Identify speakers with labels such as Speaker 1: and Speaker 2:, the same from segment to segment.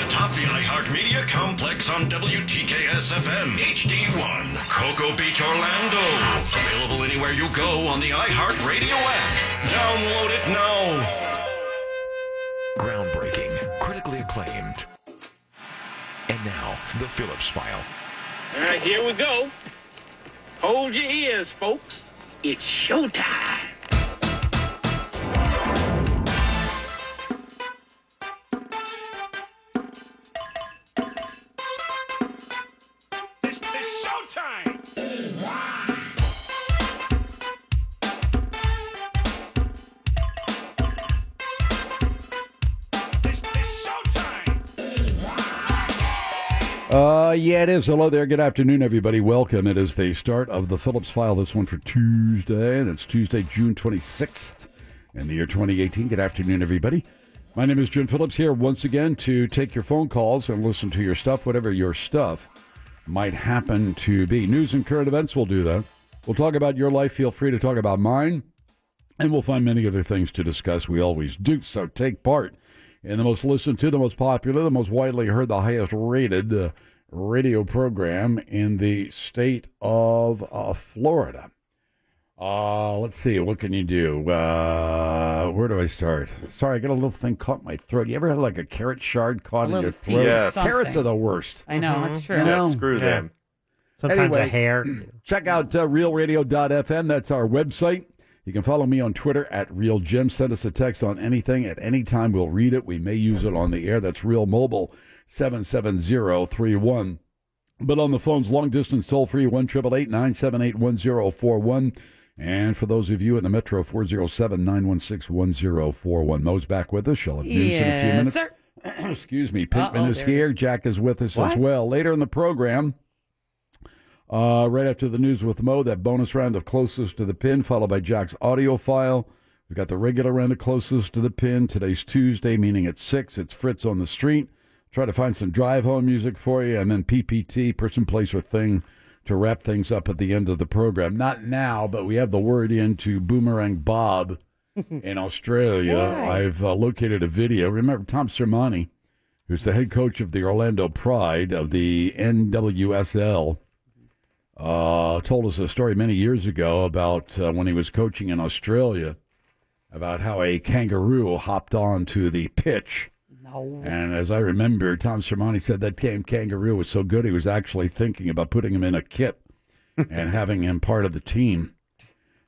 Speaker 1: the iHeartMedia complex on WTKS FM HD1, Cocoa Beach, Orlando. Available anywhere you go on the iHeartRadio app. Download it now.
Speaker 2: Groundbreaking, critically acclaimed. And now, the Phillips File.
Speaker 3: All right, here we go. Hold your ears, folks. It's showtime.
Speaker 4: It's, it's showtime! It's, it's showtime!
Speaker 5: Uh, yeah, it is. Hello there. Good afternoon, everybody. Welcome. It is the start of the Phillips File. This one for Tuesday, and it's Tuesday, June 26th in the year 2018. Good afternoon, everybody. My name is Jim Phillips here once again to take your phone calls and listen to your stuff, whatever your stuff might happen to be. News and current events will do that. We'll talk about your life. Feel free to talk about mine. And we'll find many other things to discuss. We always do. So take part in the most listened to, the most popular, the most widely heard, the highest rated uh, radio program in the state of uh, Florida. Uh, let's see. What can you do? Uh, where do I start? Sorry, I got a little thing caught in my throat. You ever had like a carrot shard caught in
Speaker 6: little
Speaker 5: your
Speaker 6: piece
Speaker 5: throat?
Speaker 6: of
Speaker 7: Yes. something.
Speaker 5: Carrots are the worst.
Speaker 6: I know,
Speaker 8: Mm-hmm.
Speaker 6: it's true.
Speaker 5: You know?
Speaker 7: Screw them.
Speaker 8: Sometimes
Speaker 5: Anyway.
Speaker 8: a hair.
Speaker 5: Check out uh, realradio.fm. That's our website. You can follow me on Twitter at RealJim. Send us a text on anything at any time. We'll read it. We may use it on the air. That's Real Mobile 77031. But on the phones, long distance toll free 1 978 1041. And for those of you in the metro, 407 916 1041. Mo's back with us. She'll have news in a few minutes.
Speaker 6: Yes, sir.
Speaker 5: Excuse me. Pinkman
Speaker 6: Uh-oh,
Speaker 5: is
Speaker 6: there it
Speaker 5: here.
Speaker 6: is.
Speaker 5: Jack is with us as well. Later in the program, uh, right after the news with Mo, that bonus round of closest to the pin, followed by Jack's audio file. We've got the regular round of closest to the pin. Today's Tuesday, meaning at six. It's Fritz on the street. Try to find some drive home music for you, and then PPT, person, place, or thing, to wrap things up at the end of the program. Not now, but we have the word in to Boomerang Bob in Australia. I've uh, located a video. Remember Tom Sermani, who's the head coach of the Orlando Pride of the NWSL, uh, told us a story many years ago about uh, when he was coaching in Australia about how a kangaroo hopped onto the pitch. And as I remember, Tom Sermani said that damn kangaroo was so good he was actually thinking about putting him in a kit and having him part of the team.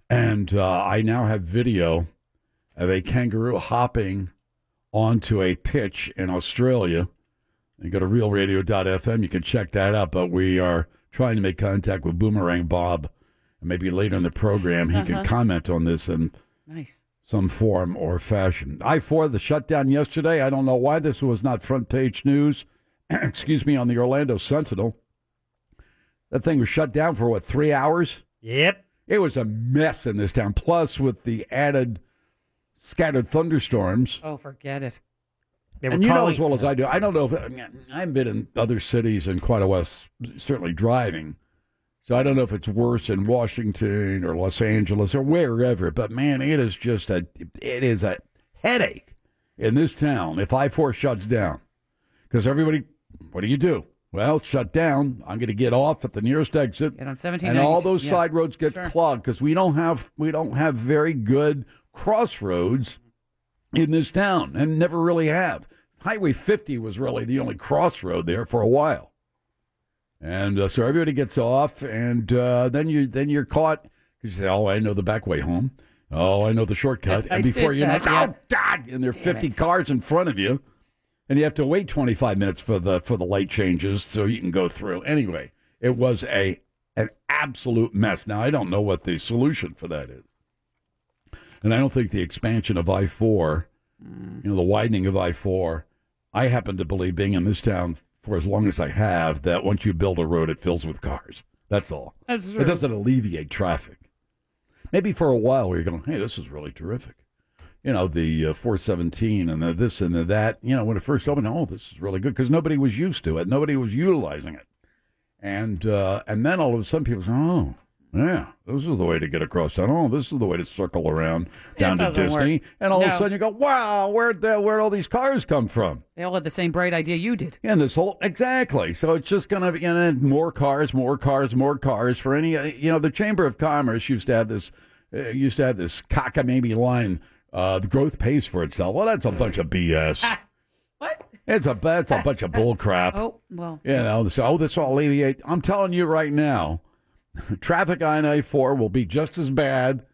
Speaker 5: And uh, I now have video of a kangaroo hopping onto a pitch in Australia. You go to realradio.fm, you can check that out. But we are trying to make contact with Boomerang Bob. And maybe later in the program, he can comment on this and
Speaker 6: Nice.
Speaker 5: some form or fashion. I for the shutdown yesterday. I don't know why this was not front page news. excuse me, on the Orlando Sentinel. That thing was shut down for what three hours.
Speaker 8: Yep.
Speaker 5: It was a mess in this town. Plus, with the added scattered thunderstorms,
Speaker 6: Oh, forget it.
Speaker 8: They were
Speaker 5: and you know
Speaker 8: calling,
Speaker 5: as well as I do. I don't know if I, mean, I haven't been in other cities in quite a while. s- Certainly driving, so I don't know if it's worse in Washington or Los Angeles or wherever. But man, it is just a it is a headache in this town if I four shuts down because everybody. What do you do? Well, it's shut down. I'm going to get off at the nearest exit.
Speaker 6: Get on 17.
Speaker 5: And all those
Speaker 6: yeah.
Speaker 5: side roads get
Speaker 6: Sure.
Speaker 5: clogged because we don't have we don't have very good crossroads in this town, and never really have. Highway 50 was really the only crossroad there for a while, and uh, so everybody gets off, and uh, then you then you're caught 'cause you say, "Oh, I know the back way home. Oh, I know the shortcut."
Speaker 6: I
Speaker 5: and before
Speaker 6: did
Speaker 5: you know,
Speaker 6: that, yeah.
Speaker 5: oh God, and there are
Speaker 6: Damn
Speaker 5: 50
Speaker 6: it.
Speaker 5: cars in front of you and you have to wait 25 minutes for the for the light changes so you can go through anyway it was a an absolute mess now i don't know what the solution for that is and i don't think the expansion of i4
Speaker 6: Mm.
Speaker 5: you know the widening of i4 i happen to believe being in this town for as long as i have that once you build a road it fills with cars that's all
Speaker 6: That's
Speaker 5: it
Speaker 6: true.
Speaker 5: doesn't alleviate traffic. Maybe for a while where you're going, hey, this is really terrific. You know, the uh, 417 and the this and the that. You know, when it first opened, oh, this is really good because nobody was used to it. Nobody was utilizing it. And uh, and then all of a sudden people say, oh, Yeah, this is the way to get across town. Oh, this is the way to circle around down to
Speaker 6: doesn't work.
Speaker 5: Disney, and all of a
Speaker 6: No.
Speaker 5: sudden you go, "Wow, where'd that, where'd all these cars come from?"
Speaker 6: They all had the same bright idea you did.
Speaker 5: And this whole exactly. So it's just going to be you know, more cars, more cars, more cars for any. uh, You know, the Chamber of Commerce used to have this uh, used to have this cockamamie line. Uh, the growth pays for itself. Well, that's a bunch of BS.
Speaker 6: What?
Speaker 5: It's a that's a bunch of bull crap.
Speaker 6: Oh, well.
Speaker 5: You know, so oh, this will alleviate. I'm telling you right now, traffic on I-4 will be just as bad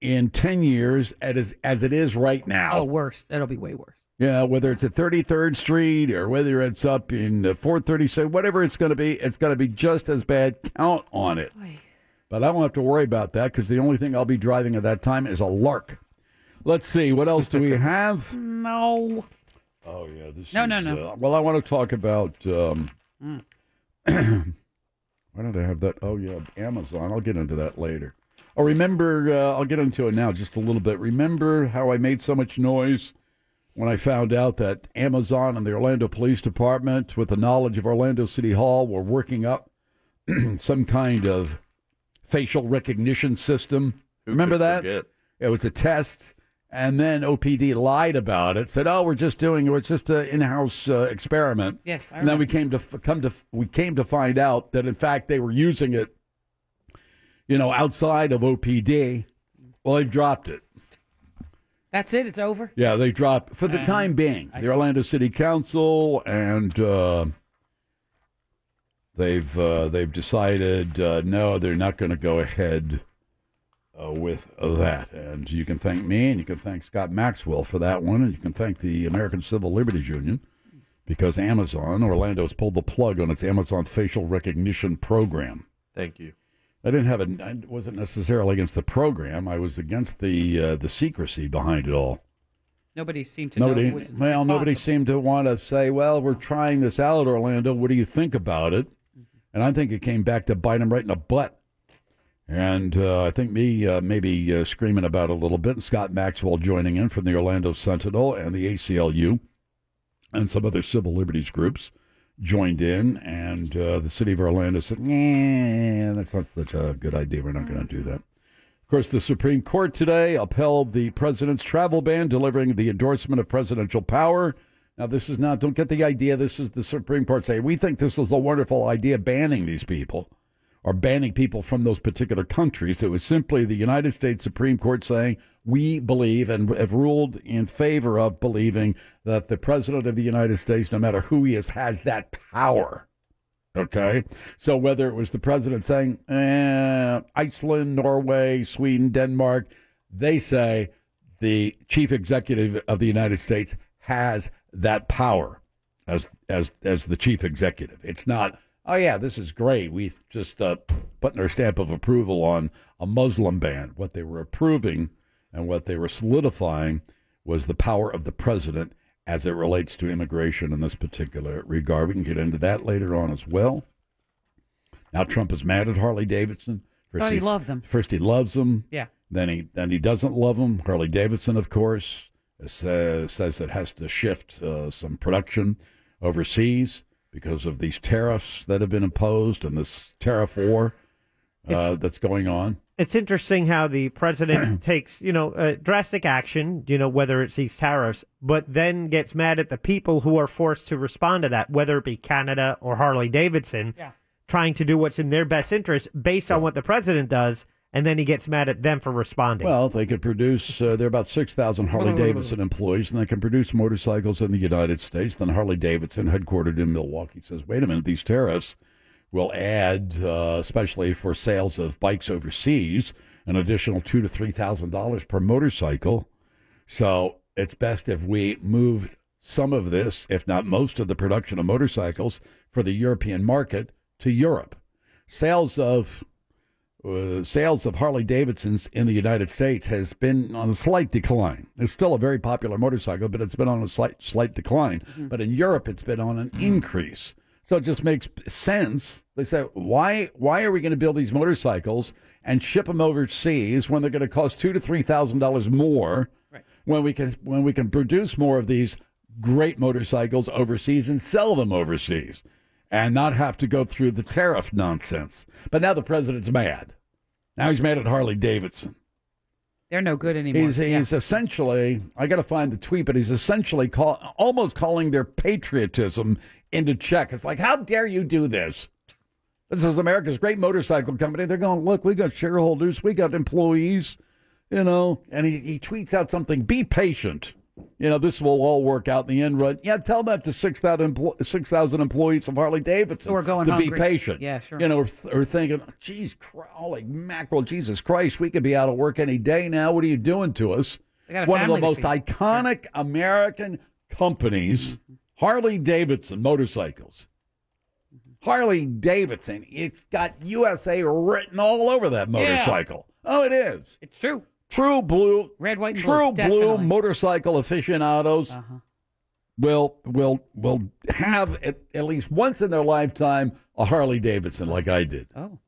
Speaker 5: in 10 years as, as it is right now.
Speaker 6: Oh, worse. It'll be way worse.
Speaker 5: Yeah, whether it's at 33rd Street or whether it's up in uh, 436, whatever it's going to be, it's going to be just as bad. Count on it. But I don't have to worry about that because the only thing I'll be driving at that time is a lark. Let's see, what else do we have?
Speaker 6: No.
Speaker 5: Oh, yeah. This
Speaker 6: No, no,
Speaker 5: is,
Speaker 6: no. Mm.
Speaker 5: uh, well, I want to talk about. Um, why don't I have that? Oh, yeah, Amazon. I'll get into that later. Oh, remember, uh, I'll get into it now just a little bit. Remember how I made so much noise when I found out that Amazon and the Orlando Police Department, with the knowledge of Orlando City Hall, were working up some kind of facial recognition system? remember
Speaker 7: could
Speaker 5: that?
Speaker 7: forget?
Speaker 5: It was a test, and then OPD lied about it. Said, "Oh, we're just doing it's just an in-house uh, experiment."
Speaker 6: Yes, I
Speaker 5: and then we came to f- come to f- we came to find out that in fact they were using it, you know, outside of OPD. Well, they've dropped it.
Speaker 6: That's it. It's over.
Speaker 5: Yeah, they dropped for the
Speaker 6: Um,
Speaker 5: time being.
Speaker 6: I
Speaker 5: the
Speaker 6: see.
Speaker 5: Orlando City Council and uh, they've uh, they've decided uh, no, they're not going to go ahead uh, with that. And you can thank me, and you can thank Scott Maxwell for that one, and you can thank the American Civil Liberties Union because Amazon Orlando's pulled the plug on its Amazon facial recognition program.
Speaker 7: Thank you.
Speaker 5: I didn't have a. I wasn't necessarily against the program. I was against the uh, the secrecy behind it all.
Speaker 6: Nobody seemed to know.
Speaker 5: Nobody,
Speaker 6: who was
Speaker 5: well, nobody
Speaker 6: responsible.
Speaker 5: seemed to want to say, "Well, we're trying this out, Orlando. What do you think about it?"
Speaker 6: Mm-hmm.
Speaker 5: And I think it came back to bite him right in the butt. And uh, I think me uh, maybe uh, screaming about it a little bit, and Scott Maxwell joining in from the Orlando Sentinel and the ACLU, and some other civil liberties groups joined in, and uh, the city of Orlando said, "Yeah, that's not such a good idea. We're not going
Speaker 6: Mm-hmm.
Speaker 5: to do that." Of course, the Supreme Court today upheld the president's travel ban, delivering the endorsement of presidential power. Now, this is not, don't get the idea, this is the Supreme Court saying, we think this is a wonderful idea banning these people or banning people from those particular countries. It was simply the United States Supreme Court saying, we believe and have ruled in favor of believing that the president of the United States, no matter who he is, has that power. Okay. So whether it was the president saying, eh, Iceland, Norway, Sweden, Denmark, they say the chief executive of the United States has that power as as as the chief executive. It's not, oh yeah, this is great. We just uh, putting our stamp of approval on a Muslim ban. What they were approving and what they were solidifying was the power of the president as it relates to immigration in this particular regard. We can get into that later on as well. Now Trump is mad at Harley Davidson.
Speaker 6: Thought Oh, he
Speaker 5: he's-
Speaker 6: loved them.
Speaker 5: First he loves them.
Speaker 6: Yeah.
Speaker 5: Then he then he doesn't love them. Harley Davidson, of course, says says it has to shift uh, some production overseas because of these tariffs that have been imposed and this tariff war uh,
Speaker 8: It's-
Speaker 5: that's going on.
Speaker 8: It's interesting how the president takes, you know, uh, drastic action, you know, whether it's these tariffs, but then gets mad at the people who are forced to respond to that, whether it be Canada or Harley Davidson,
Speaker 6: Yeah.
Speaker 8: trying to do what's in their best interest based on what the president does, and then he gets mad at them for responding.
Speaker 5: Well, they could produce. Uh, there are about six thousand Harley Davidson employees, and they can produce motorcycles in the United States. Then Harley Davidson, headquartered in Milwaukee, says, "Wait a minute, these tariffs will add, uh, especially for sales of bikes overseas, an additional two to three thousand dollars per motorcycle. So it's best if we moved some of this, if not most of the production of motorcycles for the European market to Europe. Sales of uh, sales of Harley Davidsons in the United States has been on a slight decline. It's still a very popular motorcycle, but it's been on a slight slight decline. But in Europe, it's been on an increase. So it just makes sense. They say, why why are we going to build these motorcycles and ship them overseas when they're going to cost two to three thousand dollars more? When we can when we can produce more of these great motorcycles overseas and sell them overseas and not have to go through the tariff nonsense. But now the president's mad. Now he's mad at Harley Davidson.
Speaker 6: They're no good anymore.
Speaker 5: He's, uh, he's essentially, I got to find the tweet, but he's essentially call, almost calling their patriotism into check. It's like, how dare you do this? This is America's great motorcycle company. They're going, look, we got shareholders, we got employees, you know, and he, he tweets out something, be patient. You know, this will all work out in the end run. Yeah, tell that to 6,000 empl- 6,000 employees of Harley Davidson
Speaker 6: Who are going
Speaker 5: to be
Speaker 6: hungry.
Speaker 5: patient.
Speaker 6: Yeah, sure.
Speaker 5: You know, or, th- or thinking, geez, crowley mackerel, Jesus Christ, we could be out of work any day now. What are you doing to us?
Speaker 6: They got a
Speaker 5: One of the
Speaker 6: family to
Speaker 5: most
Speaker 6: feed.
Speaker 5: iconic American companies, Harley Davidson motorcycles. Harley Davidson, it's got USA written all over that motorcycle. Oh, it is.
Speaker 6: It's true.
Speaker 5: True blue,
Speaker 6: Red, white, and
Speaker 5: true
Speaker 6: blue.
Speaker 5: blue
Speaker 6: definitely.
Speaker 5: motorcycle aficionados
Speaker 6: Uh-huh.
Speaker 5: will will will have at, at least once in their lifetime a Harley Davidson, like I did.
Speaker 6: Oh,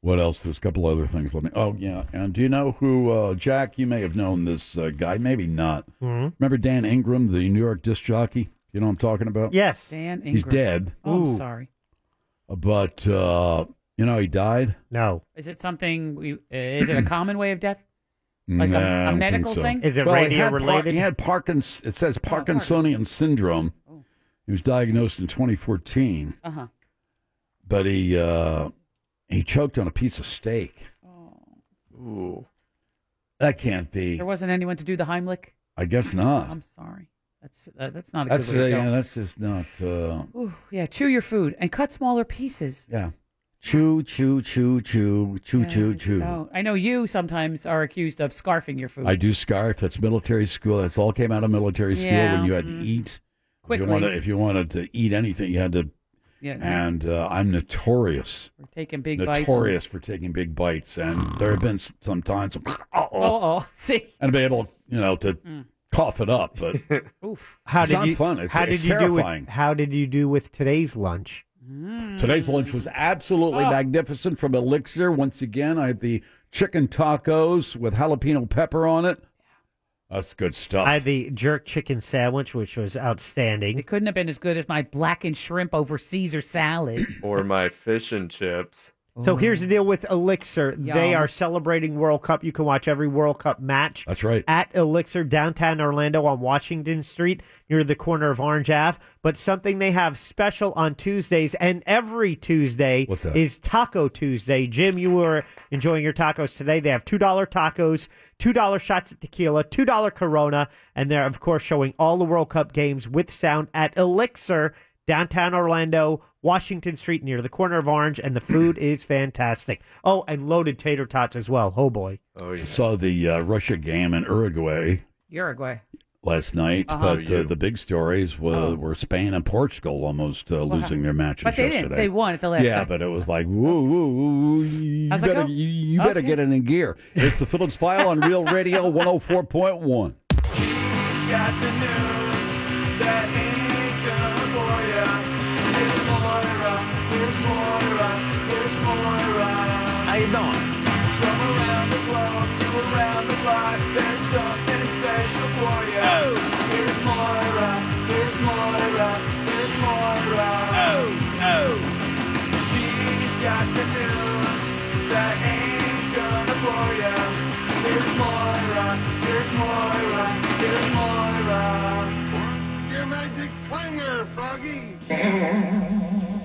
Speaker 5: What else? There's a couple other things. Let me. Oh yeah, and do you know who uh, Jack? You may have known this uh, guy, maybe not.
Speaker 8: Mm-hmm.
Speaker 5: Remember Dan Ingram, the New York disc jockey? You know what I'm talking about?
Speaker 8: Yes.
Speaker 6: Dan Ingram.
Speaker 5: he's dead,
Speaker 6: Oh, I'm
Speaker 8: Ooh.
Speaker 6: sorry.
Speaker 5: but uh, you know he died.
Speaker 8: No.
Speaker 6: Is it something? We, uh, is it a common way of death? Like a-
Speaker 5: Nah,
Speaker 6: a
Speaker 5: I don't think
Speaker 6: medical
Speaker 5: so.
Speaker 6: thing?
Speaker 8: Is it
Speaker 5: Well, he
Speaker 8: radio
Speaker 5: had Par-
Speaker 8: related?
Speaker 5: he had Parkinson's. It says
Speaker 6: Parkin-
Speaker 5: Parkinsonian syndrome. He was diagnosed in 2014,
Speaker 6: Uh
Speaker 8: Uh-huh.
Speaker 6: huh.
Speaker 5: but he uh, he choked on a piece of steak.
Speaker 6: Oh.
Speaker 5: Ooh, that can't be.
Speaker 6: There wasn't anyone to do the Heimlich.
Speaker 5: I guess not.
Speaker 6: I'm sorry. That's uh, that's not a
Speaker 5: That's
Speaker 6: good way
Speaker 5: uh,
Speaker 6: to
Speaker 5: yeah,
Speaker 6: go.
Speaker 5: that's just not. Uh,
Speaker 6: Ooh, yeah, chew your food and cut smaller pieces.
Speaker 5: Yeah. Chew, chew, chew, chew, chew,
Speaker 6: Yeah,
Speaker 5: chew,
Speaker 6: I
Speaker 5: chew.
Speaker 6: know. I know you sometimes are accused of scarfing your food.
Speaker 5: I do scarf. That's military school. That's all came out of military school
Speaker 6: Yeah. Mm-hmm.
Speaker 5: when you had to eat.
Speaker 6: Quickly.
Speaker 5: If you, wanted, if you wanted to eat anything, you had to.
Speaker 6: yeah,
Speaker 5: And uh, I'm notorious,
Speaker 6: we're taking big
Speaker 5: notorious for taking big bites. And there have been s- some times,
Speaker 6: bites.
Speaker 5: oh,
Speaker 6: Oh, Mm. oh, see,
Speaker 5: and I've been able, you know, to cough it up. But
Speaker 6: oof.
Speaker 8: How
Speaker 5: It's
Speaker 8: did
Speaker 5: not
Speaker 8: you?
Speaker 5: fun. It's-
Speaker 8: how did
Speaker 5: it's
Speaker 8: you do
Speaker 5: terrifying.
Speaker 8: with? How did you do with today's lunch? Mm.
Speaker 5: Today's lunch was absolutely
Speaker 6: Mm. Oh.
Speaker 5: magnificent from Elixir. Once again, I had the chicken tacos with jalapeno pepper on it. That's good stuff.
Speaker 8: I had the jerk chicken sandwich, which was outstanding.
Speaker 6: It couldn't have been as good as my blackened shrimp over Caesar salad.
Speaker 7: or my fish and chips.
Speaker 8: So here's the deal with Elixir. They
Speaker 6: Yum.
Speaker 8: are celebrating World Cup. You can watch every World Cup match
Speaker 5: That's right.
Speaker 8: at Elixir downtown Orlando on Washington Street near the corner of Orange Ave. But something they have special on Tuesdays and every Tuesday
Speaker 5: What's that?
Speaker 8: is Taco Tuesday. Jim, you were enjoying your tacos today. They have $2 tacos, $2 shots of tequila, $2 Corona, and they're, of course, showing all the World Cup games with sound at Elixir. Downtown Orlando, Washington Street, near the corner of Orange, and the food is fantastic. Oh, and loaded tater tots as well. Oh boy!
Speaker 7: Oh yeah.
Speaker 5: saw the uh, Russia game in Uruguay
Speaker 6: Uruguay.
Speaker 5: last night,
Speaker 6: Uh-huh. Oh.
Speaker 5: but uh, the big stories were, were Spain and Portugal almost uh, losing their matches
Speaker 6: But they
Speaker 5: yesterday.
Speaker 6: didn't. They won at the last
Speaker 5: yeah,
Speaker 6: second.
Speaker 5: but it was like, woo, woo, woo, woo, you
Speaker 6: How's it
Speaker 5: better,
Speaker 6: go?
Speaker 5: you, you better
Speaker 6: Okay.
Speaker 5: get it in gear. It's the Phillips File on Real Radio 104.1.
Speaker 4: He's got the news that ain't gonna bore ya. Here's Moira, here's Moira, here's Moira.
Speaker 3: How you doing?
Speaker 4: From around the globe to around the block, there's something special for ya. Here's Moira, here's Moira, here's Moira. Oh, oh. She's got the news that ain't gonna bore ya. Here's Moira, here's Moira, here's Moira.
Speaker 1: Your magic finger, Froggy.
Speaker 8: Oh.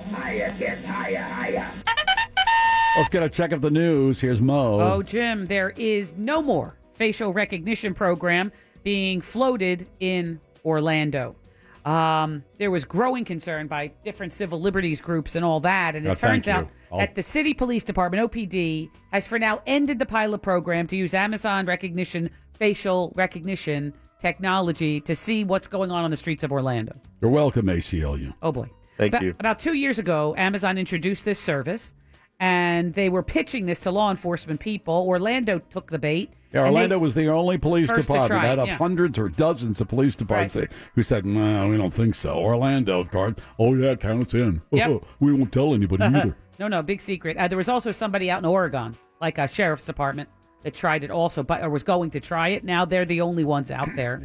Speaker 5: Let's get a check of the news. Here's Mo.
Speaker 6: Oh, Jim, there is no more facial recognition program being floated in Orlando. Um, there was growing concern by different civil liberties groups and all that, and it
Speaker 5: Oh, thank
Speaker 6: turns out
Speaker 5: you. I'll-
Speaker 6: that the city police department (OPD) has for now ended the pilot program to use Amazon recognition facial recognition technology to see what's going on on the streets of Orlando.
Speaker 5: You're welcome, ACLU.
Speaker 6: Oh boy.
Speaker 7: Thank
Speaker 6: About-
Speaker 7: you.
Speaker 6: About two years ago, Amazon introduced this service and they were pitching this to law enforcement people. Orlando took the bait.
Speaker 5: Yeah,
Speaker 6: and they
Speaker 5: Orlando
Speaker 6: s-
Speaker 5: was the only police
Speaker 6: First to
Speaker 5: department
Speaker 6: try it,
Speaker 5: out of
Speaker 6: yeah.
Speaker 5: hundreds or dozens of police departments
Speaker 6: Right.
Speaker 5: that- who said, "No, we don't think so." Orlando card. Oh yeah, count us in.
Speaker 6: Yep.
Speaker 5: we won't tell anybody either.
Speaker 6: No, no, big secret. Uh, there was also somebody out in Oregon, like a sheriff's department, that tried it also, but or was going to try it. Now they're the only ones out there.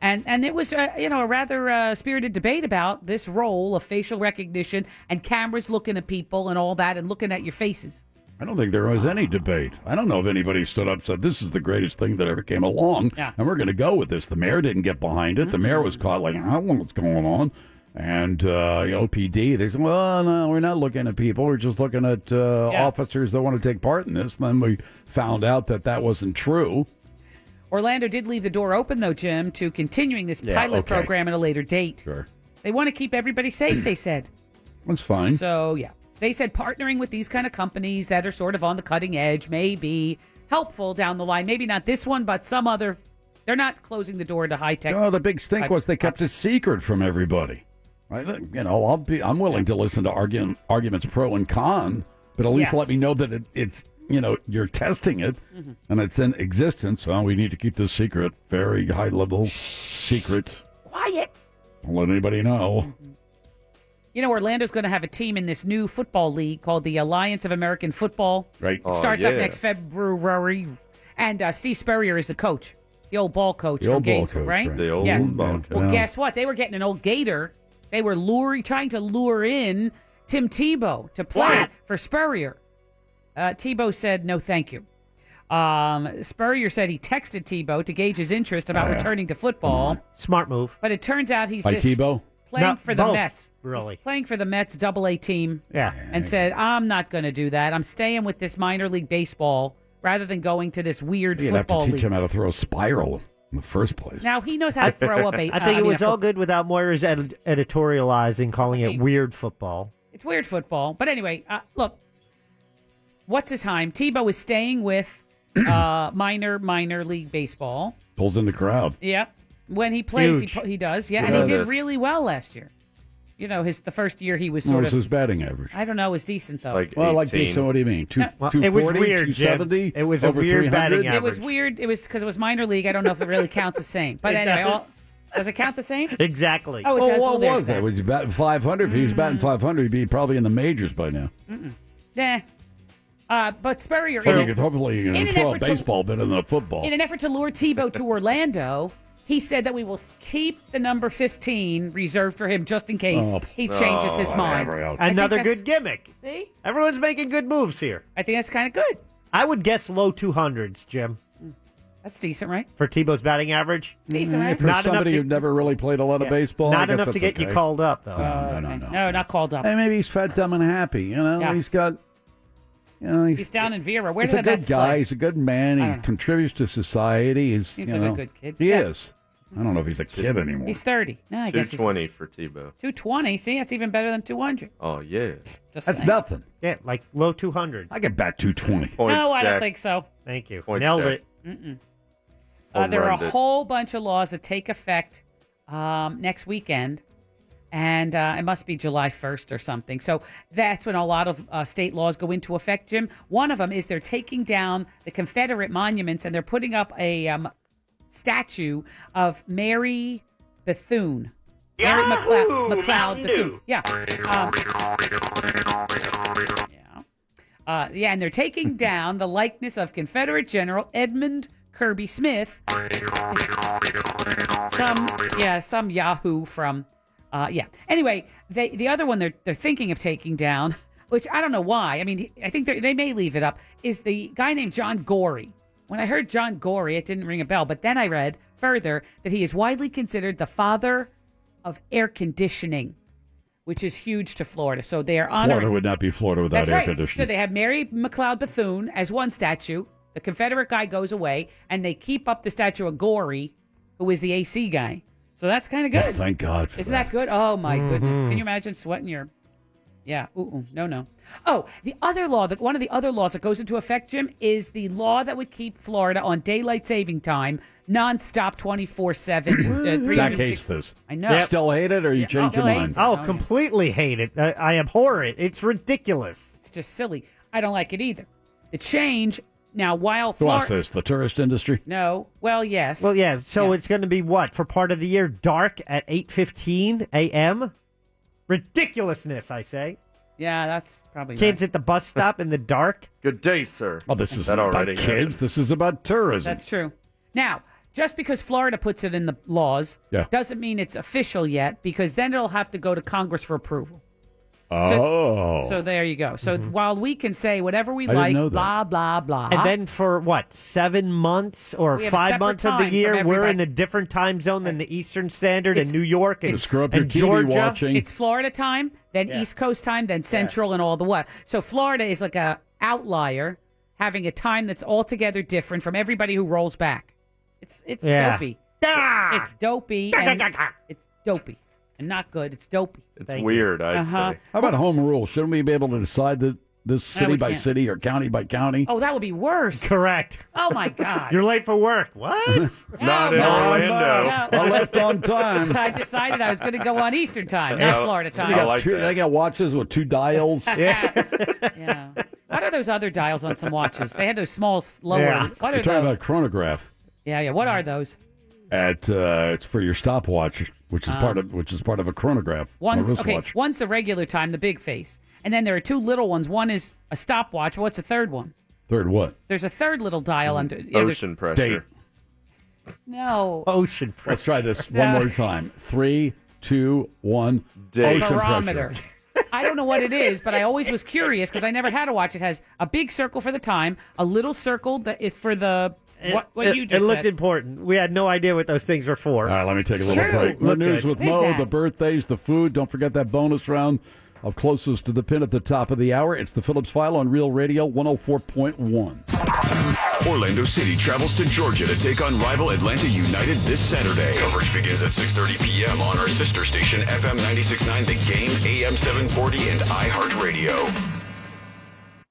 Speaker 6: And and it was uh, you know a rather uh, spirited debate about this role of facial recognition and cameras looking at people and all that and looking at your faces.
Speaker 5: I don't think there was any debate. I don't know if anybody stood up and said, This is the greatest thing that ever came along, and we're going to go with this. The mayor didn't get behind it. The mayor was caught like, I don't know what's going on. And uh, you know, OPD, they said, Well, no, we're not looking at people. We're just looking at uh, officers that want to take part in this. And then we found out that that wasn't true.
Speaker 6: Orlando did leave the door open though, Jim, to continuing this
Speaker 5: Yeah,
Speaker 6: pilot
Speaker 5: okay.
Speaker 6: program at a later date.
Speaker 5: Sure.
Speaker 6: They want to keep everybody safe, they said.
Speaker 5: That's fine.
Speaker 6: So, yeah. They said partnering with these kind of companies that are sort of on the cutting edge may be helpful down the line. Maybe not this one, but some other. They're not closing the door to high tech.
Speaker 5: Oh, the big stink was they kept it secret from everybody. I, think- you know, I'll be, I'm willing to listen to argu- arguments pro and con, but at least
Speaker 9: Yes.
Speaker 5: let me know that it, it's, you know, you're testing it
Speaker 6: Mm-hmm.
Speaker 5: and it's in existence. Oh, we need to keep this secret, very high level secret.
Speaker 6: Quiet.
Speaker 5: Don't let anybody know.
Speaker 6: You know, Orlando's going to have a team in this new football league called the Alliance of American Football.
Speaker 5: Right.
Speaker 6: It starts up next February. And uh, Steve Spurrier is the coach, the old ball coach
Speaker 5: The
Speaker 6: from
Speaker 5: old ball
Speaker 6: Gainesville,
Speaker 5: coach,
Speaker 6: right?
Speaker 5: right. The old
Speaker 6: yes.
Speaker 5: ball coach.
Speaker 6: Well, guess what? They were getting an old Gator. They were luring, trying to lure in Tim Tebow to play for Spurrier. Uh, Tebow said, no, thank you. Um, Spurrier said he texted Tebow to gauge his interest about
Speaker 5: Ah, Mm-hmm.
Speaker 6: returning to football.
Speaker 8: Smart move.
Speaker 6: But it turns out he's
Speaker 5: By
Speaker 6: this
Speaker 5: Tebow?
Speaker 6: playing
Speaker 8: No,
Speaker 6: for the
Speaker 8: both,
Speaker 6: Mets.
Speaker 8: really.
Speaker 6: He's playing for the Mets double A team.
Speaker 8: Yeah.
Speaker 6: And said, I'm not going to do that. I'm staying with this minor league baseball rather than going to this weird
Speaker 5: You'd have to
Speaker 6: football
Speaker 5: teach
Speaker 6: league.
Speaker 5: him how to throw a spiral in the first place.
Speaker 6: Now he knows how to throw up a.
Speaker 8: I
Speaker 6: uh,
Speaker 8: think it
Speaker 6: mean,
Speaker 8: was
Speaker 6: a
Speaker 8: all
Speaker 6: foot-
Speaker 8: good without Moira's ed- editorializing, calling it weird football.
Speaker 6: It's weird football. But anyway, uh, look, what's his time? Tebow is staying with uh, minor, minor league baseball.
Speaker 5: Pulls in the crowd.
Speaker 6: Yeah. When he plays, he,
Speaker 5: Huge.
Speaker 6: pu- he does. Yeah. And he did
Speaker 5: Tremendous.
Speaker 6: really well last year. You know, his the first year he was
Speaker 5: What
Speaker 6: sort
Speaker 5: was
Speaker 6: of.
Speaker 5: his batting average?
Speaker 6: I don't know, was decent though.
Speaker 5: well, like this, so what do you mean? Two,
Speaker 8: Well, it
Speaker 5: 240,
Speaker 8: was weird, Jim.
Speaker 5: 270,
Speaker 8: It was a
Speaker 5: over
Speaker 8: weird batting
Speaker 5: 300?
Speaker 6: It was weird. It was because it was minor league. I don't know if it really counts the same. But
Speaker 8: It
Speaker 6: anyway, all,
Speaker 8: does.
Speaker 6: does it count the same?
Speaker 8: Exactly.
Speaker 6: Oh, it does. Well,
Speaker 5: what
Speaker 6: there's
Speaker 5: was
Speaker 6: that. Mm.
Speaker 5: that? Was he batting 500? If he was batting 500, he'd be probably in the majors by now.
Speaker 6: Nah. Uh, but Spurrier,
Speaker 5: Well, you
Speaker 6: in,
Speaker 5: could hopefully you
Speaker 6: in
Speaker 5: can
Speaker 6: an
Speaker 5: throw a
Speaker 6: effort to-
Speaker 5: baseball better than a football.
Speaker 6: in an effort to lure Tebow to Orlando, he said that we will keep the number 15 reserved for him just in case
Speaker 8: Oh,
Speaker 6: he changes his
Speaker 8: oh,
Speaker 6: mind.
Speaker 8: there we go.
Speaker 6: I think
Speaker 8: Another
Speaker 6: that's-
Speaker 8: good gimmick.
Speaker 6: See?
Speaker 8: Everyone's making good moves here.
Speaker 6: I think that's kind of good.
Speaker 8: I would guess low 200s, Jim.
Speaker 6: That's decescent, right?
Speaker 8: For Tebow's batting average?
Speaker 6: decent, right?
Speaker 5: For somebody who never really played a lot of baseball, I
Speaker 8: Not
Speaker 5: guess
Speaker 8: enough to
Speaker 5: that's
Speaker 8: get you
Speaker 5: okay.
Speaker 8: called up, though.
Speaker 5: No, no, no, no.
Speaker 6: No, not called up.
Speaker 5: Hey, maybe he's fat, dumb, and happy. You know,
Speaker 6: Yeah.
Speaker 5: he's got. You know, he's,
Speaker 6: He's down in Vera. Where
Speaker 5: he's
Speaker 6: did
Speaker 5: a
Speaker 6: that
Speaker 5: good
Speaker 6: Mets
Speaker 5: guy.
Speaker 6: play?
Speaker 5: He's a good man. He contributes to society. He's
Speaker 6: Seems
Speaker 5: you
Speaker 6: like a
Speaker 5: know,
Speaker 6: good kid.
Speaker 5: He
Speaker 6: Yeah.
Speaker 5: is. I don't know if he's a kid anymore.
Speaker 6: He's 30. No, I guess he's
Speaker 7: 220 for Tebow.
Speaker 6: 220. See, that's even better than 200.
Speaker 7: Oh, yeah.
Speaker 6: Just
Speaker 5: That's
Speaker 6: saying.
Speaker 5: nothing.
Speaker 8: Yeah, like low 200.
Speaker 5: I could bat 220.
Speaker 6: no, I don't think so.
Speaker 8: Thank you.
Speaker 7: Points
Speaker 8: Nailed
Speaker 7: check.
Speaker 8: it.
Speaker 6: Mm-mm. Uh, there are a whole bunch of laws that take effect um, next weekend, and uh, it must be July 1st or something. So that's when a lot of uh, state laws go into effect, Jim. One of them is they're taking down the Confederate monuments and they're putting up a um, statue of Mary Bethune. Mary McLeod, McLeod Bethune. Yeah. Um, uh, yeah, and they're taking down the likeness of Confederate General Edmund Kirby Smith. Some, yeah, some Yahoo from, uh, yeah. Anyway, they, the other one they're they're thinking of taking down, which I don't know why. I mean, he- I think they're- they may leave it up. Is the guy named John Gorey? When I heard John Gorey, it didn't ring a bell, but then I read further that he is widely considered the father of air conditioning, which is huge to Florida. So they are honoring.
Speaker 5: Florida would not be Florida without
Speaker 6: That's
Speaker 5: air
Speaker 6: right.
Speaker 5: conditioning.
Speaker 6: So they have Mary McLeod Bethune as one statue. The Confederate guy goes away, and they keep up the statue of Gorey, who is the AC guy. So that's kind of good.
Speaker 5: Oh, thank God for
Speaker 6: Isn't that good? Oh my goodness!
Speaker 5: Mhm.
Speaker 6: Can you imagine sweating your? Yeah. Ooh, ooh. No. No. Oh, the other law that one of the other laws that goes into effect, Jim, is the law that would keep Florida on daylight saving time, nonstop, twenty four seven. uh,
Speaker 5: Jack hates this.
Speaker 6: I know. Yep.
Speaker 5: Still hate it, or you change your
Speaker 6: Still
Speaker 5: mind?
Speaker 6: hates it.
Speaker 8: Oh,
Speaker 6: Oh, yeah.
Speaker 8: completely hate it. I, I abhor it. It's ridiculous.
Speaker 6: It's just silly. I don't like it either. The change now, while
Speaker 5: Who wants
Speaker 6: Florida.
Speaker 5: this? The tourist industry?
Speaker 6: No. Well, yes.
Speaker 8: Well, yeah. So it's going to be what for part of the year? Dark at eight fifteen a.m. Ridiculousness, I say.
Speaker 6: Yeah, that's probably
Speaker 8: Kids at the bus stop in the dark.
Speaker 7: Good day, sir.
Speaker 5: Oh, this is
Speaker 7: That
Speaker 5: about
Speaker 7: already
Speaker 5: kids. This is about tourism.
Speaker 6: That's true. Now, just because Florida puts it in the laws
Speaker 5: Yeah.
Speaker 6: doesn't mean it's official yet because then it'll have to go to Congress for approval.
Speaker 5: Oh.
Speaker 6: So there you go. So while we can say whatever we
Speaker 8: Mm-hmm. I didn't
Speaker 6: like,
Speaker 8: know that.
Speaker 6: blah, blah, blah.
Speaker 8: And then for what seven months or
Speaker 6: Uh-huh. We have a
Speaker 8: five
Speaker 6: separate
Speaker 8: months of the
Speaker 6: time from
Speaker 8: year, we're in
Speaker 6: everybody.
Speaker 8: a different time zone than the Eastern Standard in New York and, and Georgia.
Speaker 6: It's Florida time, then East Coast time, then Central, and all the what. So Florida is like a outlier, having a time that's altogether different from everybody who rolls back. It's it's
Speaker 7: Yeah.
Speaker 6: dopey. It's dopey. and- it's dopey and not good. It's dopey. Uh-huh.
Speaker 7: It's weird, I'd say.
Speaker 5: How about home rule? Shouldn't we be able to decide that this
Speaker 6: No,
Speaker 5: city
Speaker 6: we
Speaker 5: by
Speaker 6: can't.
Speaker 5: city or county by county?
Speaker 6: Oh, that would be worse.
Speaker 8: Correct.
Speaker 6: Oh my God.
Speaker 8: You're late for work. What?
Speaker 6: Not in
Speaker 5: Orlando.
Speaker 6: No.
Speaker 5: I left on time.
Speaker 6: I decided I was going to go on Eastern time,
Speaker 5: Yeah.
Speaker 6: not Florida time.
Speaker 5: They got, two- they got watches with two dials.
Speaker 6: What are those other dials on some watches? They had those small, s- lower. What
Speaker 5: You're
Speaker 6: are
Speaker 5: talking
Speaker 6: those?
Speaker 5: about a chronograph.
Speaker 6: yeah, yeah. What are those?
Speaker 5: At uh, it's for your stopwatch, which is
Speaker 6: Um,
Speaker 5: part of which is part of a chronograph, or
Speaker 6: One's okay.
Speaker 5: wristwatch.
Speaker 6: One's the regular time, the big face, and then there are two little ones. One is a stopwatch. What's the third one?
Speaker 5: Third what?
Speaker 6: There's a third little dial under. yeah, there's-
Speaker 5: Date.
Speaker 6: No.
Speaker 8: Ocean pressure.
Speaker 5: Let's try this one
Speaker 6: Yeah.
Speaker 5: more time. Three, two, one. Ocean
Speaker 6: barometer.
Speaker 5: pressure.
Speaker 6: I don't know what it is, but I always was curious because I never had a watch. It has a big circle for the time, a little circle that it, for the what, what
Speaker 8: it,
Speaker 6: you just
Speaker 8: it
Speaker 6: said.
Speaker 8: looked important. We had no idea what those things were for.
Speaker 5: All right, let me take a little break. More news with
Speaker 6: What is
Speaker 5: Mo,
Speaker 6: that?
Speaker 5: the birthdays, the food. Don't forget that bonus round of closest to the pin at the top of the hour. It's the Phillips File on Real Radio 104.1.
Speaker 9: Orlando City travels to Georgia to take on rival Atlanta United this Saturday. Coverage begins at 6:30 p.m. on our sister station FM 96.9 The Game, AM 740, and iHeartRadio.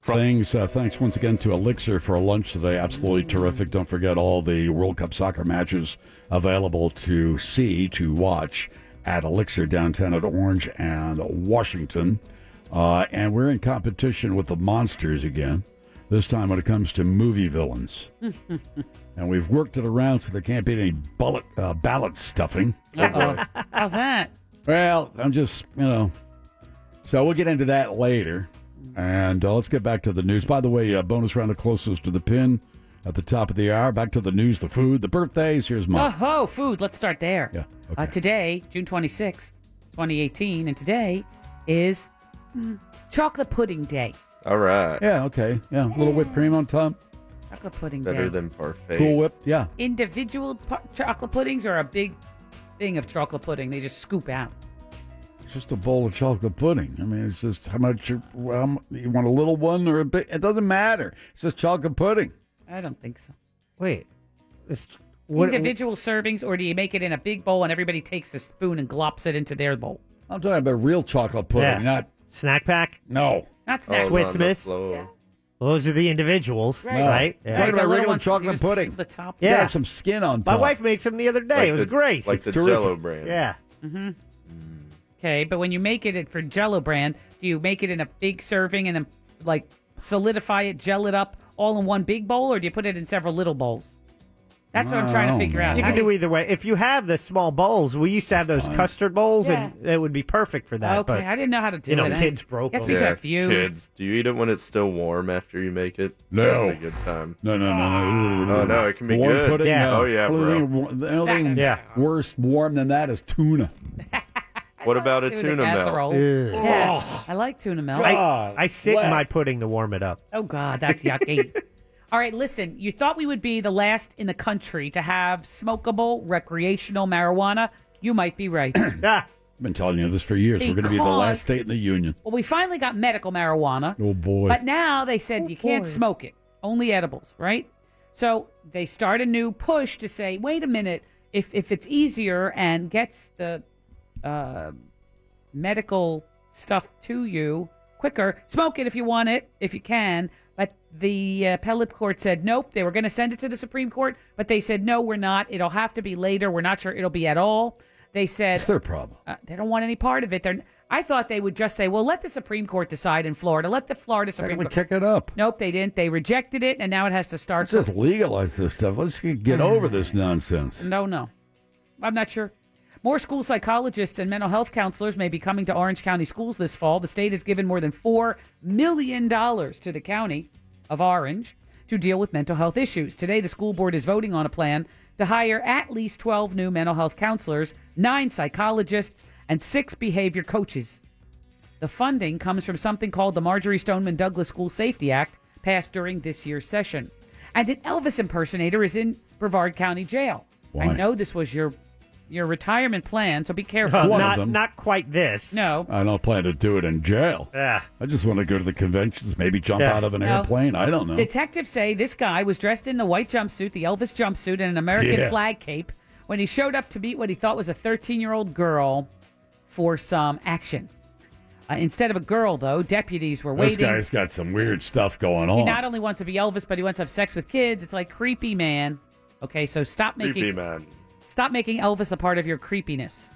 Speaker 5: Thanks, uh, thanks once again to Elixir for lunch today. Absolutely terrific. Don't forget all the World Cup soccer matches available to see, to watch at Elixir downtown at Orange and Washington. Uh, and we're in competition with the monsters again, this time when it comes to movie villains. and we've worked it around so there can't be any bullet, uh, ballot stuffing.
Speaker 6: Uh-oh. How's that?
Speaker 5: Well, I'm just, you know. So we'll get into that later. And uh, let's get back to the news. By the way, uh, bonus round of closest to the pin at the top of the hour. Back to the news, the food, the birthdays. Here's
Speaker 6: Oh,
Speaker 5: mine.
Speaker 6: ho, food. Let's start there.
Speaker 5: Yeah,
Speaker 6: Uh, today, June 26th, 2018, and today is mm, Chocolate Pudding Day.
Speaker 7: Ah. All right.
Speaker 5: Yeah, okay. Yeah, a little whipped cream on top.
Speaker 6: Chocolate Pudding
Speaker 7: Better
Speaker 6: Day.
Speaker 7: than parfait.
Speaker 5: Cool whip. Yeah.
Speaker 6: Individual pu- chocolate puddings are a big thing of chocolate pudding. They just scoop out.
Speaker 5: It's just a bowl of chocolate pudding. I mean, it's just how much you, um, you want a little one or a big. It doesn't matter. It's just chocolate pudding.
Speaker 6: I don't think so.
Speaker 8: Wait. It's,
Speaker 6: Individual servings, or do you make it in a big bowl and everybody takes the spoon and glops it into their bowl?
Speaker 5: I'm talking about real chocolate pudding,
Speaker 8: Yeah.
Speaker 5: not
Speaker 8: snack pack.
Speaker 5: No,
Speaker 6: Not snack
Speaker 8: Swiss
Speaker 6: pack.
Speaker 8: Miss. Those are the individuals,
Speaker 6: Right.
Speaker 8: right?
Speaker 5: No. Talking about regular chocolate pudding.
Speaker 6: The top.
Speaker 5: You
Speaker 8: Yeah.
Speaker 5: have some skin on
Speaker 8: My
Speaker 5: top.
Speaker 8: wife made some the other day.
Speaker 5: Like
Speaker 8: it was
Speaker 5: the-
Speaker 8: great.
Speaker 5: like
Speaker 8: It's
Speaker 5: the
Speaker 8: terrific.
Speaker 5: Jell-O brand.
Speaker 8: Yeah.
Speaker 6: Mm-hmm. Okay, but when you make it for Jello brand, do you make it in a big serving and then like solidify it, gel it up all in one big bowl, or do you put it in several little bowls? That's what I'm trying to figure out.
Speaker 8: Oh, You
Speaker 6: How
Speaker 8: can do either way. If you have the small bowls, we used to have those custard bowls, and that would be perfect for that.
Speaker 6: Okay,
Speaker 8: but,
Speaker 6: I didn't know how to do
Speaker 8: you know,
Speaker 6: it. I-
Speaker 8: kids broke
Speaker 6: Guess
Speaker 8: them.
Speaker 6: we got views.
Speaker 7: Kids, do you eat it when it's still warm after you make it?
Speaker 5: No.
Speaker 7: That's a good time.
Speaker 5: No, no, no, no.
Speaker 7: Oh, no, it can be
Speaker 5: warm
Speaker 7: good.
Speaker 5: Pudding,
Speaker 7: Yeah.
Speaker 5: no.
Speaker 7: Oh, yeah,
Speaker 5: Only
Speaker 7: bro.
Speaker 5: thing wa- the only thing
Speaker 7: Yeah.
Speaker 5: worse warm than that is tuna.
Speaker 7: What about a
Speaker 6: Do the
Speaker 7: tuna melt?
Speaker 6: casserole. Yeah, I like tuna melt.
Speaker 8: Oh. I, I sit in my pudding to warm it up.
Speaker 6: Oh God, that's yucky. All right, listen. You thought we would be the last in the country to have smokable recreational marijuana. You might be right.
Speaker 8: well,
Speaker 5: I've been telling you this for years. We're going to be the
Speaker 6: Because-
Speaker 5: last state in the union.
Speaker 6: we finally got medical marijuana,
Speaker 5: Oh boy.
Speaker 6: but now they said you can't
Speaker 5: boy.
Speaker 6: smoke it. Only edibles, right? So they start a new push to say, wait a minute, if if it's easier and gets the uh, medical stuff to you quicker. Smoke it if you want it, if you can. But the uh, appellate court said nope. They were going to send it to the Supreme Court, but they said no, we're not. It'll have to be later. We're not sure it'll be at all. They said
Speaker 5: It's their problem.
Speaker 6: Uh, they don't want any part of it. They're, I thought they would just say, well, let the Supreme Court decide in Florida. Let the Florida Supreme
Speaker 5: we
Speaker 6: Court.
Speaker 5: kick it up.
Speaker 6: nope, they didn't. They rejected it, and now it has to start.
Speaker 5: Let's just legalize this stuff. Let's get get
Speaker 6: Mm.
Speaker 5: over this nonsense.
Speaker 6: No, no. I'm not sure. More school psychologists and mental health counselors may be coming to Orange County schools this fall. The state has given more than $4 million to the county of Orange to deal with mental health issues. Today, the school board is voting on a plan to hire at least 12 new mental health counselors, nine psychologists, and six behavior coaches. The funding comes from something called the Marjorie Stoneman Douglas School Safety Act, passed during this year's session. And an Elvis impersonator is in Brevard County Jail. I
Speaker 5: Why?
Speaker 6: know this was your your retirement plan, so be careful.
Speaker 5: One of Not- them.
Speaker 8: not quite this.
Speaker 6: No.
Speaker 5: I don't plan to do it in jail.
Speaker 8: Yeah.
Speaker 5: I just want to go to the conventions, maybe jump
Speaker 6: Yeah.
Speaker 5: out of an
Speaker 6: No.
Speaker 5: airplane. I don't know.
Speaker 6: Detectives say this guy was dressed in the white jumpsuit, the Elvis jumpsuit, and an American
Speaker 5: Yeah.
Speaker 6: flag cape when he showed up to meet what he thought was a 13 year old girl for some action. Uh, instead of a girl, though, deputies were
Speaker 5: this
Speaker 6: waiting.
Speaker 5: guy's got some weird stuff going
Speaker 6: He
Speaker 5: on.
Speaker 6: not only wants to be Elvis, but he wants to have sex with kids. It's like creepy man. Okay, so stop making
Speaker 7: Creepy man.
Speaker 6: stop making Elvis a part of your creepiness.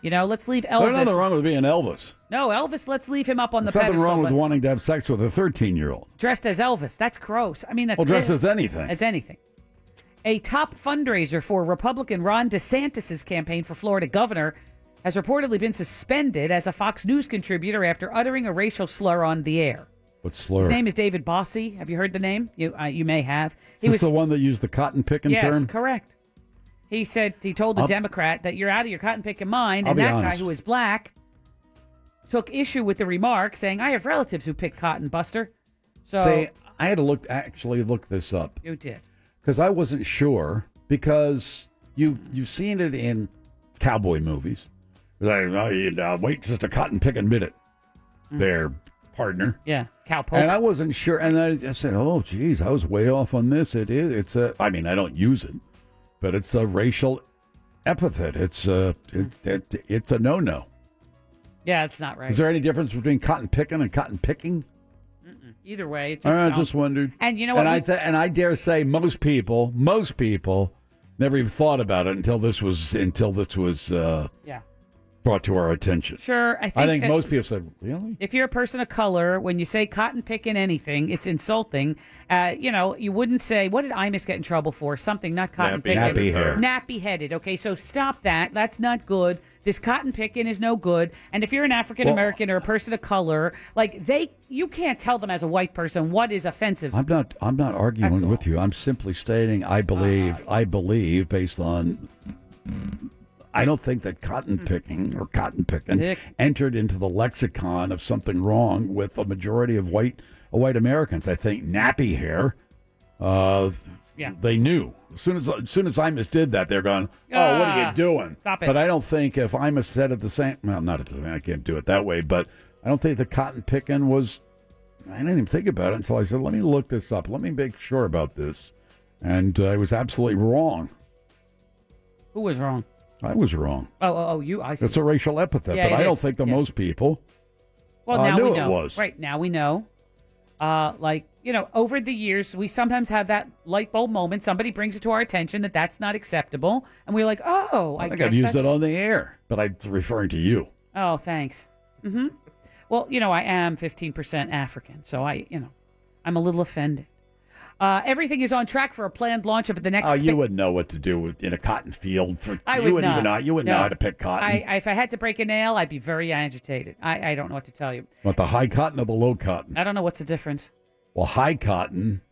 Speaker 6: You know, let's leave
Speaker 5: There's
Speaker 6: Elvis.
Speaker 5: nothing wrong with being Elvis.
Speaker 6: No, Elvis, let's leave him up on the
Speaker 5: There's nothing
Speaker 6: pedestal.
Speaker 5: wrong with
Speaker 6: but
Speaker 5: wanting to have sex with a 13 year old.
Speaker 6: Dressed as Elvis, that's gross. I mean, that's
Speaker 5: Well, dressed
Speaker 6: eh,
Speaker 5: as anything.
Speaker 6: As anything. A top fundraiser for Republican Ron DeSantis' campaign for Florida governor has reportedly been suspended as a Fox News contributor after uttering a racial slur on the air.
Speaker 5: What slur?
Speaker 6: His name is David Bossy. Have you heard the name? You uh, you may have.
Speaker 5: is this the one that used the cotton picking
Speaker 6: yes,
Speaker 5: term?
Speaker 6: correct. He said he told the
Speaker 5: I'll-
Speaker 6: Democrat that you're out of your cotton picking mind,
Speaker 5: I'll
Speaker 6: and
Speaker 5: be
Speaker 6: that guy
Speaker 5: honest.
Speaker 6: who is black took issue with the remark, saying, "I have relatives who pick cotton, Buster." So
Speaker 5: Say, I had to look actually look this up
Speaker 6: you did.
Speaker 5: because I wasn't sure because you you've seen it in cowboy movies. Like, oh, you, uh, wait just a cotton picking minute, their partner.
Speaker 6: Mm-hmm. Yeah, cowpoke.
Speaker 5: And I wasn't sure, and I, I said, "Oh, geez, I was way off on this. It is. It's a. I mean, I don't use it, but it's a racial epithet. It's a. It, it, it's a no-no.
Speaker 6: yeah, it's not Hmm. right.
Speaker 5: Is there any difference between cotton picking and cotton picking?
Speaker 6: Either way, it just
Speaker 5: I
Speaker 6: sounds-
Speaker 5: just wondered.
Speaker 6: And you know what?
Speaker 5: And I,
Speaker 6: we-
Speaker 5: th- and I dare say most people, most people, never even thought about it until this was until this was uh,
Speaker 6: yeah,
Speaker 5: brought to our attention.
Speaker 6: sure. I think,
Speaker 5: I think
Speaker 6: that
Speaker 5: most people said, "Really?
Speaker 6: If you're a person of color, when you say cotton picking anything, it's insulting. Uh, you know, you wouldn't say, "What did Imus get in trouble for?" Something not cotton picking.
Speaker 5: Nappy Nappy hair. hair.
Speaker 6: Nappy headed. Okay, so stop that. That's not good. This cotton picking is no good. And if you're an African American or a person of color, like they, you can't tell them as a white person what is offensive.
Speaker 5: I'm not. I'm not arguing
Speaker 6: That's all.
Speaker 5: with you. I'm simply stating I believe. I believe based on." I don't think that cotton picking or cotton picking
Speaker 6: Dick.
Speaker 5: entered into the lexicon of something wrong with a majority of white uh, white Americans. I think nappy hair, uh,
Speaker 6: Yeah.
Speaker 5: they knew as soon as as soon as Imus did that, they're going, "Oh, what are
Speaker 6: Ah,
Speaker 5: you doing?"
Speaker 6: stop it.
Speaker 5: But I don't think if Imus said it the same, well, not at the same, I can't do it that way. But I don't think the cotton picking was. I didn't even think about it until I said, "Let me look this up. Let me make sure about this," and uh, I was absolutely wrong.
Speaker 6: Who was wrong?
Speaker 5: I was wrong.
Speaker 6: Oh, oh, oh you. I see.
Speaker 5: It's a racial epithet,
Speaker 6: Yeah,
Speaker 5: but
Speaker 6: it
Speaker 5: I don't
Speaker 6: is.
Speaker 5: think that
Speaker 6: Yes.
Speaker 5: most people.
Speaker 6: Well,
Speaker 5: I
Speaker 6: now
Speaker 5: knew
Speaker 6: we
Speaker 5: it
Speaker 6: know.
Speaker 5: was.
Speaker 6: Right now we know. Uh, like you know, over the years, we sometimes have that light bulb moment. Somebody brings it to our attention that that's not acceptable, and we're like, "Oh, I,
Speaker 5: I think
Speaker 6: guess
Speaker 5: I've used
Speaker 6: that's...
Speaker 5: it on the air, but I'm referring to you.
Speaker 6: Oh, thanks. hmm Well, you know, I am 15% African, so I, you know, I'm a little offended. Uh, everything is on track for a planned launch of the next.
Speaker 5: Oh,
Speaker 6: spe-
Speaker 5: you wouldn't know what to do with, in a cotton field. For,
Speaker 6: I
Speaker 5: you
Speaker 6: would
Speaker 5: wouldn't
Speaker 6: not.
Speaker 5: even know. You wouldn't
Speaker 6: No.
Speaker 5: know how to pick cotton.
Speaker 6: I, I, if I had to break a nail, I'd be very agitated. I, I don't know what to tell you.
Speaker 5: But the high cotton or the low cotton?
Speaker 6: I don't know what's the difference.
Speaker 5: Well, high cotton.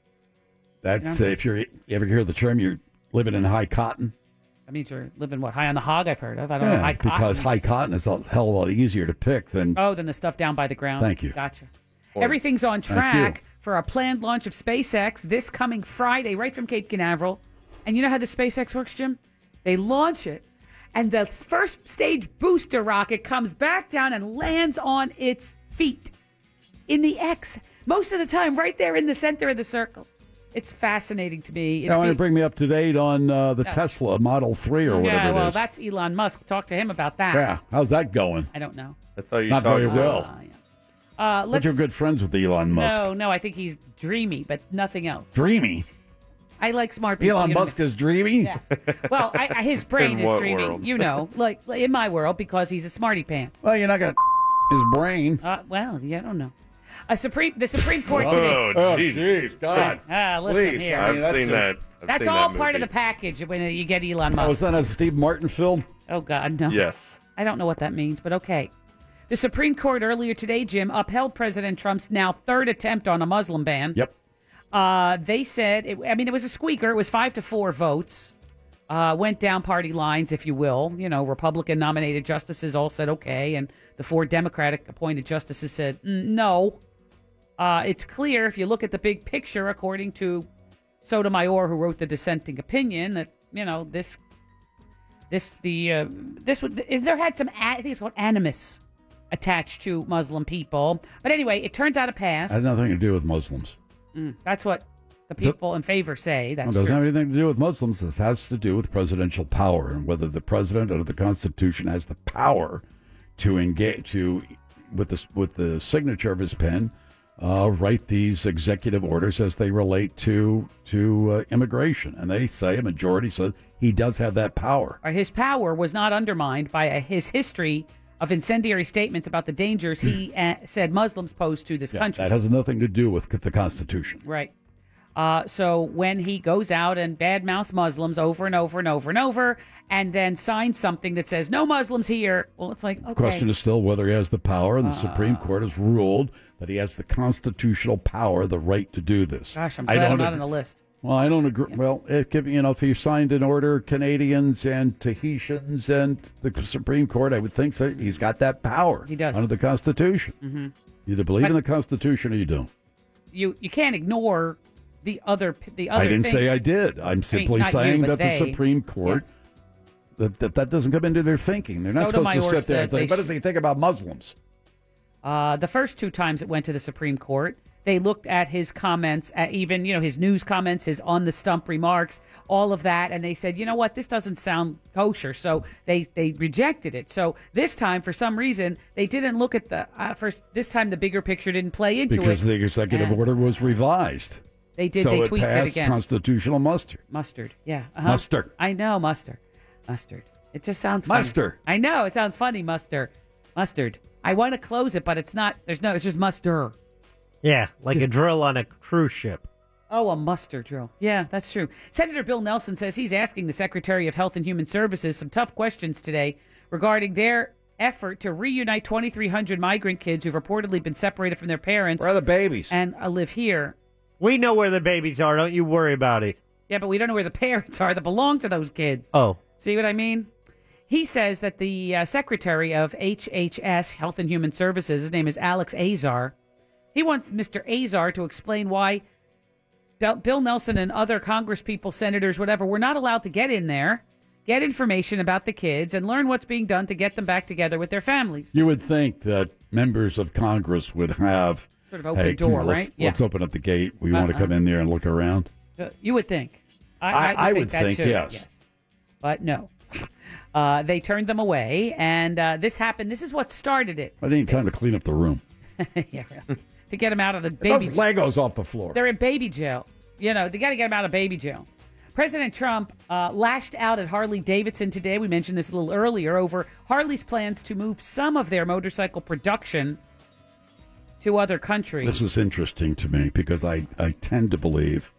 Speaker 5: That's uh, if you're you ever hear the term you're living in high cotton.
Speaker 6: I mean, you're living what high on the hog? I've heard of. I don't know. High
Speaker 5: because
Speaker 6: cotton.
Speaker 5: high cotton is a hell of a lot easier to pick than.
Speaker 6: Oh, then the stuff down by the ground.
Speaker 5: Thank you.
Speaker 6: Gotcha. Everything's on
Speaker 5: Thank you.
Speaker 6: track for a planned launch of SpaceX this coming Friday, right from Cape Canaveral. And you know how the SpaceX works, Jim? They launch it, and the first stage booster rocket comes back down and lands on its feet in the X. Most of the time, right there in the center of the circle. It's fascinating to me. It's
Speaker 5: I want to
Speaker 6: be-
Speaker 5: bring me up to date on uh, the Tesla Model Three or whatever
Speaker 6: yeah,
Speaker 5: it
Speaker 6: well,
Speaker 5: is.
Speaker 6: that's Elon Musk. Talk to him about that.
Speaker 5: yeah, how's that going?
Speaker 6: I don't know.
Speaker 7: I thought you
Speaker 5: Not
Speaker 7: talked
Speaker 5: very
Speaker 7: about-
Speaker 5: well.
Speaker 6: Uh, yeah. Uh,
Speaker 5: but
Speaker 6: let's
Speaker 5: you're good friends with Elon Musk.
Speaker 6: No, no, I think he's dreamy, but nothing else.
Speaker 5: Dreamy.
Speaker 6: I like smart people.
Speaker 5: Elon
Speaker 6: you know
Speaker 5: Musk
Speaker 6: me.
Speaker 5: is dreamy.
Speaker 6: Yeah. Well, I, I, his brain
Speaker 7: In
Speaker 6: is
Speaker 7: what
Speaker 6: dreamy,
Speaker 7: world?
Speaker 6: you know, like like in my world because he's a smarty pants.
Speaker 5: Well, Oh, you're not gonna his brain.
Speaker 6: Uh, well, yeah, I don't know. A Supreme, the Supreme Court today.
Speaker 7: Oh, jeez.
Speaker 5: God.
Speaker 6: Ah, listen here.
Speaker 7: I've seen that. I've
Speaker 6: That's
Speaker 7: seen
Speaker 6: all
Speaker 7: that
Speaker 6: part of the
Speaker 7: movie.
Speaker 6: package when you get Elon
Speaker 5: Oh, is
Speaker 6: Musk.
Speaker 5: that a Steve Martin film?
Speaker 6: Oh God, no.
Speaker 7: Yes.
Speaker 6: I don't know what that means, but okay. The Supreme Court earlier today, Jim, upheld President Trump's now third attempt on a Muslim ban.
Speaker 5: Yep.
Speaker 6: Uh, they said, it, I mean, it was a squeaker. It was five to four votes. uh, went down party lines, if you will. You know, Republican nominated justices all said okay, and the four Democratic appointed justices said "Mm, no. Uh, it's clear if you look at the big picture, according to Sotomayor, who wrote the dissenting opinion, that you know this, this the uh, this would if there had some a- I think it's called animus attached to Muslim people. But anyway, it turns out it
Speaker 5: It
Speaker 6: passed.
Speaker 5: has nothing to do with Muslims.
Speaker 6: Mm, that's what the people in favor say.
Speaker 5: It
Speaker 6: That's
Speaker 5: doesn't
Speaker 6: true.
Speaker 5: have anything to do with Muslims. It has to do with presidential power and whether the president under the Constitution has the power to engage to with the with the signature of his pen uh, write these executive orders as they relate to to uh, immigration. And they say a majority says he does have that power.
Speaker 6: Or Uh, his power was not undermined by uh his history of incendiary statements about the dangers he uh, said Muslims pose to this country.
Speaker 5: That has nothing to do with the Constitution.
Speaker 6: Right. Uh, so when he goes out and badmouths Muslims over and over and over and over, and then signs something that says no Muslims here, well, it's like okay. Uh.
Speaker 5: question is still whether he has the power, and the Supreme Court has ruled that he has the constitutional power, the right to do this.
Speaker 6: Gosh, I'm glad I'm not on the list.
Speaker 5: Well, I don't agree. Well, it could, be- you know, if he signed an order, Canadians and Tahitians and the Supreme Court, I would think so. he's got that power. He
Speaker 6: does.
Speaker 5: under the Constitution.
Speaker 10: Mm-hmm.
Speaker 6: Mhm.
Speaker 5: You either believe in
Speaker 6: But-
Speaker 5: the Constitution or you don't.
Speaker 6: You you can't ignore the other the other.
Speaker 5: I didn't
Speaker 6: thing.
Speaker 5: say I did.
Speaker 6: I mean,
Speaker 5: I'm simply
Speaker 6: not you,
Speaker 5: saying
Speaker 6: but
Speaker 5: that
Speaker 6: they-
Speaker 5: the Supreme Court that, that that doesn't come into their thinking. They're not supposed
Speaker 6: Sotomayor
Speaker 5: to sit there and
Speaker 6: said
Speaker 5: think.
Speaker 6: they
Speaker 5: What does he think about Muslims?
Speaker 6: Uh, the first two times it went to the Supreme Court, they looked at his comments, at even you know his news comments, his on the stump remarks, all of that, and they said, you know what, this doesn't sound kosher, so they they rejected it. So this time, for some reason, they didn't look at the uh, first. This time, the bigger picture didn't play into
Speaker 5: Because
Speaker 6: it.
Speaker 5: the executive
Speaker 6: And
Speaker 5: order was revised.
Speaker 6: They did.
Speaker 5: So
Speaker 6: they
Speaker 5: it
Speaker 6: tweaked
Speaker 5: passed
Speaker 6: it again.
Speaker 5: constitutional muster.
Speaker 6: mustard, yeah, uh-huh.
Speaker 5: Mustard.
Speaker 6: I know mustard, mustard. It just sounds
Speaker 5: Mustard.
Speaker 6: Funny. I know it sounds funny, mustard, mustard. I want to close it, but it's not. There's no. It's just mustard.
Speaker 8: Yeah, like a drill on a cruise ship.
Speaker 6: Oh, a muster drill. Yeah, that's true. Senator Bill Nelson says he's asking the Secretary of Health and Human Services some tough questions today regarding their effort to reunite 2,300 migrant kids who've reportedly been separated from their parents.
Speaker 8: Where are the babies?
Speaker 6: And uh, live here.
Speaker 8: We know where the babies are. Don't you worry about it.
Speaker 6: Yeah, but we don't know where the parents are that belong to those kids.
Speaker 8: Oh,
Speaker 6: See what I mean? He says that the uh, secretary of HHS, Health and Human Services, his name is Alex Azar, he wants Mr. Azar to explain why Bill- Bill Nelson and other congresspeople, senators, whatever, were not allowed to get in there, get information about the kids, and learn what's being done to get them back together with their families.
Speaker 5: You would think that members of Congress would have
Speaker 6: Sort of open
Speaker 5: hey, come
Speaker 6: door,
Speaker 5: on,
Speaker 6: right?
Speaker 5: Let's, let's open up the gate. We want to
Speaker 6: Uh-uh.
Speaker 5: come in there and look around.
Speaker 6: Uh, You would think.
Speaker 5: I- I would
Speaker 6: that
Speaker 5: think,
Speaker 6: should-
Speaker 5: yes.
Speaker 6: But no. Uh, they turned them away, and uh, this happened. This is what started it.
Speaker 5: I didn't have time to clean up the room.
Speaker 6: yeah, really. to get them out of the
Speaker 5: Get
Speaker 6: baby
Speaker 5: Those Legos off the floor.
Speaker 6: They're in baby jail. You know, they got to get them out of baby jail. President Trump uh, lashed out at Harley Davidson today. We mentioned this a little earlier over Harley's plans to move some of their motorcycle production to other countries.
Speaker 5: This is interesting to me because I, I tend to believe,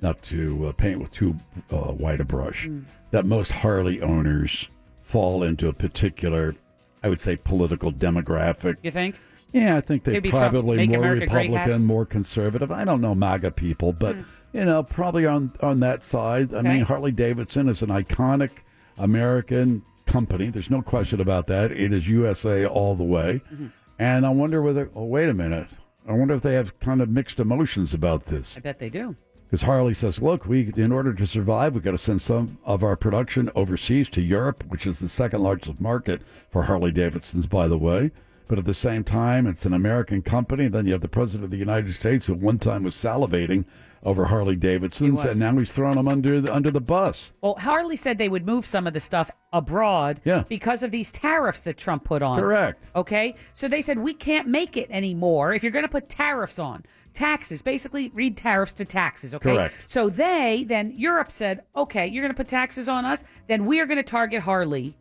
Speaker 5: not to uh, paint with too uh, wide a brush,
Speaker 6: Mm.
Speaker 5: that most Harley owners fall into a particular, I would say, political demographic.
Speaker 6: you think?
Speaker 5: Yeah, I think they're
Speaker 6: Could be Trump,
Speaker 5: probably
Speaker 6: make
Speaker 5: more
Speaker 6: America great hats. Hmm.
Speaker 5: Republican, more conservative. I don't know MAGA people, but you know, probably on on that side. I mean, Harley Davidson is an iconic American company. There's no question about that. It is USA all the way.
Speaker 6: Mm-hmm.
Speaker 5: And I wonder whether. Oh, wait a minute. I wonder if they have kind of mixed emotions about this
Speaker 6: I bet they do.
Speaker 5: because Harley says, "Look, we in order to survive, we've got to send some of our production overseas to Europe, which is the second largest market for Harley Davidsons, by the way." But at the same time, it's an American company. Then you have the president of the United States, who at one time was salivating over Harley Davidsons,
Speaker 6: was.
Speaker 5: and now he's throwing them under the, under the bus.
Speaker 6: Well, Harley said they would move some of the stuff abroad because of these tariffs that Trump put on.
Speaker 5: Correct.
Speaker 6: Okay. So they said, we can't make it anymore if you're going to put tariffs on. Taxes, basically, read tariffs to taxes. Okay.
Speaker 5: Correct.
Speaker 6: So they, then Europe said, okay, you're going to put taxes on us, then we are going to target Harley,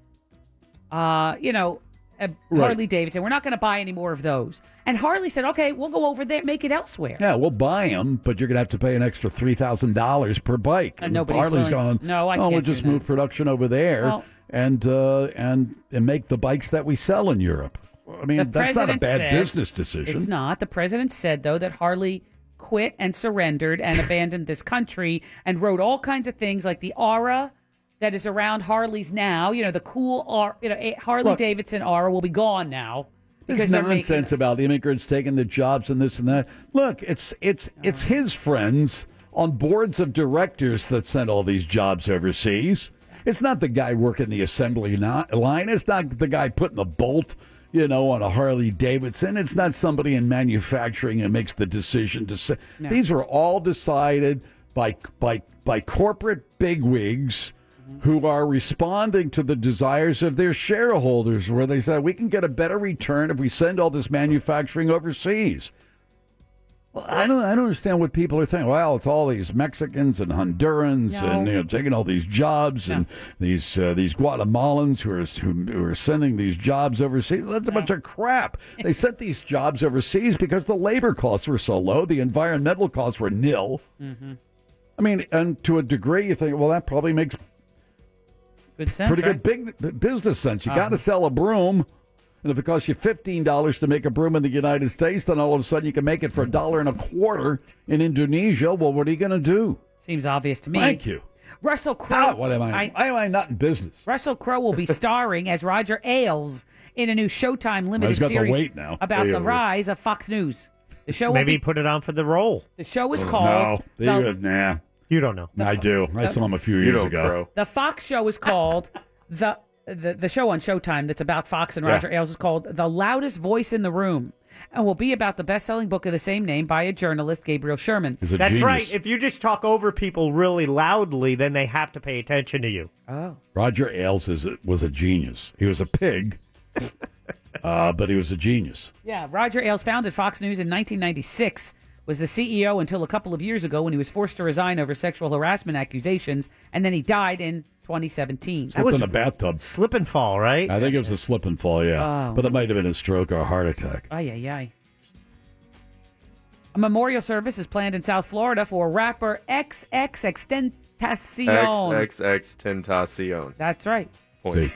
Speaker 6: uh, you know, uh,
Speaker 5: Right.
Speaker 6: Harley Davidson. We're not going to buy any more of those. And Harley said, okay, we'll go over there, make it elsewhere.
Speaker 5: Yeah, we'll buy them, but you're going to have to pay an extra three thousand dollars per bike.
Speaker 6: And nobody's
Speaker 5: Harley's
Speaker 6: willing-
Speaker 5: gone.
Speaker 6: No, I
Speaker 5: oh, we'll
Speaker 6: can't do
Speaker 5: just
Speaker 6: that."
Speaker 5: move production over there
Speaker 6: Well-
Speaker 5: and uh, and and make the bikes that we sell in Europe. I mean,
Speaker 6: The
Speaker 5: that's not a
Speaker 6: president
Speaker 5: bad
Speaker 6: said-
Speaker 5: business decision.
Speaker 6: It's not. The president said, though, that Harley quit and surrendered and abandoned this country and wrote all kinds of things like the aura that is around Harley's now. You know, the cool R, you know, Harley Davidson R will be gone now
Speaker 5: This
Speaker 6: they're making-
Speaker 5: nonsense about immigrants taking the jobs and this and that. Look, it's it's it's his friends on boards of directors that sent all these jobs overseas. It's not the guy working the assembly no- line. It's not the guy putting the bolt, you know, on a Harley Davidson. It's not somebody in manufacturing who makes the decision to say
Speaker 10: No.
Speaker 5: these are all decided by by by corporate bigwigs Mm-hmm. who are responding to the desires of their shareholders, where they say we can get a better return if we send all this manufacturing overseas. Well, I don't, I don't understand what people are thinking. Well, it's all these Mexicans and Hondurans
Speaker 10: No.
Speaker 5: and you know, taking all these jobs and these uh, these Guatemalans who are who, who are sending these jobs overseas. That's a bunch of crap. They sent these jobs overseas because the labor costs were so low, the environmental costs were nil.
Speaker 6: Mhm.
Speaker 5: I mean, and to a degree, you think, well, that probably makes
Speaker 6: Good sense.
Speaker 5: pretty
Speaker 6: right?
Speaker 5: good big business sense. You got
Speaker 6: Uh-huh.
Speaker 5: to sell a broom, and if it costs you fifteen dollars to make a broom in the United States, then all of a sudden you can make it for a dollar and a quarter in Indonesia. Well, what are you going to do?
Speaker 6: Seems obvious to me. Oh,
Speaker 5: Thank you.
Speaker 6: Russell Crowe.
Speaker 5: Ah, what am I? Why am I not in business?
Speaker 6: Russell Crowe will be starring as Roger Ailes in a new Showtime limited
Speaker 5: He's got the
Speaker 6: series
Speaker 5: weight now.
Speaker 6: about
Speaker 5: There you
Speaker 6: the
Speaker 5: go.
Speaker 6: rise of Fox News. The show
Speaker 8: Maybe
Speaker 6: will be,
Speaker 8: put it on for the role.
Speaker 6: the show is
Speaker 5: Oh,
Speaker 6: called
Speaker 5: No,
Speaker 6: the,
Speaker 5: you, nah.
Speaker 8: You don't know.
Speaker 5: I do. I saw him a few
Speaker 8: You
Speaker 5: years
Speaker 8: don't,
Speaker 5: ago.
Speaker 8: bro.
Speaker 6: the Fox show is called the, the the show on Showtime that's about Fox and
Speaker 5: Yeah.
Speaker 6: Roger Ailes is called The Loudest Voice in the Room and will be about the best-selling book of the same name by a journalist Gabriel Sherman.
Speaker 8: That's right. If you just talk over people really loudly, then they have to pay attention to you.
Speaker 6: Oh.
Speaker 5: Roger Ailes is a, was a genius. He was a pig, uh, but he was a genius.
Speaker 6: Yeah, Roger Ailes founded Fox News in 1996, was the CEO until a couple of years ago when he was forced to resign over sexual harassment accusations, and then he died in 2017.
Speaker 5: Slipped in a bathtub.
Speaker 8: Slip and fall, right?
Speaker 5: I think it was a slip and fall, yeah.
Speaker 6: Oh.
Speaker 5: But it might have been a stroke or a heart attack.
Speaker 6: Ay, ay, ay. A memorial service is planned in South Florida for rapper XX Extentacion.
Speaker 11: XXX Tentacion.
Speaker 6: That's right.
Speaker 11: Point.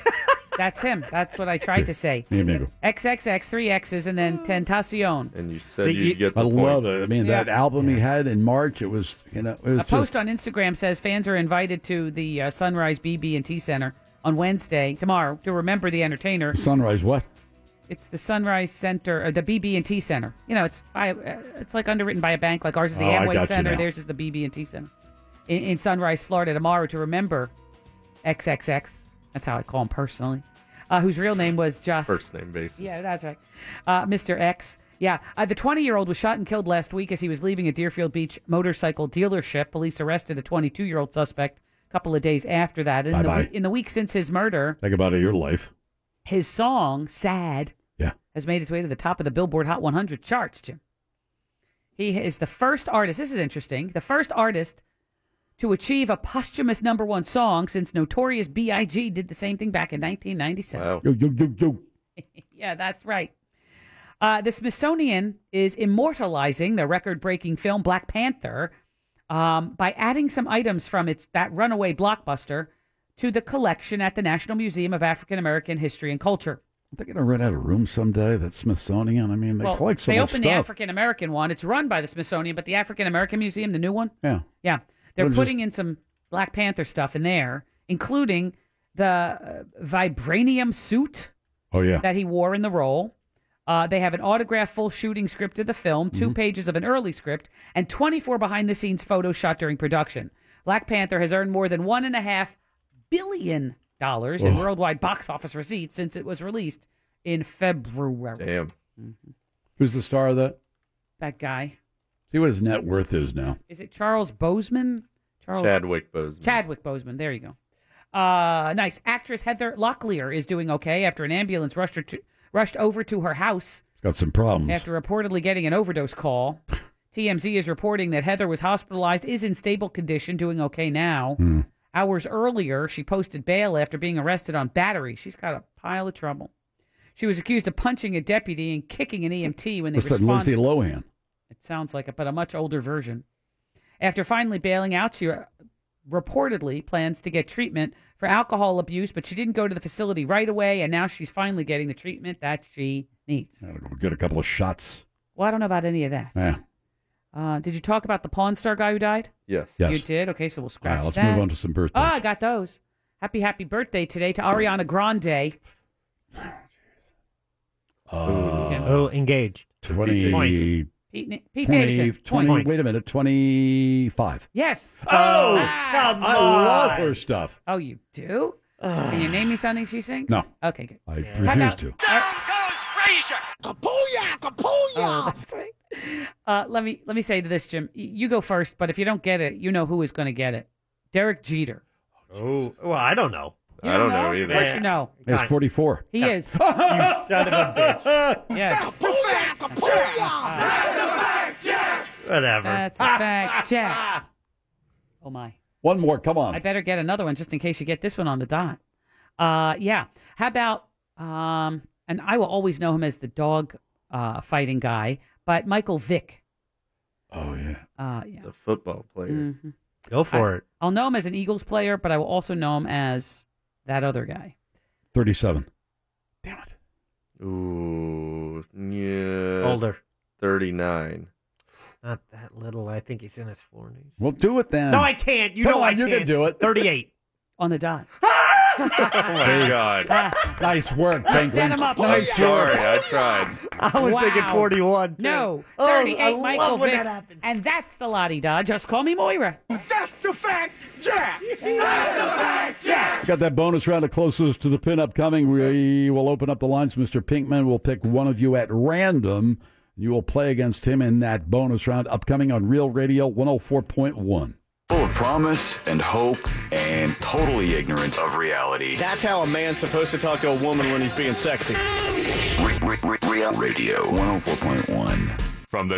Speaker 6: That's him. That's what I tried to say.
Speaker 11: Mi amigo.
Speaker 6: XXX, three X's, and then Tentacion.
Speaker 11: And you said you'd get the
Speaker 5: I love
Speaker 11: points.
Speaker 5: it. I mean, that
Speaker 6: Yeah.
Speaker 5: album he had in March, it was, you know, it was
Speaker 6: A
Speaker 5: just,
Speaker 6: post on Instagram says fans are invited to the uh, Sunrise BB&T Center on Wednesday, tomorrow, to remember the entertainer.
Speaker 5: Sunrise what?
Speaker 6: It's the Sunrise Center, or the BB&T Center. You know, it's by, uh, it's like underwritten by a bank. Like ours is the
Speaker 5: Oh, I got
Speaker 6: Amway
Speaker 5: you
Speaker 6: Center,
Speaker 5: now.
Speaker 6: theirs is the BB&T Center in, in Sunrise, Florida, tomorrow to remember XXX. That's how I call him personally. Uh, whose real name was Just
Speaker 11: First name basis.
Speaker 6: yeah, that's right. Uh, Mr. X. Yeah, uh, the 20 year old was shot and killed last week as he was leaving a Deerfield Beach motorcycle dealership. Police arrested a 22 year old suspect a couple of days after that. In, the,
Speaker 5: Bye-bye.
Speaker 6: we- in the week since his murder,
Speaker 5: Think about it, your life.
Speaker 6: his song, Sad,
Speaker 5: Yeah.
Speaker 6: has made its way to the top of the Billboard Hot 100 charts, Jim. He is the first artist, this is interesting, the first artist to achieve a posthumous number one song since Notorious B.I.G. did the same thing back in 1997.
Speaker 5: Yo, yo, yo, yo.
Speaker 6: Yeah, that's right. Uh, the Smithsonian is immortalizing the record-breaking film Black Panther um, by adding some items from its that runaway blockbuster to the collection at the National Museum of African American History and Culture.
Speaker 5: They're going to rent out a room someday, that Smithsonian. I mean, they
Speaker 6: well,
Speaker 5: collect so
Speaker 6: they
Speaker 5: much
Speaker 6: opened the
Speaker 5: stuff.
Speaker 6: African American one. It's run by the Smithsonian, but the African American Museum, the new one,
Speaker 5: yeah.
Speaker 6: yeah, they're
Speaker 5: What is this?
Speaker 6: putting in some Black Panther stuff in there, including the uh, vibranium suit.
Speaker 5: Oh, yeah.
Speaker 6: that he wore in the role. Uh, they have an autographed full shooting script of the film,
Speaker 5: Mm-hmm.
Speaker 6: 2 pages of an early script, and 24 behind the scenes photos shot during production. Black Panther has earned more than one and a half billion dollars in
Speaker 11: Whoa.
Speaker 6: worldwide box office receipts since it was released in February.
Speaker 11: Damn.
Speaker 5: Mm-hmm. Who's the star of that?
Speaker 6: That guy
Speaker 5: See what his net worth is now.
Speaker 6: is it Charles Bozeman? Charles
Speaker 11: Chadwick Boseman.
Speaker 6: Chadwick Boseman. There you go. Uh, nice actress Heather Locklear is doing okay after an ambulance rushed her to, rushed over to her house
Speaker 5: He's got some problems.
Speaker 6: After reportedly getting an overdose call, TMZ is reporting that Heather was hospitalized, is in stable condition, doing okay now.
Speaker 5: Hmm.
Speaker 6: Hours earlier, she posted bail after being arrested on battery. She's got a pile of trouble. She was accused of punching a deputy and kicking an EMT when they
Speaker 5: What's that, Lindsay
Speaker 6: responded.
Speaker 5: Lohan?
Speaker 6: It sounds like it, but a much older version. After finally bailing out, she uh, reportedly plans to get treatment for alcohol abuse, but she didn't go to the facility right away, and now she's finally getting the treatment that she needs.
Speaker 5: Gotta go get a couple of shots.
Speaker 6: Well, I don't know about any of that.
Speaker 5: Yeah.
Speaker 6: Uh, did you talk about the Pawn Star guy who died?
Speaker 5: Yes. Yes.
Speaker 6: You did? Okay, so we'll scratch
Speaker 5: Yeah, let's
Speaker 6: that.
Speaker 5: move on to some birthdays.
Speaker 6: Oh, I got those. Happy, happy birthday today to Ariana Grande.
Speaker 8: oh, engaged.
Speaker 5: 20,
Speaker 8: Points.
Speaker 6: Pete, Ni- Pete
Speaker 5: 20,
Speaker 6: Davidson.
Speaker 5: 20
Speaker 6: Points.
Speaker 5: wait a minute, 25.
Speaker 6: Yes.
Speaker 5: Oh,
Speaker 6: Ah.
Speaker 5: I love her stuff.
Speaker 6: Oh, you do? Can you name me something she sings?
Speaker 5: No.
Speaker 6: Okay, good.
Speaker 5: I
Speaker 6: How
Speaker 5: refuse
Speaker 6: about-
Speaker 5: to.
Speaker 4: Kapooyah! Kapooyah!
Speaker 6: Oh, that's right. Uh, let me let me say to this, Jim. Y- You go first, but if you don't get it, you know who is going to get it. Derek Jeter.
Speaker 8: Oh, well, I don't know.
Speaker 6: You I don't don't know know? either. Of course you know.
Speaker 5: It's 44.
Speaker 6: He is. you son
Speaker 8: of
Speaker 6: a bitch. Yes.
Speaker 8: Whatever.
Speaker 6: That's a fact check. Oh my.
Speaker 5: One more. Come
Speaker 6: I
Speaker 8: Um,
Speaker 5: on.
Speaker 6: better get another one just in case you get this one on the dot. Uh, yeah. How about um, and I will always know him as the dog uh, fighting guy, but Michael Vick.
Speaker 5: Oh yeah.
Speaker 6: Uh, yeah.
Speaker 11: The football player.
Speaker 6: Mhm.
Speaker 8: Go for it.
Speaker 6: I'll know him as an Eagles player, but I will also know him as that other guy.
Speaker 5: 37.
Speaker 11: Ooh, yeah.
Speaker 8: Older.
Speaker 11: Thirty-nine.
Speaker 8: Not that little. I think he's in his 40s.
Speaker 5: Well, do it then.
Speaker 8: No, I can't. You
Speaker 5: Come
Speaker 8: know I
Speaker 5: on, you can
Speaker 8: can't.
Speaker 5: do it.
Speaker 8: 38.
Speaker 6: On the dot.
Speaker 11: Thank God.
Speaker 5: nice work,
Speaker 6: You
Speaker 5: Penguin.
Speaker 6: set him up.
Speaker 11: I'm
Speaker 5: Nice work.
Speaker 11: sorry. I tried.
Speaker 8: I was thinking
Speaker 6: Wow.
Speaker 8: 41. Too.
Speaker 6: No,
Speaker 8: Oh, I
Speaker 6: 38
Speaker 8: love
Speaker 6: Michael
Speaker 8: when
Speaker 6: Vick.
Speaker 8: that happens.
Speaker 6: and that's the Lottie Dodge. Just call me Moira.
Speaker 4: That's the fact, Jack! That's a fact, Jack!
Speaker 5: Got that bonus round of closest to the pin upcoming. We will open up the lines. Mr. Pinkman will pick one of you at random. You will play against him in that bonus round upcoming on Real Radio 104.1.
Speaker 9: Full of promise and hope and totally ignorant of reality.
Speaker 10: That's how a man's supposed to talk to a woman when he's being sexy.
Speaker 9: Re- re- re- Real Radio 104.1. From the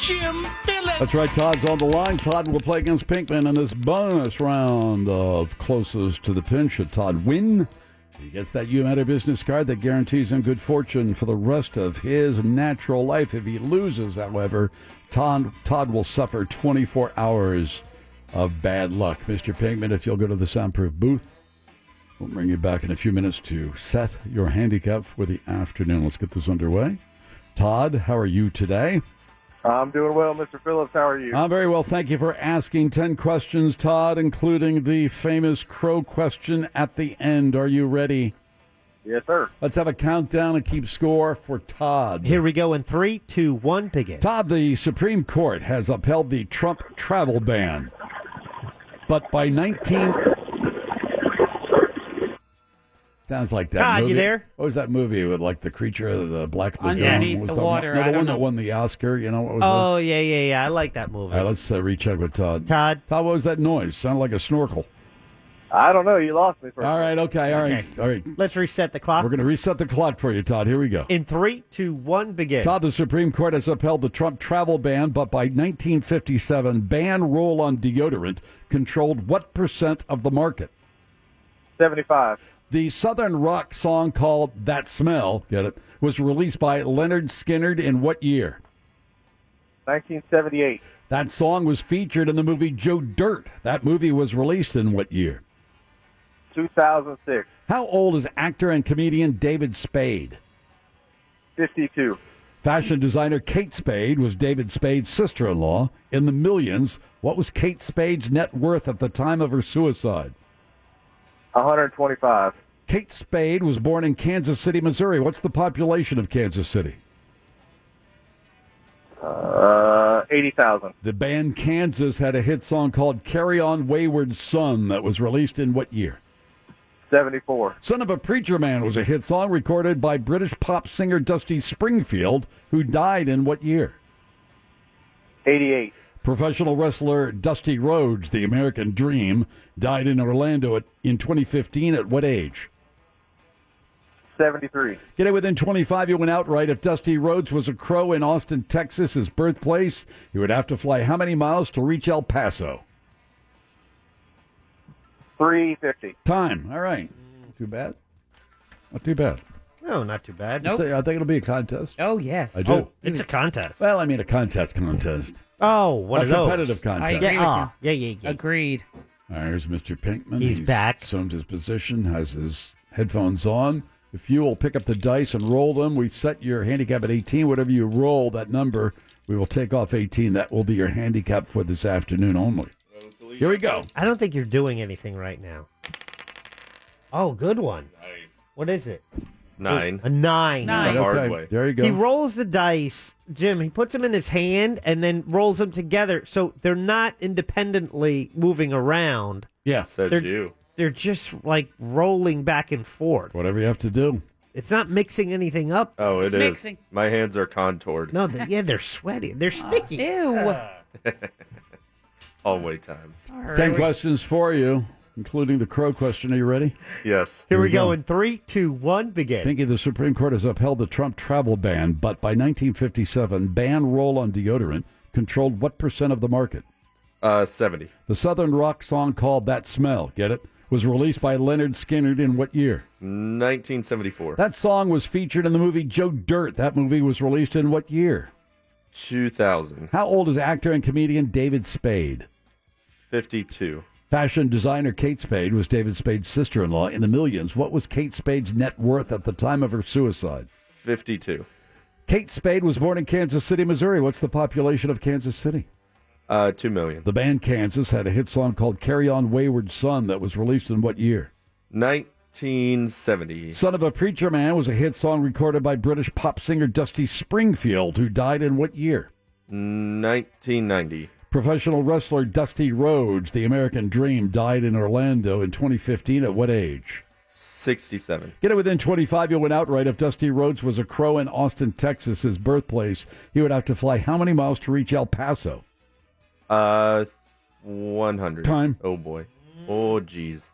Speaker 12: Jim Phillips.
Speaker 5: That's right, Todd's on the line. Todd will play against Pinkman in this bonus round of closest to the pin. Should Todd win, he gets that You Matter business card that guarantees him good fortune for the rest of his natural life. If he loses, however, Todd, Todd will suffer 24 hours of bad luck. Mr. Pinkman, if you'll go to the soundproof booth, we'll bring you back in a few minutes to set your handicap for the afternoon. Let's get this underway. Todd, how are you today?
Speaker 13: I'm doing well, Mr. Phillips. How are you?
Speaker 5: I'm Uh, very well. Thank you for asking 10 questions, Todd, including the famous crow question at the end. Are you ready?
Speaker 13: yes, sir.
Speaker 5: Let's have a countdown and keep score for Todd.
Speaker 8: Here we go in three, two, one, begin.
Speaker 5: Todd, the Supreme Court has upheld the Trump travel ban. But by 19. Sounds like that
Speaker 8: Todd, you
Speaker 5: movie.
Speaker 8: there?
Speaker 5: What was that movie with like the creature of the Black Lagoon?
Speaker 8: Underneath
Speaker 5: What was
Speaker 8: the
Speaker 5: that one-
Speaker 8: water,
Speaker 5: No,
Speaker 8: I
Speaker 5: the
Speaker 8: don't
Speaker 5: one
Speaker 8: know.
Speaker 5: that won the Oscar. You know what was that?
Speaker 8: Oh, yeah, yeah, yeah. I like that movie.
Speaker 5: All right, let's uh, recheck with Todd. Todd. Todd, what was that noise? Sounded like a snorkel.
Speaker 13: I don't know. You lost me for
Speaker 5: All right, okay, all right, all right.
Speaker 8: Let's reset the clock.
Speaker 5: We're going to reset the clock for you, Todd. Here we go.
Speaker 8: In three, two, one, begin.
Speaker 5: Todd, the Supreme Court has upheld the Trump travel ban, but by 1957, ban roll on deodorant controlled what percent of the market?
Speaker 13: 75.
Speaker 5: The Southern rock song called That Smell, get it, was released by Leonard Skinnard in what year?
Speaker 13: 1978.
Speaker 5: That song was featured in the movie Joe Dirt. That movie was released in what year?
Speaker 13: 2006.
Speaker 5: How old is actor and comedian David Spade?
Speaker 13: 52.
Speaker 5: Fashion designer Kate Spade was David Spade's sister in law in the millions. What was Kate Spade's net worth at the time of her suicide?
Speaker 13: 125.
Speaker 5: Kate Spade was born in Kansas City, Missouri. What's the population of Kansas City?
Speaker 13: Uh, 80,000.
Speaker 5: The band Kansas had a hit song called Carry On Wayward Son that was released in what year?
Speaker 13: 74.
Speaker 5: Son of a Preacher Man was a hit song recorded by British pop singer Dusty Springfield, who died in what year?
Speaker 13: 88.
Speaker 5: Professional wrestler Dusty Rhodes, the American Dream, died in Orlando at, in 2015 at what age?
Speaker 13: 73.
Speaker 5: Get it within 25, you went outright. If Dusty Rhodes was a crow in Austin, Texas, his birthplace, he would have to fly how many miles to reach El Paso?
Speaker 13: 350.
Speaker 5: Time. All right. Too bad. Not too bad.
Speaker 8: No, not too bad.
Speaker 5: I'd say- I think it'll be a contest.
Speaker 6: Oh yes.
Speaker 5: I do.
Speaker 8: Oh, it's a contest.
Speaker 5: Well, I mean a contest contest.
Speaker 8: Oh, one
Speaker 5: a
Speaker 8: of those.
Speaker 5: competitive contest.
Speaker 6: I agree with
Speaker 8: Ah,
Speaker 6: you.
Speaker 8: yeah, yeah, yeah.
Speaker 6: Agreed.
Speaker 5: All right, here's Mr. Pinkman.
Speaker 8: He's
Speaker 5: back. Assumed his position, has his headphones on. If you will pick up the dice and roll them, we set your handicap at 18. Whatever you roll, that number, we will take off 18. That will be your handicap for this afternoon only. Here we go.
Speaker 8: I don't think you're doing anything right now. Oh, good one. Nice. What is it?
Speaker 11: Nine.
Speaker 8: A nine.
Speaker 11: Nine. The hard Okay, way. there you go.
Speaker 8: He rolls the dice, Jim. He puts them in his hand and then rolls them together, so they're not independently moving around.
Speaker 5: Yeah,
Speaker 11: says
Speaker 8: they're,
Speaker 11: you.
Speaker 8: They're just like rolling back and forth.
Speaker 5: Whatever you have to do.
Speaker 8: It's not mixing anything up.
Speaker 11: Oh,
Speaker 8: It's
Speaker 11: it's
Speaker 8: mixing.
Speaker 11: My hands are contoured.
Speaker 8: No, they, yeah, they're sweaty. They're sticky. Uh,
Speaker 6: ew.
Speaker 11: All wait times.
Speaker 5: 10 questions for you, including the crow question. Are you ready?
Speaker 11: Yes.
Speaker 8: Here, we go. in three, two, one, begin.
Speaker 5: Pinky, the Supreme Court has upheld the Trump travel ban, but by 1957, ban roll on deodorant controlled what percent of the market?
Speaker 11: Uh, 70.
Speaker 5: The Southern rock song called That Smell, get it? Was released by Leonard Skinner in what year?
Speaker 11: Mm. 1974.
Speaker 5: That song was featured in the movie Joe Dirt. That movie was released in what year?
Speaker 11: 2000.
Speaker 5: How old is actor and comedian David Spade?
Speaker 11: 52.
Speaker 5: Fashion designer Kate Spade was David Spade's sister in law in the millions. What was Kate Spade's net worth at the time of her suicide?
Speaker 11: 52.
Speaker 5: Kate Spade was born in Kansas City, Missouri. What's the population of Kansas City?
Speaker 11: Uh, 2 million.
Speaker 5: The band Kansas had a hit song called Carry On Wayward Son that was released in what year?
Speaker 11: 1970.
Speaker 5: Son of a Preacher Man was a hit song recorded by British pop singer Dusty Springfield, who died in what year?
Speaker 11: 1990.
Speaker 5: Professional wrestler Dusty Rhodes, the American Dream, died in Orlando in 2015 at what age?
Speaker 11: 67.
Speaker 5: Get it within 25, you'll win outright. If Dusty Rhodes was a crow in Austin, Texas, his birthplace, he would have to fly how many miles to reach El Paso?
Speaker 11: Uh, 100.
Speaker 5: Time.
Speaker 11: Oh, boy. Oh, jeez.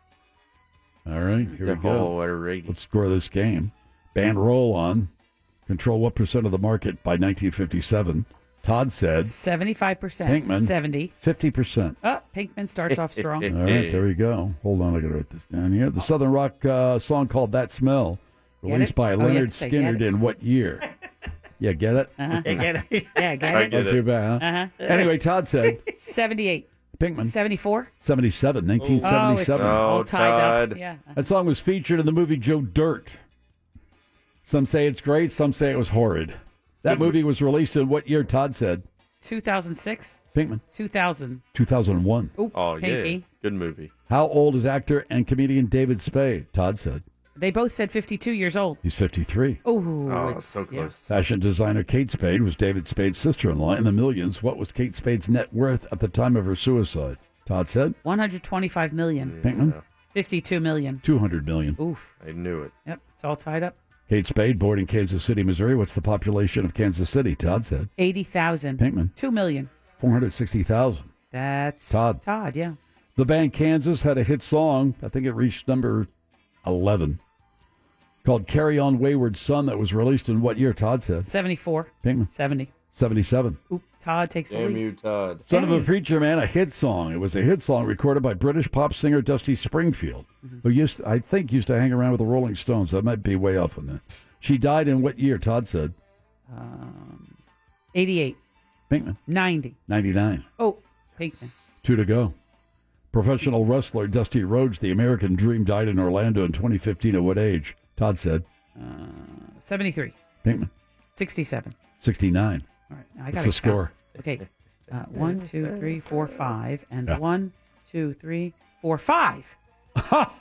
Speaker 5: All right, here we go.
Speaker 11: Alrighty.
Speaker 5: Let's score this game. Band roll on. Control what percent of the market by 1957? Todd said
Speaker 6: Seventy-five percent.
Speaker 5: Pinkman.
Speaker 6: Seventy.
Speaker 5: 50%.
Speaker 6: Oh, Pinkman starts off strong.
Speaker 5: All right, there we go. Hold on, I got to write this down here. The Southern rock uh, song called "That Smell,"
Speaker 6: Get
Speaker 5: released
Speaker 6: it?
Speaker 5: by
Speaker 6: Oh, you have
Speaker 5: Leonard
Speaker 6: to say,
Speaker 5: Skinner
Speaker 6: "Get it."
Speaker 5: in what year? yeah, get it.
Speaker 6: Uh-huh. Yeah, get
Speaker 8: it.
Speaker 6: Yeah, get
Speaker 5: Not
Speaker 6: it.
Speaker 5: too bad. Huh?
Speaker 6: Uh-huh.
Speaker 5: Anyway, Todd said
Speaker 6: Seventy-eight.
Speaker 5: Pinkman.
Speaker 6: Seventy-four.
Speaker 5: 77, 1977.
Speaker 6: Oh, it's all Oh, tied up. Todd. Yeah.
Speaker 5: That song was featured in the movie Joe Dirt. Some say it's great, some say it was horrid. That movie was released in what year, Todd said?
Speaker 6: Two thousand six.
Speaker 5: Pinkman.
Speaker 6: Two thousand.
Speaker 5: 2001.
Speaker 6: Oop.
Speaker 11: Oh, yeah.
Speaker 6: Pinky.
Speaker 11: Good movie.
Speaker 5: How old is actor and comedian David Spade? Todd said
Speaker 6: They both said fifty-two years old.
Speaker 5: he's 53.
Speaker 6: Ooh,
Speaker 11: Oh,
Speaker 6: it's,
Speaker 11: so
Speaker 6: yeah.
Speaker 11: close.
Speaker 5: Fashion designer Kate Spade was David Spade's sister in law in the millions. What was Kate Spade's net worth at the time of her suicide? Todd said
Speaker 6: One hundred twenty-five million.
Speaker 5: Pinkman,
Speaker 6: Fifty-two million.
Speaker 5: 200 million.
Speaker 6: Oof.
Speaker 11: I knew it.
Speaker 6: Yep, it's all tied up.
Speaker 5: Kate Spade, born in Kansas City, Missouri. What's the population of Kansas City? Todd said
Speaker 6: Eighty thousand.
Speaker 5: Pinkman.
Speaker 6: Two million.
Speaker 5: 460,000.
Speaker 6: That's
Speaker 5: Todd.
Speaker 6: Todd. Yeah.
Speaker 5: The band Kansas had a hit song, I think it reached number 11, called Carry On Wayward Son, that was released in what year? Todd said
Speaker 6: Seventy-four.
Speaker 5: Pinkman,
Speaker 6: Seventy.
Speaker 5: 77.
Speaker 6: Oop. Todd takes the lead.
Speaker 11: Todd.
Speaker 5: Son of a Preacher Man, a hit song. It was a hit song recorded by British pop singer Dusty Springfield,
Speaker 6: Mm-hmm.
Speaker 5: who used, I think, used to hang around with the Rolling Stones. I might be way off on that. She died in what year? Todd said.
Speaker 6: Um, Eighty-eight.
Speaker 5: Pinkman,
Speaker 6: Ninety.
Speaker 5: 99.
Speaker 6: Oh, Pinkman.
Speaker 5: Two to go. Professional wrestler Dusty Rhodes, the American Dream, died in Orlando in 2015. At what age? Todd said.
Speaker 6: Uh, Seventy-three.
Speaker 5: Pinkman,
Speaker 6: Sixty-seven.
Speaker 5: 69.
Speaker 6: All right, I got
Speaker 5: That's the score.
Speaker 6: Okay, uh, one, two, three, four, five, and
Speaker 5: Yeah.
Speaker 6: one, two, three, four, five.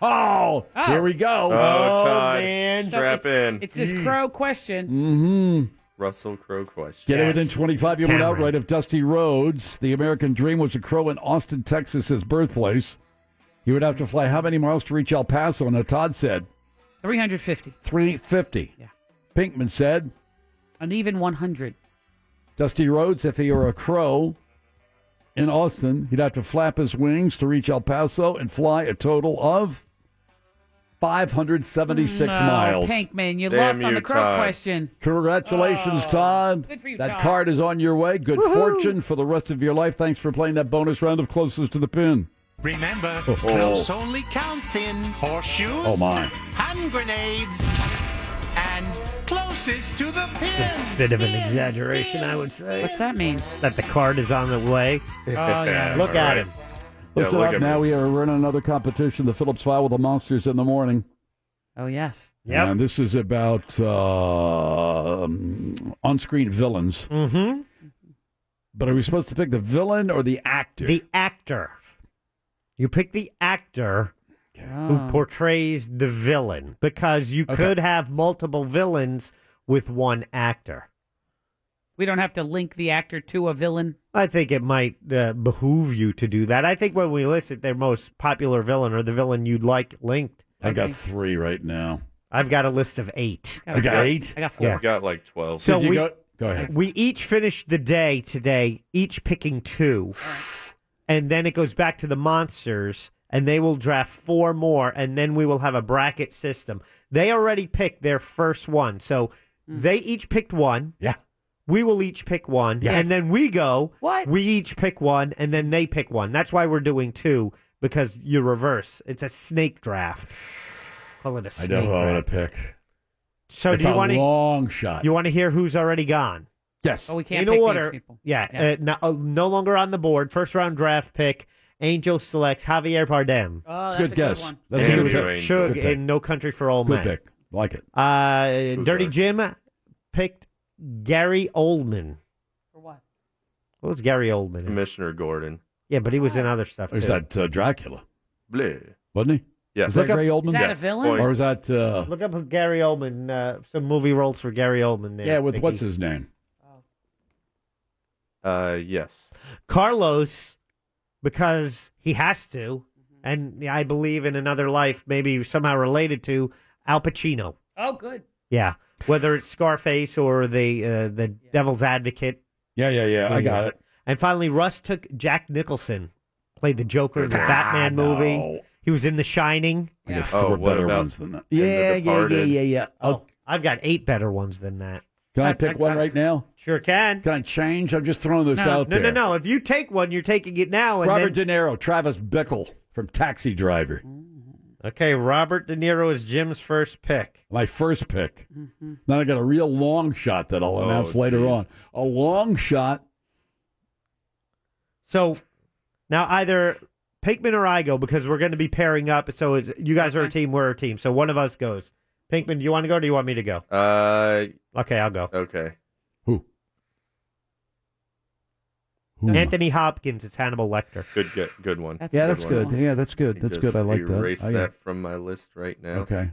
Speaker 5: Oh, here we go.
Speaker 11: Oh, Todd.
Speaker 6: So
Speaker 11: Strap
Speaker 6: it's,
Speaker 11: in.
Speaker 6: It's this crow question.
Speaker 5: Mm-hmm.
Speaker 11: Russell Crowe question.
Speaker 5: Get it within 25. You went outright of Dusty Rhodes. The American Dream was a crow in Austin, Texas, his birthplace. He would have to fly how many miles to reach El Paso? Now, Todd said
Speaker 6: Three hundred fifty.
Speaker 5: 350. Yeah. Pinkman said
Speaker 6: An even one hundred.
Speaker 5: Dusty Rhodes, if he were a crow in Austin, he'd have to flap his wings to reach El Paso and fly a total of 576
Speaker 6: Oh,
Speaker 5: miles.
Speaker 6: Pinkman, you
Speaker 5: Damn
Speaker 6: lost on
Speaker 5: you,
Speaker 6: the crow
Speaker 5: Todd.
Speaker 6: question. Oh,
Speaker 5: Congratulations, Todd.
Speaker 6: good for you,
Speaker 5: that
Speaker 6: Todd.
Speaker 5: card is on your way. Good fortune for the rest of your life. Thanks for playing that bonus round of Closest to the Pin.
Speaker 12: Remember,
Speaker 5: Oh.
Speaker 12: close only counts in horseshoes,
Speaker 5: Oh, my.
Speaker 12: hand grenades, and closest to the pin.
Speaker 8: Bit of an exaggeration, I would say.
Speaker 6: What's that mean?
Speaker 8: That the card is on the way.
Speaker 6: Oh, yeah.
Speaker 8: Look at
Speaker 6: Right.
Speaker 8: him.
Speaker 5: Listen up. Now we are running another competition, the Phillips File with the Monsters in the Morning.
Speaker 6: Oh, yes.
Speaker 5: And this is about uh, um, on-screen villains.
Speaker 8: Mm-hmm.
Speaker 5: But are we supposed to pick the villain or the actor?
Speaker 8: The actor. You pick the actor
Speaker 6: Oh.
Speaker 8: who portrays the villain because you could have multiple villains with one actor.
Speaker 6: We don't have to link the actor to a villain.
Speaker 8: I think it might uh, behoove you to do that. I think when we listed their most popular villain or the villain you'd like linked,
Speaker 5: I got three right now.
Speaker 8: I've got a list of eight.
Speaker 5: I got eight.
Speaker 8: Yeah.
Speaker 11: got like twelve.
Speaker 8: So we
Speaker 5: go ahead.
Speaker 8: We each finished the day today, each picking two, and then it goes back to the monsters, and they will draft four more, and then we will have a bracket system. They already picked their first one, so
Speaker 5: Hmm.
Speaker 8: they each picked one.
Speaker 5: Yeah.
Speaker 8: We will each pick one,
Speaker 4: Yes.
Speaker 8: and then we go.
Speaker 6: What?
Speaker 8: We each pick one, and then they pick one. That's why we're doing two because you reverse. It's a snake draft. Call it a
Speaker 5: I
Speaker 8: snake.
Speaker 5: know who I
Speaker 8: draft.
Speaker 5: want to pick.
Speaker 8: So
Speaker 5: it's
Speaker 8: do you
Speaker 5: a
Speaker 8: want to
Speaker 5: long shot?
Speaker 8: You want to hear who's already gone?
Speaker 5: Yes.
Speaker 6: Oh, we can't
Speaker 8: In
Speaker 6: pick these
Speaker 8: order.
Speaker 6: people.
Speaker 8: Yeah,
Speaker 6: Yeah.
Speaker 8: Uh, no, uh, no longer on the board. First round draft pick. Angel selects Javier Bardem.
Speaker 6: Oh,
Speaker 5: It's a that's good a good guess. one. That's a
Speaker 8: And
Speaker 5: good pick.
Speaker 8: Suge
Speaker 5: Good pick.
Speaker 8: in No Country for Old Men.
Speaker 5: Good pick. Like it.
Speaker 8: Uh, Dirty Jim picked Gary Oldman.
Speaker 6: For what?
Speaker 8: What was Gary Oldman? in?
Speaker 11: Commissioner Gordon.
Speaker 8: Yeah, but he was
Speaker 6: Ah.
Speaker 8: in other stuff.
Speaker 5: Or is
Speaker 8: too.
Speaker 5: that uh, Dracula?
Speaker 11: Bleh.
Speaker 5: Wasn't he?
Speaker 11: Yeah.
Speaker 5: Was that
Speaker 8: Look up-
Speaker 5: Gray Oldman?
Speaker 8: Is that a Yes. villain?
Speaker 5: Or is that uh,
Speaker 8: Look up who Gary Oldman. Uh, some movie roles for Gary Oldman. There,
Speaker 5: yeah? With
Speaker 8: Mickey.
Speaker 5: what's his name?
Speaker 11: Uh, yes.
Speaker 8: Carlos because he has to, and I believe in another life, maybe somehow related to Al Pacino.
Speaker 6: Oh, good.
Speaker 8: Yeah, whether it's Scarface or the uh, the Devil's Advocate.
Speaker 5: Yeah, yeah, yeah. I got it.
Speaker 8: And finally, Russ took Jack Nicholson, played the Joker in the
Speaker 5: Ah,
Speaker 8: Batman
Speaker 5: no.
Speaker 8: movie. He was in The Shining.
Speaker 5: I got
Speaker 6: Oh,
Speaker 5: four better ones than that.
Speaker 8: Yeah, yeah, yeah,
Speaker 5: Departed.
Speaker 8: yeah, yeah. Oh, I've got eight better ones than that.
Speaker 5: Can I pick one right now?
Speaker 8: Sure can.
Speaker 5: Can I change? I'm just throwing this
Speaker 8: no,
Speaker 5: out
Speaker 8: no,
Speaker 5: there.
Speaker 8: no, no. If you take one, you're taking it now. And
Speaker 5: Robert
Speaker 8: then...
Speaker 5: De Niro, Travis Bickle from Taxi Driver.
Speaker 8: Okay, Robert De Niro is Jim's first pick.
Speaker 5: My first pick. Now I got a real long shot that I'll
Speaker 8: Oh,
Speaker 5: announce later
Speaker 8: geez.
Speaker 5: on. A long shot.
Speaker 8: So now either Pinkman or I go because we're going to be pairing up. So it's, you guys are a team, we're a team. So one of us goes. Pinkman, do you want to go? Or do you want me to go?
Speaker 11: Uh.
Speaker 8: Okay, I'll go.
Speaker 11: Okay.
Speaker 8: Anthony Hopkins. It's Hannibal Lecter.
Speaker 11: Good. Good. Good one.
Speaker 5: yeah, that's good.
Speaker 11: one.
Speaker 5: Yeah, that's good. That's good.
Speaker 11: Just
Speaker 5: I like that.
Speaker 11: Erase
Speaker 5: I-
Speaker 11: that from my list right now.
Speaker 5: Okay.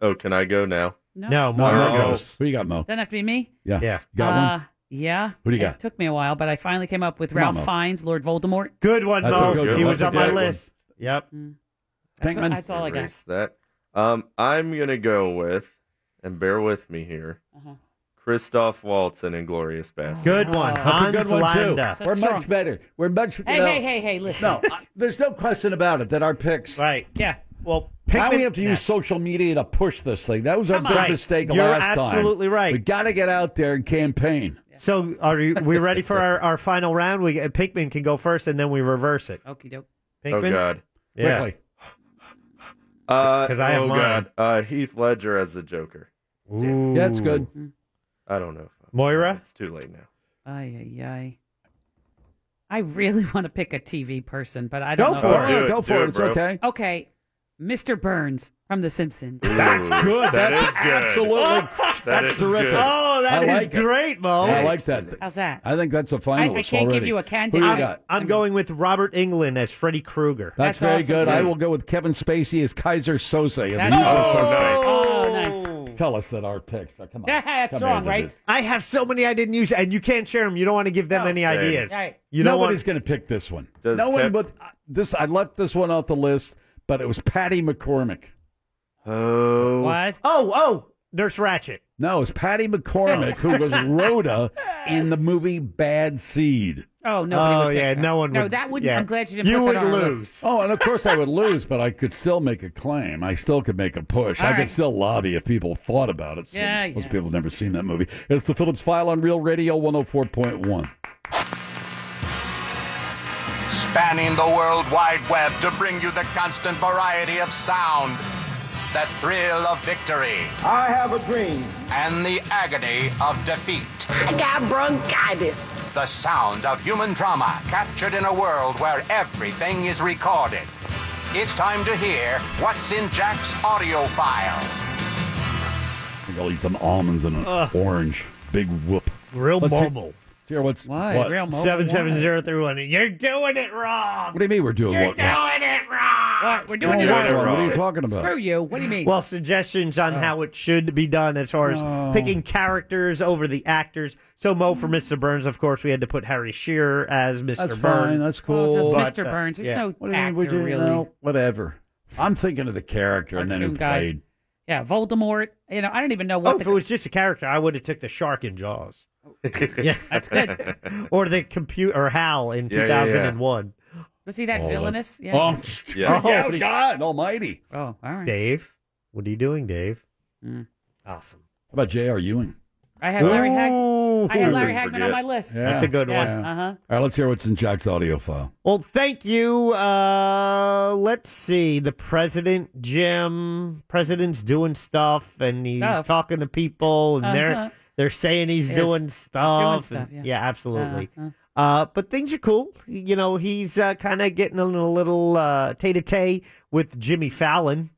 Speaker 11: Oh, can I go now?
Speaker 6: No.
Speaker 5: No, Mo
Speaker 11: Oh.
Speaker 5: goes. Who you got, Mo?
Speaker 6: Doesn't have to be me.
Speaker 5: Yeah.
Speaker 8: Yeah.
Speaker 5: You got one?
Speaker 6: Uh, yeah.
Speaker 5: Who do you
Speaker 6: It
Speaker 5: got?
Speaker 6: took me a while, but I finally came up with
Speaker 5: Come on,
Speaker 6: Ralph
Speaker 5: Mo.
Speaker 6: Fiennes, Lord Voldemort.
Speaker 8: Good one,
Speaker 11: That's a
Speaker 8: Mo.
Speaker 11: good
Speaker 8: he
Speaker 11: one.
Speaker 8: was
Speaker 11: That's a
Speaker 8: on my
Speaker 11: good one.
Speaker 8: list. Yep.
Speaker 6: Mm. That's what- Pinkman? that's all I got.
Speaker 11: Erase that. Um, I'm gonna go with, and bear with me here. Christoph Waltz in Inglorious Bastards.
Speaker 8: Good one.
Speaker 5: That's a good
Speaker 8: Hans
Speaker 5: one, too.
Speaker 8: Landa.
Speaker 5: We're
Speaker 8: That's
Speaker 5: much
Speaker 8: strong.
Speaker 5: better. We're much
Speaker 6: Hey,
Speaker 5: no,
Speaker 6: hey, hey, hey, listen.
Speaker 5: No, I- there's no question about it that our picks.
Speaker 8: Right.
Speaker 6: Yeah.
Speaker 8: Well,
Speaker 5: now we
Speaker 8: Pinkman-
Speaker 5: have to use social media to push this thing. That was our
Speaker 8: Come
Speaker 5: big
Speaker 8: on.
Speaker 5: mistake
Speaker 8: You're
Speaker 5: last time.
Speaker 8: absolutely right.
Speaker 5: We got to get out there and campaign.
Speaker 8: So are you, we ready for our, our final round? We Pinkman can go first, and then we reverse it.
Speaker 6: Okie doke.
Speaker 8: Pinkman?
Speaker 11: Oh God.
Speaker 8: Yeah.
Speaker 5: Quickly.
Speaker 11: Uh,
Speaker 8: 'Cause I have
Speaker 11: oh
Speaker 8: mine.
Speaker 11: God. Uh, Heath Ledger as the Joker. Mm-hmm.
Speaker 8: Ooh.
Speaker 5: Yeah, that's good.
Speaker 11: I don't know. If
Speaker 8: Moira?
Speaker 11: It's too late now.
Speaker 6: Ay, ay, ay. I really want to pick a TV person, but I
Speaker 5: Go
Speaker 6: don't know.
Speaker 5: for it. Do it, Go do for it, it, it's bro. okay.
Speaker 6: Okay. Mr. Burns from The Simpsons.
Speaker 5: That's good.
Speaker 6: That
Speaker 5: that's
Speaker 6: is good.
Speaker 5: absolutely.
Speaker 6: That
Speaker 5: that's
Speaker 6: is
Speaker 5: terrific.
Speaker 6: good. Oh,
Speaker 5: I
Speaker 6: that is
Speaker 5: like it.
Speaker 8: great, Mo.
Speaker 5: I like that.
Speaker 6: How's that?
Speaker 5: I think that's a finalist
Speaker 6: I- I can't give
Speaker 5: already.
Speaker 6: you a candidate.
Speaker 5: Who you
Speaker 6: I'm-
Speaker 5: got?
Speaker 8: I'm going with Robert England as Freddy Krueger.
Speaker 5: That's, very good. I will go with Kevin Spacey as Kaiser Soze.
Speaker 8: That's-
Speaker 6: Oh,
Speaker 5: Tell us that our picks. Now, come on.
Speaker 6: That's
Speaker 5: Come
Speaker 6: wrong,
Speaker 5: into
Speaker 6: right? Oh,
Speaker 5: this.
Speaker 8: I have so many I didn't use, and you can't share them. You don't want to give them any
Speaker 5: Same.
Speaker 8: ideas.
Speaker 5: Right.
Speaker 8: You don't
Speaker 5: Nobody's
Speaker 8: want.
Speaker 5: going to pick this one.
Speaker 11: Does
Speaker 5: no
Speaker 11: Kev-
Speaker 5: one but uh, this. I left this one off the list, but it was Patty McCormick.
Speaker 11: Oh.
Speaker 6: What?
Speaker 8: Oh, oh, Nurse Ratchet.
Speaker 5: No, it's Patty McCormick who was Rhoda in the movie Bad Seed.
Speaker 6: Oh, nobody
Speaker 8: Oh,
Speaker 6: would pick
Speaker 8: yeah,
Speaker 6: that.
Speaker 8: no one
Speaker 6: No,
Speaker 8: would-
Speaker 6: that wouldn't.
Speaker 8: yeah.
Speaker 6: I'm glad you didn't
Speaker 8: You
Speaker 6: put that
Speaker 8: would
Speaker 6: on our
Speaker 8: lose.
Speaker 6: list.
Speaker 5: Oh, and of course I would lose, but I could still make a claim. I still could make a push.
Speaker 6: All
Speaker 5: I
Speaker 6: right.
Speaker 5: could still lobby if people thought about it. So
Speaker 6: Yeah,
Speaker 5: most
Speaker 6: yeah.
Speaker 5: people have never seen that movie. It's the oh Phillips File on Real Radio 104.1.
Speaker 14: spanning the World Wide Web to bring you the constant variety of sound, the thrill of victory,
Speaker 15: I have a dream.
Speaker 14: and the agony of defeat. I got bronchitis. The sound of human drama captured in a world where everything is recorded. It's time to hear what's in Jack's audio file.
Speaker 5: I think I'll eat some almonds and an orange. Big whoop.
Speaker 8: Real
Speaker 5: Let's hear-
Speaker 8: mobile.
Speaker 5: let's hear what's what?
Speaker 8: Seven seven zero three one. You're doing it wrong.
Speaker 5: What do you mean we're doing
Speaker 8: You're
Speaker 5: what?
Speaker 8: doing it wrong.
Speaker 6: What? We're
Speaker 5: doing You're it doing it wrong. wrong. What are you talking about?
Speaker 6: Screw you. What do you mean?
Speaker 8: Well, suggestions on how it should be done as far as
Speaker 6: Oh. Mm.
Speaker 8: picking characters over the actors. So Mo for Mr. Burns, of course, we had to put Harry Shearer as Mr.
Speaker 5: That's
Speaker 8: Burns.
Speaker 5: fine. That's cool.
Speaker 8: But,
Speaker 6: Mr.
Speaker 8: uh,
Speaker 6: Oh, Burns. There's
Speaker 8: yeah.
Speaker 6: no
Speaker 5: What do you mean
Speaker 6: actor
Speaker 5: we do?
Speaker 6: really.
Speaker 5: No, whatever. I'm thinking of the character and then who
Speaker 6: Cartoon guy.
Speaker 5: played.
Speaker 6: Yeah, Voldemort. You know, I don't even know what
Speaker 8: Oh, if
Speaker 6: the
Speaker 8: it was just a character, I would have took the shark in Jaws. yeah,
Speaker 6: That's good.
Speaker 8: or the computer or Hal in
Speaker 5: Yeah, yeah,
Speaker 8: two
Speaker 5: yeah.
Speaker 8: thousand and one.
Speaker 6: was he that
Speaker 8: Oh,
Speaker 6: villainous? Yeah.
Speaker 8: oh, yeah.
Speaker 5: Oh,
Speaker 8: Oh,
Speaker 5: God Almighty!
Speaker 6: Oh, all right.
Speaker 8: Dave, what are you doing, Dave?
Speaker 6: Mm.
Speaker 8: Awesome.
Speaker 5: How about J.R. Ewing?
Speaker 6: I had Larry
Speaker 8: Hagman.
Speaker 6: I had Larry Hagman on my list.
Speaker 8: That's a good one.
Speaker 6: Uh huh.
Speaker 5: All right, let's hear what's in Jack's audio file.
Speaker 8: Well, thank you. Uh, let's see. The president, Jim, president's doing stuff, and he's
Speaker 6: Stuff.
Speaker 8: talking to people, and
Speaker 6: Uh-huh.
Speaker 8: they're they're saying he's
Speaker 6: Yes,
Speaker 8: doing
Speaker 6: he's doing
Speaker 8: stuff.
Speaker 6: stuff,
Speaker 8: and-
Speaker 6: yeah.
Speaker 8: absolutely.
Speaker 6: Uh-huh.
Speaker 8: Uh, but things are cool. You know, he's uh, kind of getting in a little uh, tete-a-tete with Jimmy Fallon.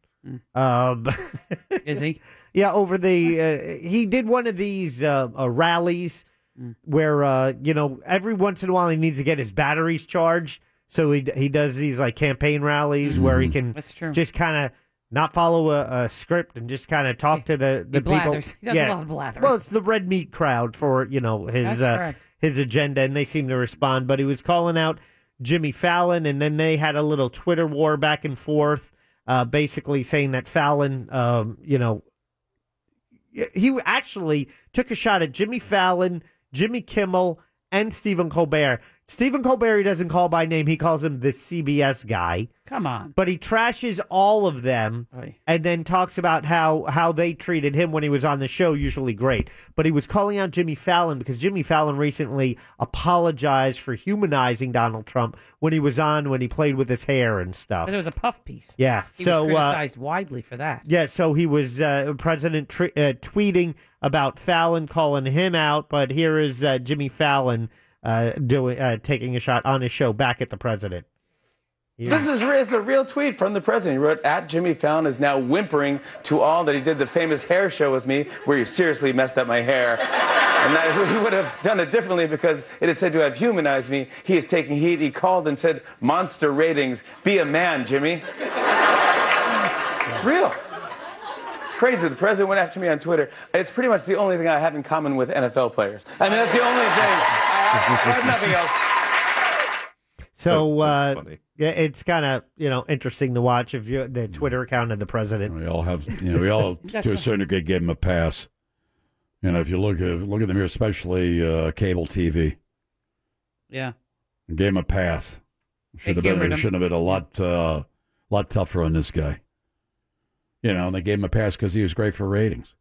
Speaker 8: Um,
Speaker 6: Mm. Is he?
Speaker 8: Yeah, over the uh, he did one of these uh, uh, rallies
Speaker 6: Mm.
Speaker 8: where uh, you know every once in a while he needs to get his batteries charged, so he d- he does these like campaign rallies where he can
Speaker 6: Mm. That's true.
Speaker 8: just kind of not follow a, a script and just kind of talk to the the people.
Speaker 6: blathers. He does a lot of blathering.
Speaker 8: Well, it's the red meat crowd for you know his
Speaker 6: That's
Speaker 8: uh,
Speaker 6: correct.
Speaker 8: his agenda, and they seem to respond. But he was calling out Jimmy Fallon, and then they had a little Twitter war back and forth, uh, basically saying that Fallon, um, you know, he actually took a shot at Jimmy Fallon, Jimmy Kimmel, and Stephen Colbert. Stephen Colbert he doesn't call by name; he calls him the CBS guy.
Speaker 6: Come on.
Speaker 8: But he trashes all of them, and then talks about how how they treated him when he was on the show. Usually great, but he was calling out Jimmy Fallon because Jimmy Fallon recently apologized for humanizing Donald Trump when he was on when he played with his hair and stuff.
Speaker 6: But it was a puff piece.
Speaker 8: Yeah,
Speaker 6: He
Speaker 8: so, uh,
Speaker 6: was criticized widely for that.
Speaker 8: Yeah, so he was uh, president tr- uh, tweeting about Fallon calling him out, but here is uh, Jimmy Fallon uh, doing uh, taking a shot on his show back at the president.
Speaker 16: This is, re- it's a real tweet from the president. He wrote, at Jimmy Fallon is now whimpering to all that he did the famous hair show with me where you seriously messed up my hair. And I really would have done it differently because it is said to have humanized me. He is taking heat. He called and said, monster ratings. Be a man, Jimmy. It's real. It's crazy. The president went after me on Twitter. It's pretty much the only thing I have in common with NFL players. I mean, that's the only thing. I have nothing else.
Speaker 8: So uh, yeah, it's kind of you know interesting to watch if you the Twitter account of the president.
Speaker 5: We all have you know, we all to a certain degree gave him a pass. You know, if you look at look at the mirror, especially uh, cable TV,
Speaker 6: Yeah.
Speaker 5: gave him a pass. Should have
Speaker 6: humored
Speaker 5: been
Speaker 6: him.
Speaker 5: should have been a lot uh, lot tougher on this guy. You know, and they gave him a pass because he was great for ratings.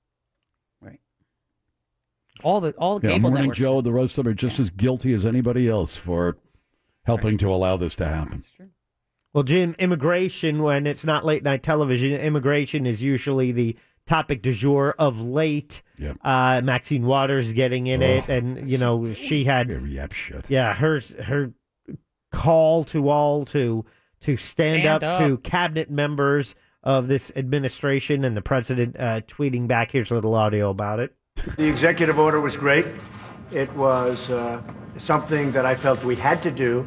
Speaker 6: All the all the
Speaker 5: Yeah,
Speaker 6: cable
Speaker 5: Morning
Speaker 6: networks.
Speaker 5: Joe, the roast are just as guilty as anybody else for helping to allow this to happen.
Speaker 8: Well, Jim, immigration when it's not late night television, immigration is usually the topic du jour of late.
Speaker 5: Yep.
Speaker 8: Uh, Maxine Waters getting in it,
Speaker 5: Ugh.
Speaker 8: and you know she had
Speaker 5: shit.
Speaker 8: Yeah, her her call to all to to stand,
Speaker 6: Stand
Speaker 8: up, to
Speaker 6: up.
Speaker 8: cabinet members of this administration and the president uh, tweeting back. Here's a little audio about it.
Speaker 17: The executive order was great. It was uh, something that I felt we had to do.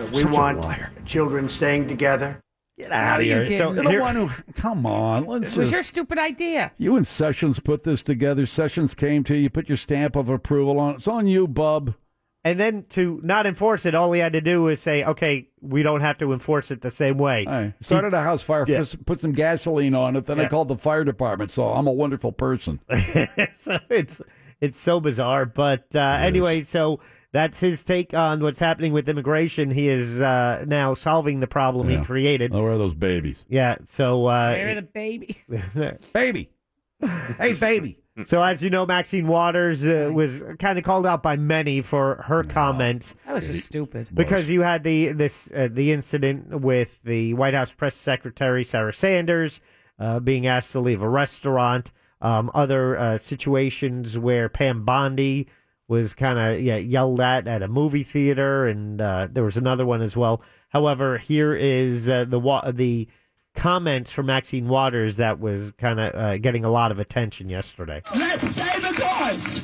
Speaker 17: Uh, we
Speaker 5: Such a
Speaker 17: want
Speaker 5: liar.
Speaker 17: children staying together.
Speaker 8: Get
Speaker 5: out of here. So the one who, come on, let's
Speaker 6: It was
Speaker 5: just-
Speaker 6: your stupid idea.
Speaker 5: You and Sessions put this together. Sessions came to you, put your stamp of approval on it. It's on you, bub.
Speaker 8: And then to not enforce it, all he had to do was say, "Okay, we don't have to enforce it the same way."
Speaker 5: Started a house fire,
Speaker 8: Yeah.
Speaker 5: first put some gasoline on it, then I
Speaker 8: Yeah.
Speaker 5: called the fire department, so I'm a wonderful person.
Speaker 8: so it's it's so bizarre. But uh, anyway, so that's his take on what's happening with immigration. He is uh, now solving the problem he created.
Speaker 5: Oh, where are those babies?
Speaker 8: Yeah. So uh,
Speaker 6: Where are the babies?
Speaker 8: the
Speaker 5: baby? Hey, baby.
Speaker 8: So, as you know, Maxine Waters uh, was kind of called out by many for her comments.
Speaker 6: That was just stupid.
Speaker 8: Because you had the this uh, the incident with the White House press secretary Sarah Sanders uh, being asked to leave a restaurant. Um, other uh, situations where Pam Bondi was kind of yeah, yelled at at a movie theater, and uh, there was another one as well. However, here is uh, the wa- the comments from Maxine Waters that was kind of uh, getting a lot of attention yesterday.
Speaker 15: Let's stay the course.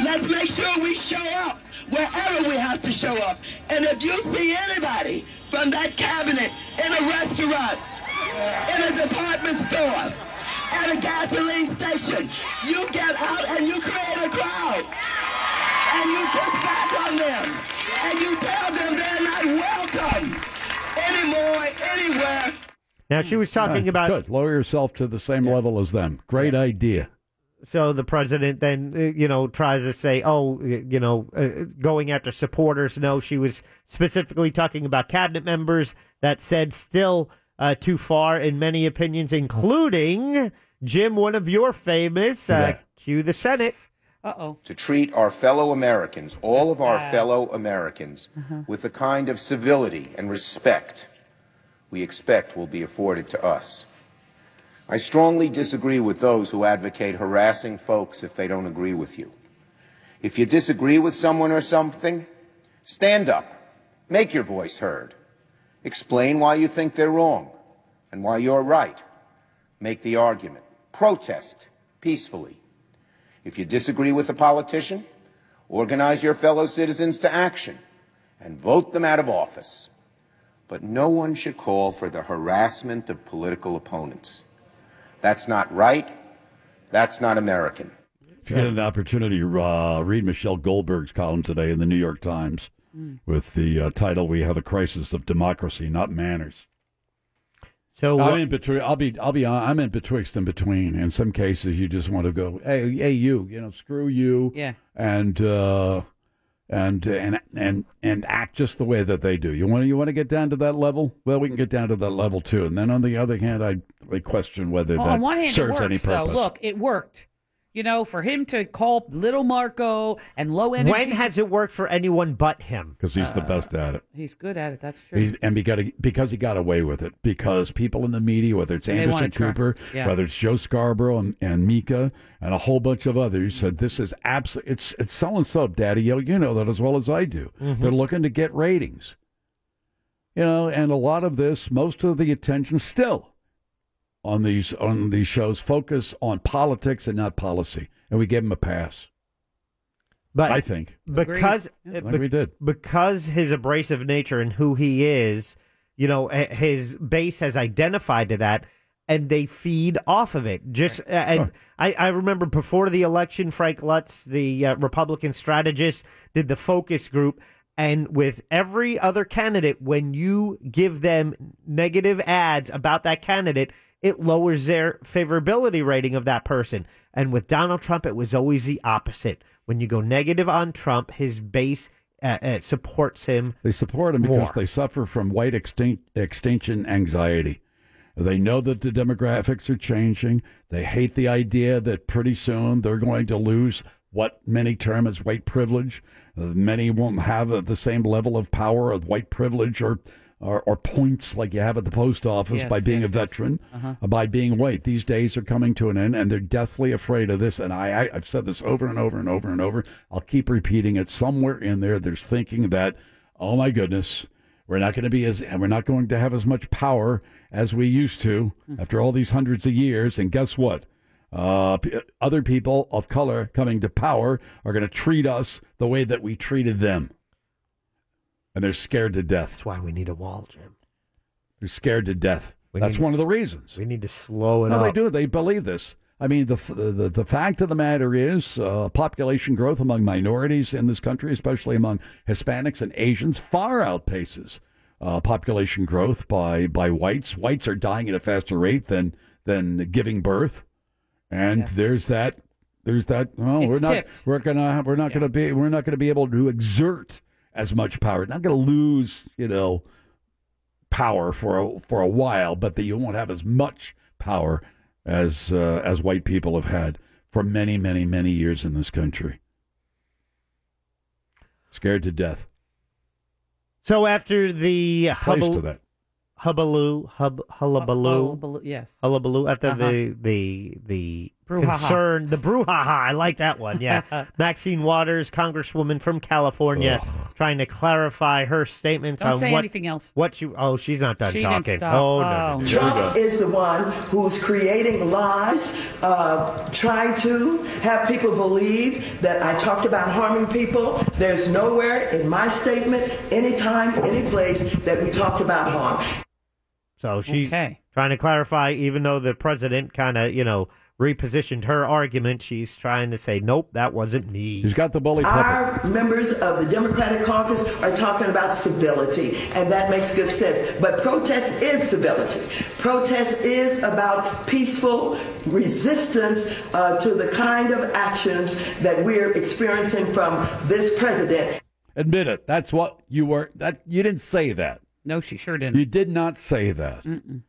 Speaker 15: Let's make sure we show up wherever we have to show up. And if you see anybody from that cabinet in a restaurant, in a department store, at a gasoline station, you get out and you create a crowd. And you push back on them. And you tell them they're not welcome anymore, anywhere.
Speaker 8: Now she was talking about
Speaker 5: good. Lower yourself to the same level as them. Great idea.
Speaker 8: so the president then uh, you know tries to say oh y- you know uh, going after supporters no she was specifically talking about cabinet members that said still uh, too far in many opinions including jim one of your famous uh, cue the senate
Speaker 6: uh-oh
Speaker 18: to treat our fellow Americans, all of our fellow Americans, with the kind of civility and respect we expect will be afforded to us. I strongly disagree with those who advocate harassing folks if they don't agree with you. If you disagree with someone or something, stand up, make your voice heard, explain why you think they're wrong and why you're right, make the argument, protest peacefully. If you disagree with a politician, organize your fellow citizens to action and vote them out of office. But no one should call for the harassment of political opponents. That's not right. That's not American.
Speaker 5: If you get an opportunity, uh, read Michelle Goldberg's column today in the New York Times
Speaker 18: Mm.
Speaker 5: with the uh, title "We Have a Crisis of Democracy, Not Manners."
Speaker 8: So
Speaker 5: I'm
Speaker 8: what-
Speaker 5: in between. I'll be. I'll be. hon- I'm in betwixt and between. In some cases, you just want to go, "Hey, hey, you. You know, screw you."
Speaker 6: Yeah.
Speaker 5: And uh, and and and and act just the way that they do. You want. You want to get down to that level. Well, we can get down to that level too. And then on the other hand, I, I question whether
Speaker 6: Well,
Speaker 5: that
Speaker 6: on one hand,
Speaker 5: serves
Speaker 6: it works,
Speaker 5: any purpose.
Speaker 6: Though. Look, it worked. You know, for him to call little Marco and low energy.
Speaker 8: when has it worked for anyone but him
Speaker 5: because he's the
Speaker 6: uh,
Speaker 5: best at it.
Speaker 6: He's good at it. That's true.
Speaker 5: He's, and he got a- because he got away with it because people in the media, whether it's
Speaker 6: They wanna
Speaker 5: Anderson
Speaker 6: try-
Speaker 5: Cooper,
Speaker 6: yeah.
Speaker 5: whether it's Joe Scarborough and, and Mika, and a whole bunch of others, said this is absolutely it's it's so and so, Daddy. You you know that as well as I do.
Speaker 6: Mm-hmm.
Speaker 19: Mhm.
Speaker 5: They're looking to get ratings, you know, and a lot of this, most of the attention still on these on these shows focus on politics and not policy, and we gave him a pass.
Speaker 8: But
Speaker 5: I think
Speaker 8: because uh,
Speaker 5: I think
Speaker 8: be-
Speaker 5: we did.
Speaker 8: because his abrasive nature and who he is, you know, h- his base has identified to that, and they feed off of it. Just uh, and I, I remember before the election, Frank Lutz, the uh, Republican strategist, did the focus group. And with every other candidate, when you give them negative ads about that candidate, it lowers their favorability rating of that person. And with Donald Trump, it was always the opposite. When you go negative on Trump, his base uh, uh, supports him.
Speaker 5: They support him because
Speaker 8: more.
Speaker 5: they suffer from white extin- extinction anxiety. They know that the demographics are changing. They hate the idea that pretty soon they're going to lose what many term as white privilege. Uh, many won't have uh, the same level of power of white privilege or, or, or points like you have at the post office
Speaker 19: Yes,
Speaker 5: by being
Speaker 19: yes,
Speaker 5: a
Speaker 19: yes.
Speaker 5: veteran,
Speaker 19: Uh-huh.
Speaker 5: uh, by being white. These days are coming to an end, and they're deathly afraid of this. And I, I, I've said this over and over and over and over. I'll keep repeating it. Somewhere in there, there's thinking that, oh my goodness, we're not going to be as, and we're not going to have as much power as we used to after all these hundreds of years. And guess what? Uh, p- other people of color coming to power are going to treat us the way that we treated them. And they're scared to death. That's
Speaker 8: why we need a wall, Jim.
Speaker 5: They're scared to death. That's one of the reasons.
Speaker 8: We need to slow it
Speaker 5: no,
Speaker 8: up.
Speaker 5: they do. They believe this. I mean, the, f- the, the fact of the matter is uh, population growth among minorities in this country, especially among Hispanics and Asians, far outpaces uh, population growth by, by whites. Whites are dying at a faster rate than, than giving birth. And there's that. There's that. Well,
Speaker 19: It's
Speaker 5: we're not.
Speaker 19: tipped.
Speaker 5: We're gonna. We're not gonna be. We're not gonna be able to exert as much power. Not gonna lose. You know, power for a, for a while, but that you won't have as much power as uh, as white people have had. for many, many, many years in this country. Scared to death.
Speaker 8: So after the
Speaker 5: Place to
Speaker 8: hubble,
Speaker 5: that.
Speaker 8: hubbaloo, hub, hullabaloo,
Speaker 6: Hullabaloo, yes.
Speaker 8: hullabaloo. After
Speaker 6: Uh-huh.
Speaker 8: the the the
Speaker 6: Brouhaha.
Speaker 8: concern, the brouhaha. I like that one. Yeah, Maxine Waters, Congresswoman from California, trying to clarify her statements
Speaker 6: Don't
Speaker 8: on
Speaker 6: say
Speaker 8: what
Speaker 6: anything else.
Speaker 8: What you? Oh, she's not done
Speaker 6: She didn't
Speaker 8: talking.
Speaker 6: stop.
Speaker 8: Oh no, no, no.
Speaker 19: Trump is the one who's creating lies, uh, trying to have people believe that I talked about harming people. There's nowhere in my statement, anytime, any place, that we talked about harm.
Speaker 8: So she's trying to clarify, even though the president kind of, you know, repositioned her argument, she's trying to say, nope, that wasn't me. He's
Speaker 5: got the bully
Speaker 19: Our members of the Democratic caucus are talking about civility, and that makes good sense. But protest is civility. Protest is about peaceful resistance uh, to the kind of actions that we're experiencing from this president.
Speaker 5: Admit it. That's what you were. That you didn't say that.
Speaker 6: No, she sure didn't.
Speaker 5: You did not say that.
Speaker 6: Mm-mm.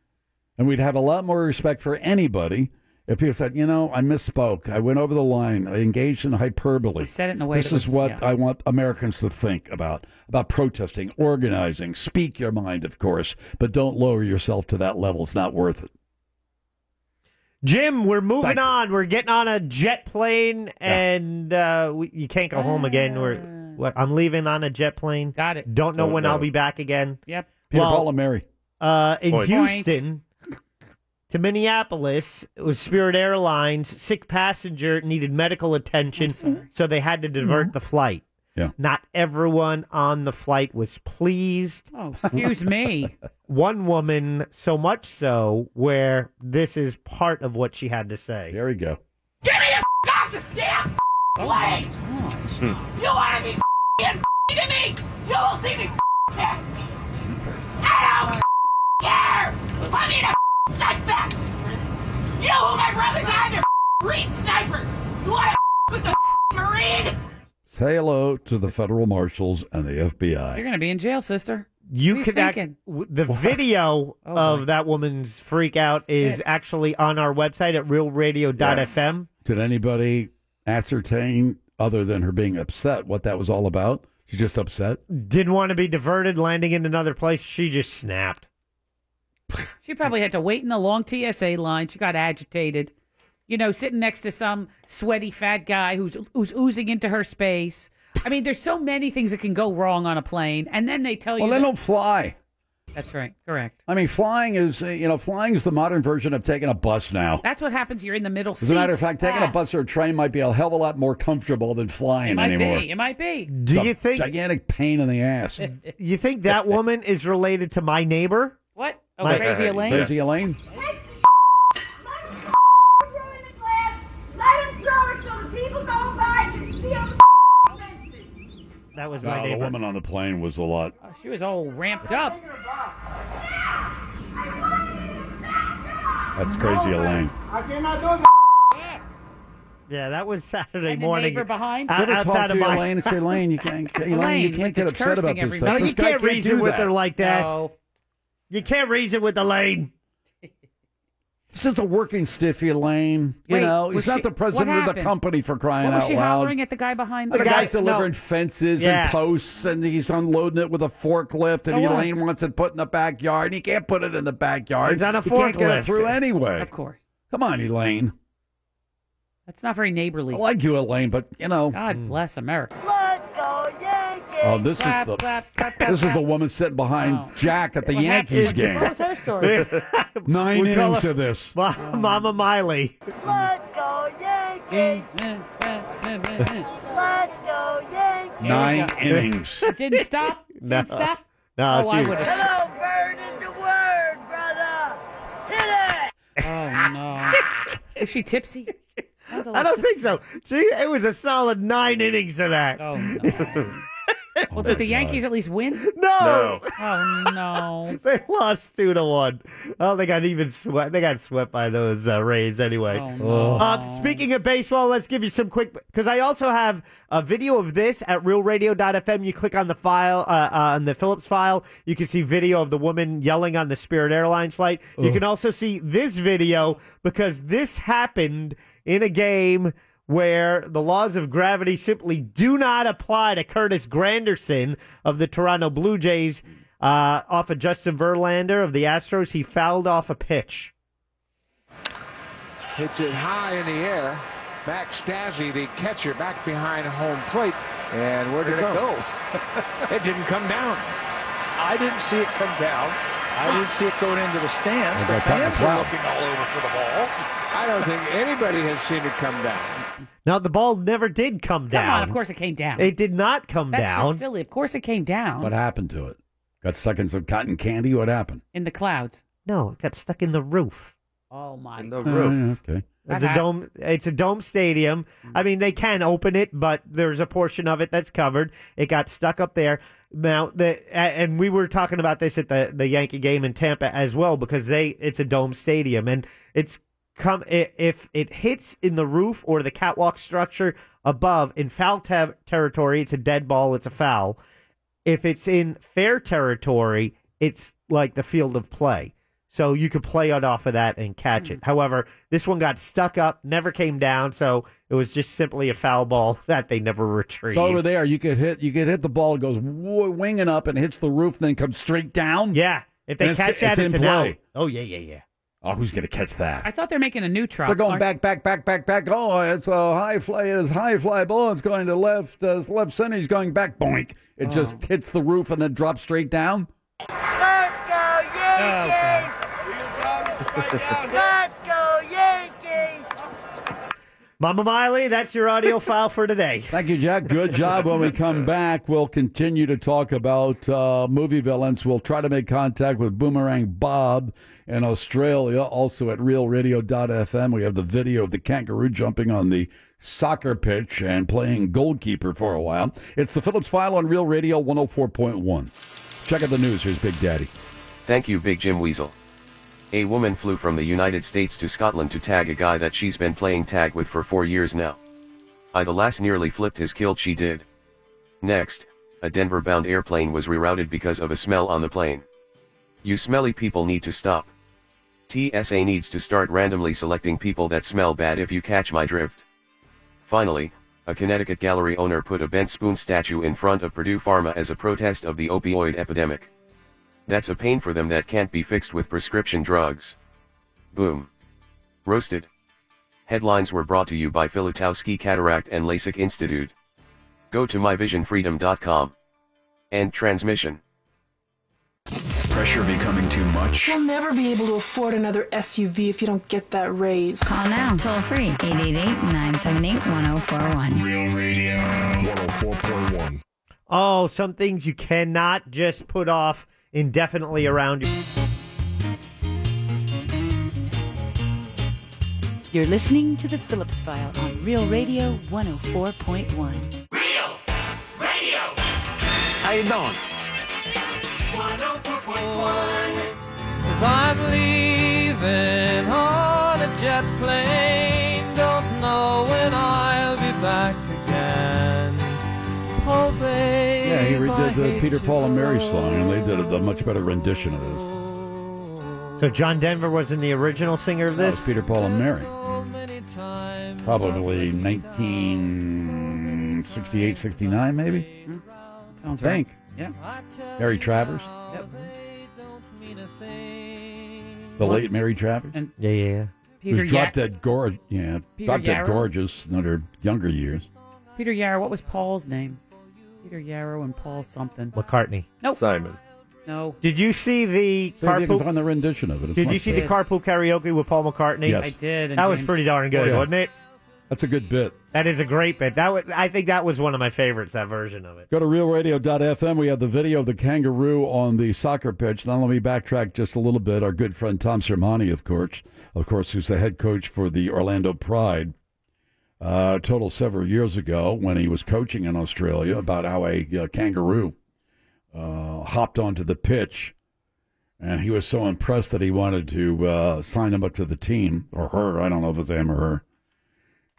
Speaker 5: And we'd have a lot more respect for anybody if people said, you know, I misspoke. I went over the line. I engaged in hyperbole.
Speaker 6: said it in a way
Speaker 5: This
Speaker 6: that
Speaker 5: is
Speaker 6: was-
Speaker 5: what
Speaker 6: yeah.
Speaker 5: I want Americans to think about about protesting, organizing. Speak your mind, of course, but don't lower yourself to that level. It's not worth it.
Speaker 8: Jim, we're moving on. We're getting on a jet plane, and uh, we, you can't go home again. We're, what, I'm leaving on a jet plane.
Speaker 6: Got it.
Speaker 8: Don't know
Speaker 5: Don't
Speaker 8: when
Speaker 5: know.
Speaker 8: I'll be back again.
Speaker 6: Yep.
Speaker 5: Peter
Speaker 8: Well,
Speaker 5: Paul and Mary.
Speaker 8: Uh, in
Speaker 5: Points.
Speaker 8: Houston to Minneapolis with Spirit Airlines. Sick passenger needed medical attention, so they had to
Speaker 6: Mm-hmm.
Speaker 8: divert the flight.
Speaker 5: Yeah.
Speaker 8: Not everyone on the flight was pleased.
Speaker 6: Oh, excuse me.
Speaker 8: One woman, so much so, where this is part of what she had to say.
Speaker 5: There we go.
Speaker 4: Get me the f- off this damn f- plane! You want to be f***ing f***ing to me? You will see me f***ing pissed. I don't f***ing care! I'm in a f***ing snipe fest! You know who my brothers are? They're f***ing Marine snipers! You want to f***ing with the f***ing Marine?
Speaker 5: Say hello to the federal marshals and the FBI.
Speaker 6: You're going to be in jail, sister.
Speaker 8: You
Speaker 6: What are
Speaker 8: could act,
Speaker 6: thinking?
Speaker 8: w- the video
Speaker 5: Oh,
Speaker 8: of that woman's freak out is
Speaker 6: Sick.
Speaker 8: actually on our website at realradio.fm.
Speaker 5: Did anybody ascertain, other than her being upset, what that was all about? She's just upset.
Speaker 8: Didn't want to be diverted, landing in another place. She just snapped.
Speaker 6: She probably had to wait in the long TSA line. She got agitated. You know, sitting next to some sweaty fat guy who's who's oozing into her space. I mean, there's so many things that can go wrong on a plane, and then they tell
Speaker 5: Well,
Speaker 6: Oh, you.
Speaker 5: they
Speaker 6: that-
Speaker 5: don't fly.
Speaker 6: That's right. Correct.
Speaker 5: I mean, flying is uh, you know flying is the modern version of taking a bus now.
Speaker 6: That's what happens. You're in the middle seat.
Speaker 5: As a matter of fact, taking
Speaker 6: Ah,
Speaker 5: a bus or a train might be a hell of a lot more comfortable than flying
Speaker 6: It might
Speaker 5: anymore.
Speaker 6: be. It might be.
Speaker 5: It's a gigantic pain in the ass?
Speaker 8: You think that woman is related to my neighbor?
Speaker 6: What? Oh,
Speaker 8: My-
Speaker 6: crazy Elaine.
Speaker 5: Crazy Elaine.
Speaker 4: Let him throw it so the people going by can steal the
Speaker 8: That was
Speaker 5: No,
Speaker 8: my
Speaker 5: Uh, the
Speaker 8: neighbor.
Speaker 5: woman on the plane was a lot.
Speaker 6: Oh, she was all ramped up.
Speaker 5: That's crazy Elaine.
Speaker 4: I cannot do that.
Speaker 8: Yeah, that was Saturday
Speaker 4: And the
Speaker 8: morning.
Speaker 4: neighbor behind?
Speaker 8: O-
Speaker 5: You ever talk
Speaker 8: outside
Speaker 5: to
Speaker 8: of my
Speaker 5: Elaine and say, Elaine, you can't, Elaine, you
Speaker 8: Elaine,
Speaker 5: can't
Speaker 8: like
Speaker 5: get
Speaker 8: it's
Speaker 5: upset about
Speaker 8: cursing
Speaker 5: this
Speaker 8: everybody.
Speaker 5: stuff.
Speaker 8: No,
Speaker 5: This
Speaker 8: you
Speaker 5: guy
Speaker 8: can't reason
Speaker 5: do
Speaker 8: with
Speaker 5: that.
Speaker 8: her like that. You can't reason with Elaine.
Speaker 5: This is a working stiffy, Elaine. You
Speaker 6: Wait,
Speaker 5: know,
Speaker 6: was
Speaker 5: he's not
Speaker 6: she-
Speaker 5: the
Speaker 6: what
Speaker 5: president of the
Speaker 6: happened?
Speaker 5: company for crying
Speaker 6: what was
Speaker 5: out
Speaker 6: she
Speaker 5: loud.
Speaker 6: hollering at the guy behind?
Speaker 5: The, guy's delivering fences
Speaker 6: Yeah.
Speaker 5: and posts, and he's unloading it with a forklift.
Speaker 6: So
Speaker 5: and
Speaker 6: what?
Speaker 5: Elaine wants it put in the backyard, and he can't put it in the backyard.
Speaker 6: It's on a
Speaker 5: He can't get it
Speaker 6: forklift.
Speaker 5: through anyway.
Speaker 6: Of course.
Speaker 5: Come on, Elaine.
Speaker 6: That's not very neighborly.
Speaker 5: I like you, Elaine, but you know.
Speaker 6: God bless America.
Speaker 4: Let's go, Yankees!
Speaker 5: Oh, this is the this is the woman sitting behind Jack at the Yankees game.
Speaker 4: What was her story?
Speaker 5: Nine
Speaker 8: We call
Speaker 5: innings
Speaker 8: her-
Speaker 5: of this.
Speaker 8: Ma- Mama Miley.
Speaker 4: Let's go, Yankees! Let's go, Yankees!
Speaker 5: Nine innings.
Speaker 4: It
Speaker 6: didn't stop?
Speaker 8: No.
Speaker 4: Didn't stop?
Speaker 8: No,
Speaker 4: oh,
Speaker 8: she-
Speaker 4: I would've- Hello, bird is the word, brother! Hit
Speaker 6: Oh no. Is she tipsy? Sounds a
Speaker 8: I
Speaker 6: little
Speaker 8: don't think so. She, it was a solid nine innings of that.
Speaker 6: Oh, well, did the Yankees at least win?
Speaker 8: No.
Speaker 6: Oh no.
Speaker 8: they lost two to one. Oh, they got even swept. They got swept by those uh, Rays anyway.
Speaker 6: Oh,
Speaker 4: no.
Speaker 8: Uh, speaking of baseball, let's give you some quick because I also have a video of this at RealRadio.fm. You click on the file uh, uh, on the Phillips file, you can see video of the woman yelling on the Spirit Airlines flight. You
Speaker 4: Ugh.
Speaker 8: can also see this video because this happened in a game. Where the laws of gravity simply do not apply to Curtis Granderson of the Toronto Blue Jays, uh, off of Justin Verlander of the Astros, he fouled off a pitch.
Speaker 20: hits it high in the air. Max Stassi, the catcher, back behind home plate. And where'd, it
Speaker 21: Where'd it
Speaker 20: go? it didn't come down.
Speaker 21: I didn't see it come down. I didn't see it going into the stands.
Speaker 20: I
Speaker 21: The
Speaker 20: got caught in the
Speaker 21: fans are
Speaker 20: cloud.
Speaker 21: looking all over for the ball.
Speaker 20: I don't think anybody has seen it come down.
Speaker 8: Now the ball never did come down.
Speaker 6: Come on, of course it came down.
Speaker 8: It did not come
Speaker 6: That's
Speaker 8: down.
Speaker 6: just silly. Of course it came down
Speaker 5: What happened to it? Got stuck in some cotton candy? What happened?
Speaker 6: in the clouds.
Speaker 8: No, it got stuck in the roof.
Speaker 6: Oh my.
Speaker 5: The
Speaker 8: roof.
Speaker 5: okay.
Speaker 8: It's a dome. It's a dome stadium. I mean, they can open it, but there's a portion of it that's covered. It got stuck up there. Now the a- and we were talking about this at the the Yankee game in Tampa as well because they it's a dome stadium and it's come i- if it hits in the roof or the catwalk structure above in foul te- territory, it's a dead ball. It's a foul. If it's in fair territory, it's like the field of play. So you could play it off of that and catch it. However, this one got stuck up, never came down, so it was just simply a foul ball that they never retrieved.
Speaker 5: So over there, you could hit. You could hit the ball. It goes w- winging up and hits the roof, then comes straight down.
Speaker 8: Yeah, if they catch that, it's
Speaker 5: in
Speaker 8: an
Speaker 5: play.
Speaker 8: out. Oh yeah, yeah, yeah.
Speaker 5: Oh, who's gonna catch that?
Speaker 6: I thought they're making a new truck.
Speaker 5: They're going
Speaker 6: Aren't-
Speaker 5: back, back, back, back, back. Oh, it's a high fly. It's high fly ball. It's going to left. Uh, it's left center. He's going back. Boink! It just hits the roof and then drops straight down.
Speaker 4: Let's go Yankees!
Speaker 5: Oh,
Speaker 4: Let's go Yankees!
Speaker 8: Mama Miley, that's your audio file for today.
Speaker 5: Thank you, Jack. Good job. When we come back, we'll continue to talk about uh, movie villains. We'll try to make contact with Boomerang Bob in Australia, also at realradio.fm. We have the video of the kangaroo jumping on the soccer pitch and playing goalkeeper for a while. It's the Phillips File on Real Radio 104.1. Check out the news. Here's Big Daddy.
Speaker 22: Thank you, Big Jim Weasel. A woman flew from the United States to Scotland to tag a guy that she's been playing tag with for four years now. I the last nearly flipped his kilt she did. Next, a Denver bound airplane was rerouted because of a smell on the plane. You smelly people need to stop. TSA needs to start randomly selecting people that smell bad if you catch my drift. Finally, a Connecticut gallery owner put a bent spoon statue in front of Purdue Pharma as a protest of the opioid epidemic. That's a pain for them that can't be fixed with prescription drugs. Boom. Roasted. Headlines were brought to you by Filatowski Cataract and LASIK Institute. Go to myvisionfreedom.com. End transmission.
Speaker 9: Pressure becoming too much.
Speaker 23: You'll never be able to afford another SUV if you don't get that raise. Call now, toll free,
Speaker 22: 888-978-1041.
Speaker 9: Real Radio 104.1.
Speaker 8: Oh, some things you cannot just put off indefinitely around you.
Speaker 24: You're listening to The Phillips File on Real Radio 104.1.
Speaker 4: How you doing? 104.1 Cause I'm leaving on a jet plane Don't know when I'll be back again Oh babe,
Speaker 5: Yeah, he
Speaker 4: I
Speaker 5: redid the
Speaker 4: hate
Speaker 5: Peter
Speaker 4: you.
Speaker 5: Paul and Mary song, and they did a much better rendition of this.
Speaker 8: So John Denver wasn't the original singer of
Speaker 5: That
Speaker 8: this.
Speaker 5: was Peter Paul and Mary. Probably 1968,
Speaker 4: Mm-hmm.
Speaker 5: 69, maybe?
Speaker 6: Sounds
Speaker 5: I think.
Speaker 6: right.
Speaker 5: Mary Travers.
Speaker 6: Yep.
Speaker 5: The late Mary Travers.
Speaker 8: yeah, yeah, yeah.
Speaker 6: Peter
Speaker 5: Who's dropped
Speaker 6: Ya-
Speaker 5: dead gorgeous. Yeah,
Speaker 6: Peter
Speaker 5: dropped dead
Speaker 6: Yarrow?
Speaker 5: gorgeous in her younger years.
Speaker 6: Peter Yarrow. What was Paul's name? Peter Yarrow and Paul something.
Speaker 8: McCartney.
Speaker 6: Nope.
Speaker 11: Simon.
Speaker 6: No.
Speaker 8: Did you see the
Speaker 5: See if you can
Speaker 8: carpool?
Speaker 5: find the rendition of it. It's
Speaker 8: Did
Speaker 5: not
Speaker 8: you see the
Speaker 5: bad.
Speaker 8: carpool karaoke with Paul McCartney?
Speaker 5: Yes. I did, and
Speaker 8: That was
Speaker 5: James-
Speaker 8: pretty darn good,
Speaker 5: Oh, yeah.
Speaker 8: wasn't it?
Speaker 5: That's a good bit.
Speaker 8: That is a great bit. That was, I think that was one of my favorites. That version of it.
Speaker 5: Go to realradio.fm. We have the video of the kangaroo on the soccer pitch. Now let me backtrack just a little bit. Our good friend Tom Sermani, of course, of course, who's the head coach for the Orlando Pride, uh, total several years ago when he was coaching in Australia about how a uh, kangaroo uh, hopped onto the pitch, and he was so impressed that he wanted to uh, sign him up to the team or her. I don't know if it's him or her.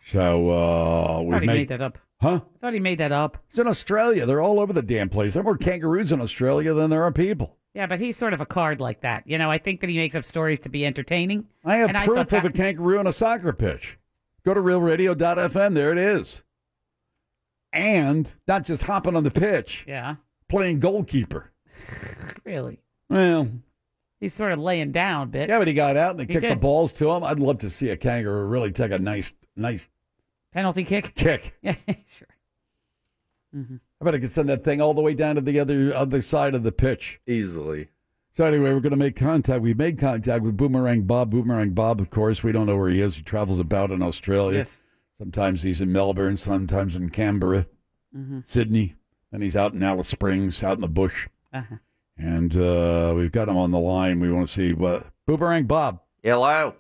Speaker 5: So uh,
Speaker 6: I thought
Speaker 5: we
Speaker 6: he made that up.
Speaker 5: Huh?
Speaker 6: I thought he made that up.
Speaker 5: It's in Australia. They're all over the damn place. There are more kangaroos in Australia than there are people.
Speaker 6: Yeah, but he's sort of a card like that. You know, I think that he makes up stories to be entertaining.
Speaker 5: I have
Speaker 6: and
Speaker 5: proof of
Speaker 6: thought
Speaker 5: a kangaroo on a soccer pitch. Go to realradio.fm. There it is. And not just hopping on the pitch.
Speaker 6: Yeah.
Speaker 5: Playing goalkeeper.
Speaker 6: Really?
Speaker 5: Well,
Speaker 6: He's sort of laying down a bit.
Speaker 5: yeah, but he got out and they
Speaker 6: He
Speaker 5: kicked the
Speaker 6: did.
Speaker 5: balls to him. I'd love to see a kangaroo really take a nice, nice
Speaker 6: Penalty kick?
Speaker 5: kick.
Speaker 6: Yeah, sure. Mm-hmm.
Speaker 5: I bet I could send that thing all the way down to the other other side of the pitch
Speaker 11: easily.
Speaker 5: So anyway, we're going to make contact. We've made contact with Boomerang Bob. Boomerang Bob, of course, we don't know where he is. He travels about in Australia.
Speaker 6: Yes.
Speaker 5: Sometimes he's in Melbourne. Sometimes in Canberra,
Speaker 6: Mhm.
Speaker 5: Sydney, and he's out in Alice Springs, out in the bush.
Speaker 6: Uh-huh.
Speaker 5: And uh, we've got him on the line. We want to see what Boomerang Bob.
Speaker 11: Hello.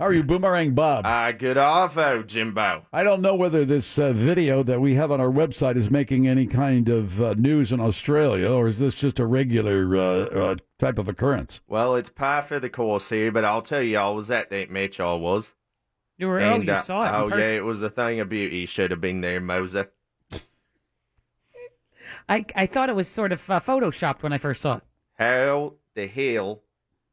Speaker 5: How are you, Boomerang Bob?
Speaker 11: Uh, good arvo, Jimbo.
Speaker 5: I don't know whether this uh, video that we have on our website is making any kind of uh, news in Australia, or is this just a regular uh, uh, type of occurrence?
Speaker 11: Well, it's par for the course here, but I'll tell you, I was at that match. I was.
Speaker 6: You were, oh, you saw it. in
Speaker 11: Oh yeah,
Speaker 6: person.
Speaker 11: it was a thing of beauty. Should have been there, Moser.
Speaker 6: I, I thought it was sort of uh, photoshopped when I first saw it.
Speaker 11: How the hell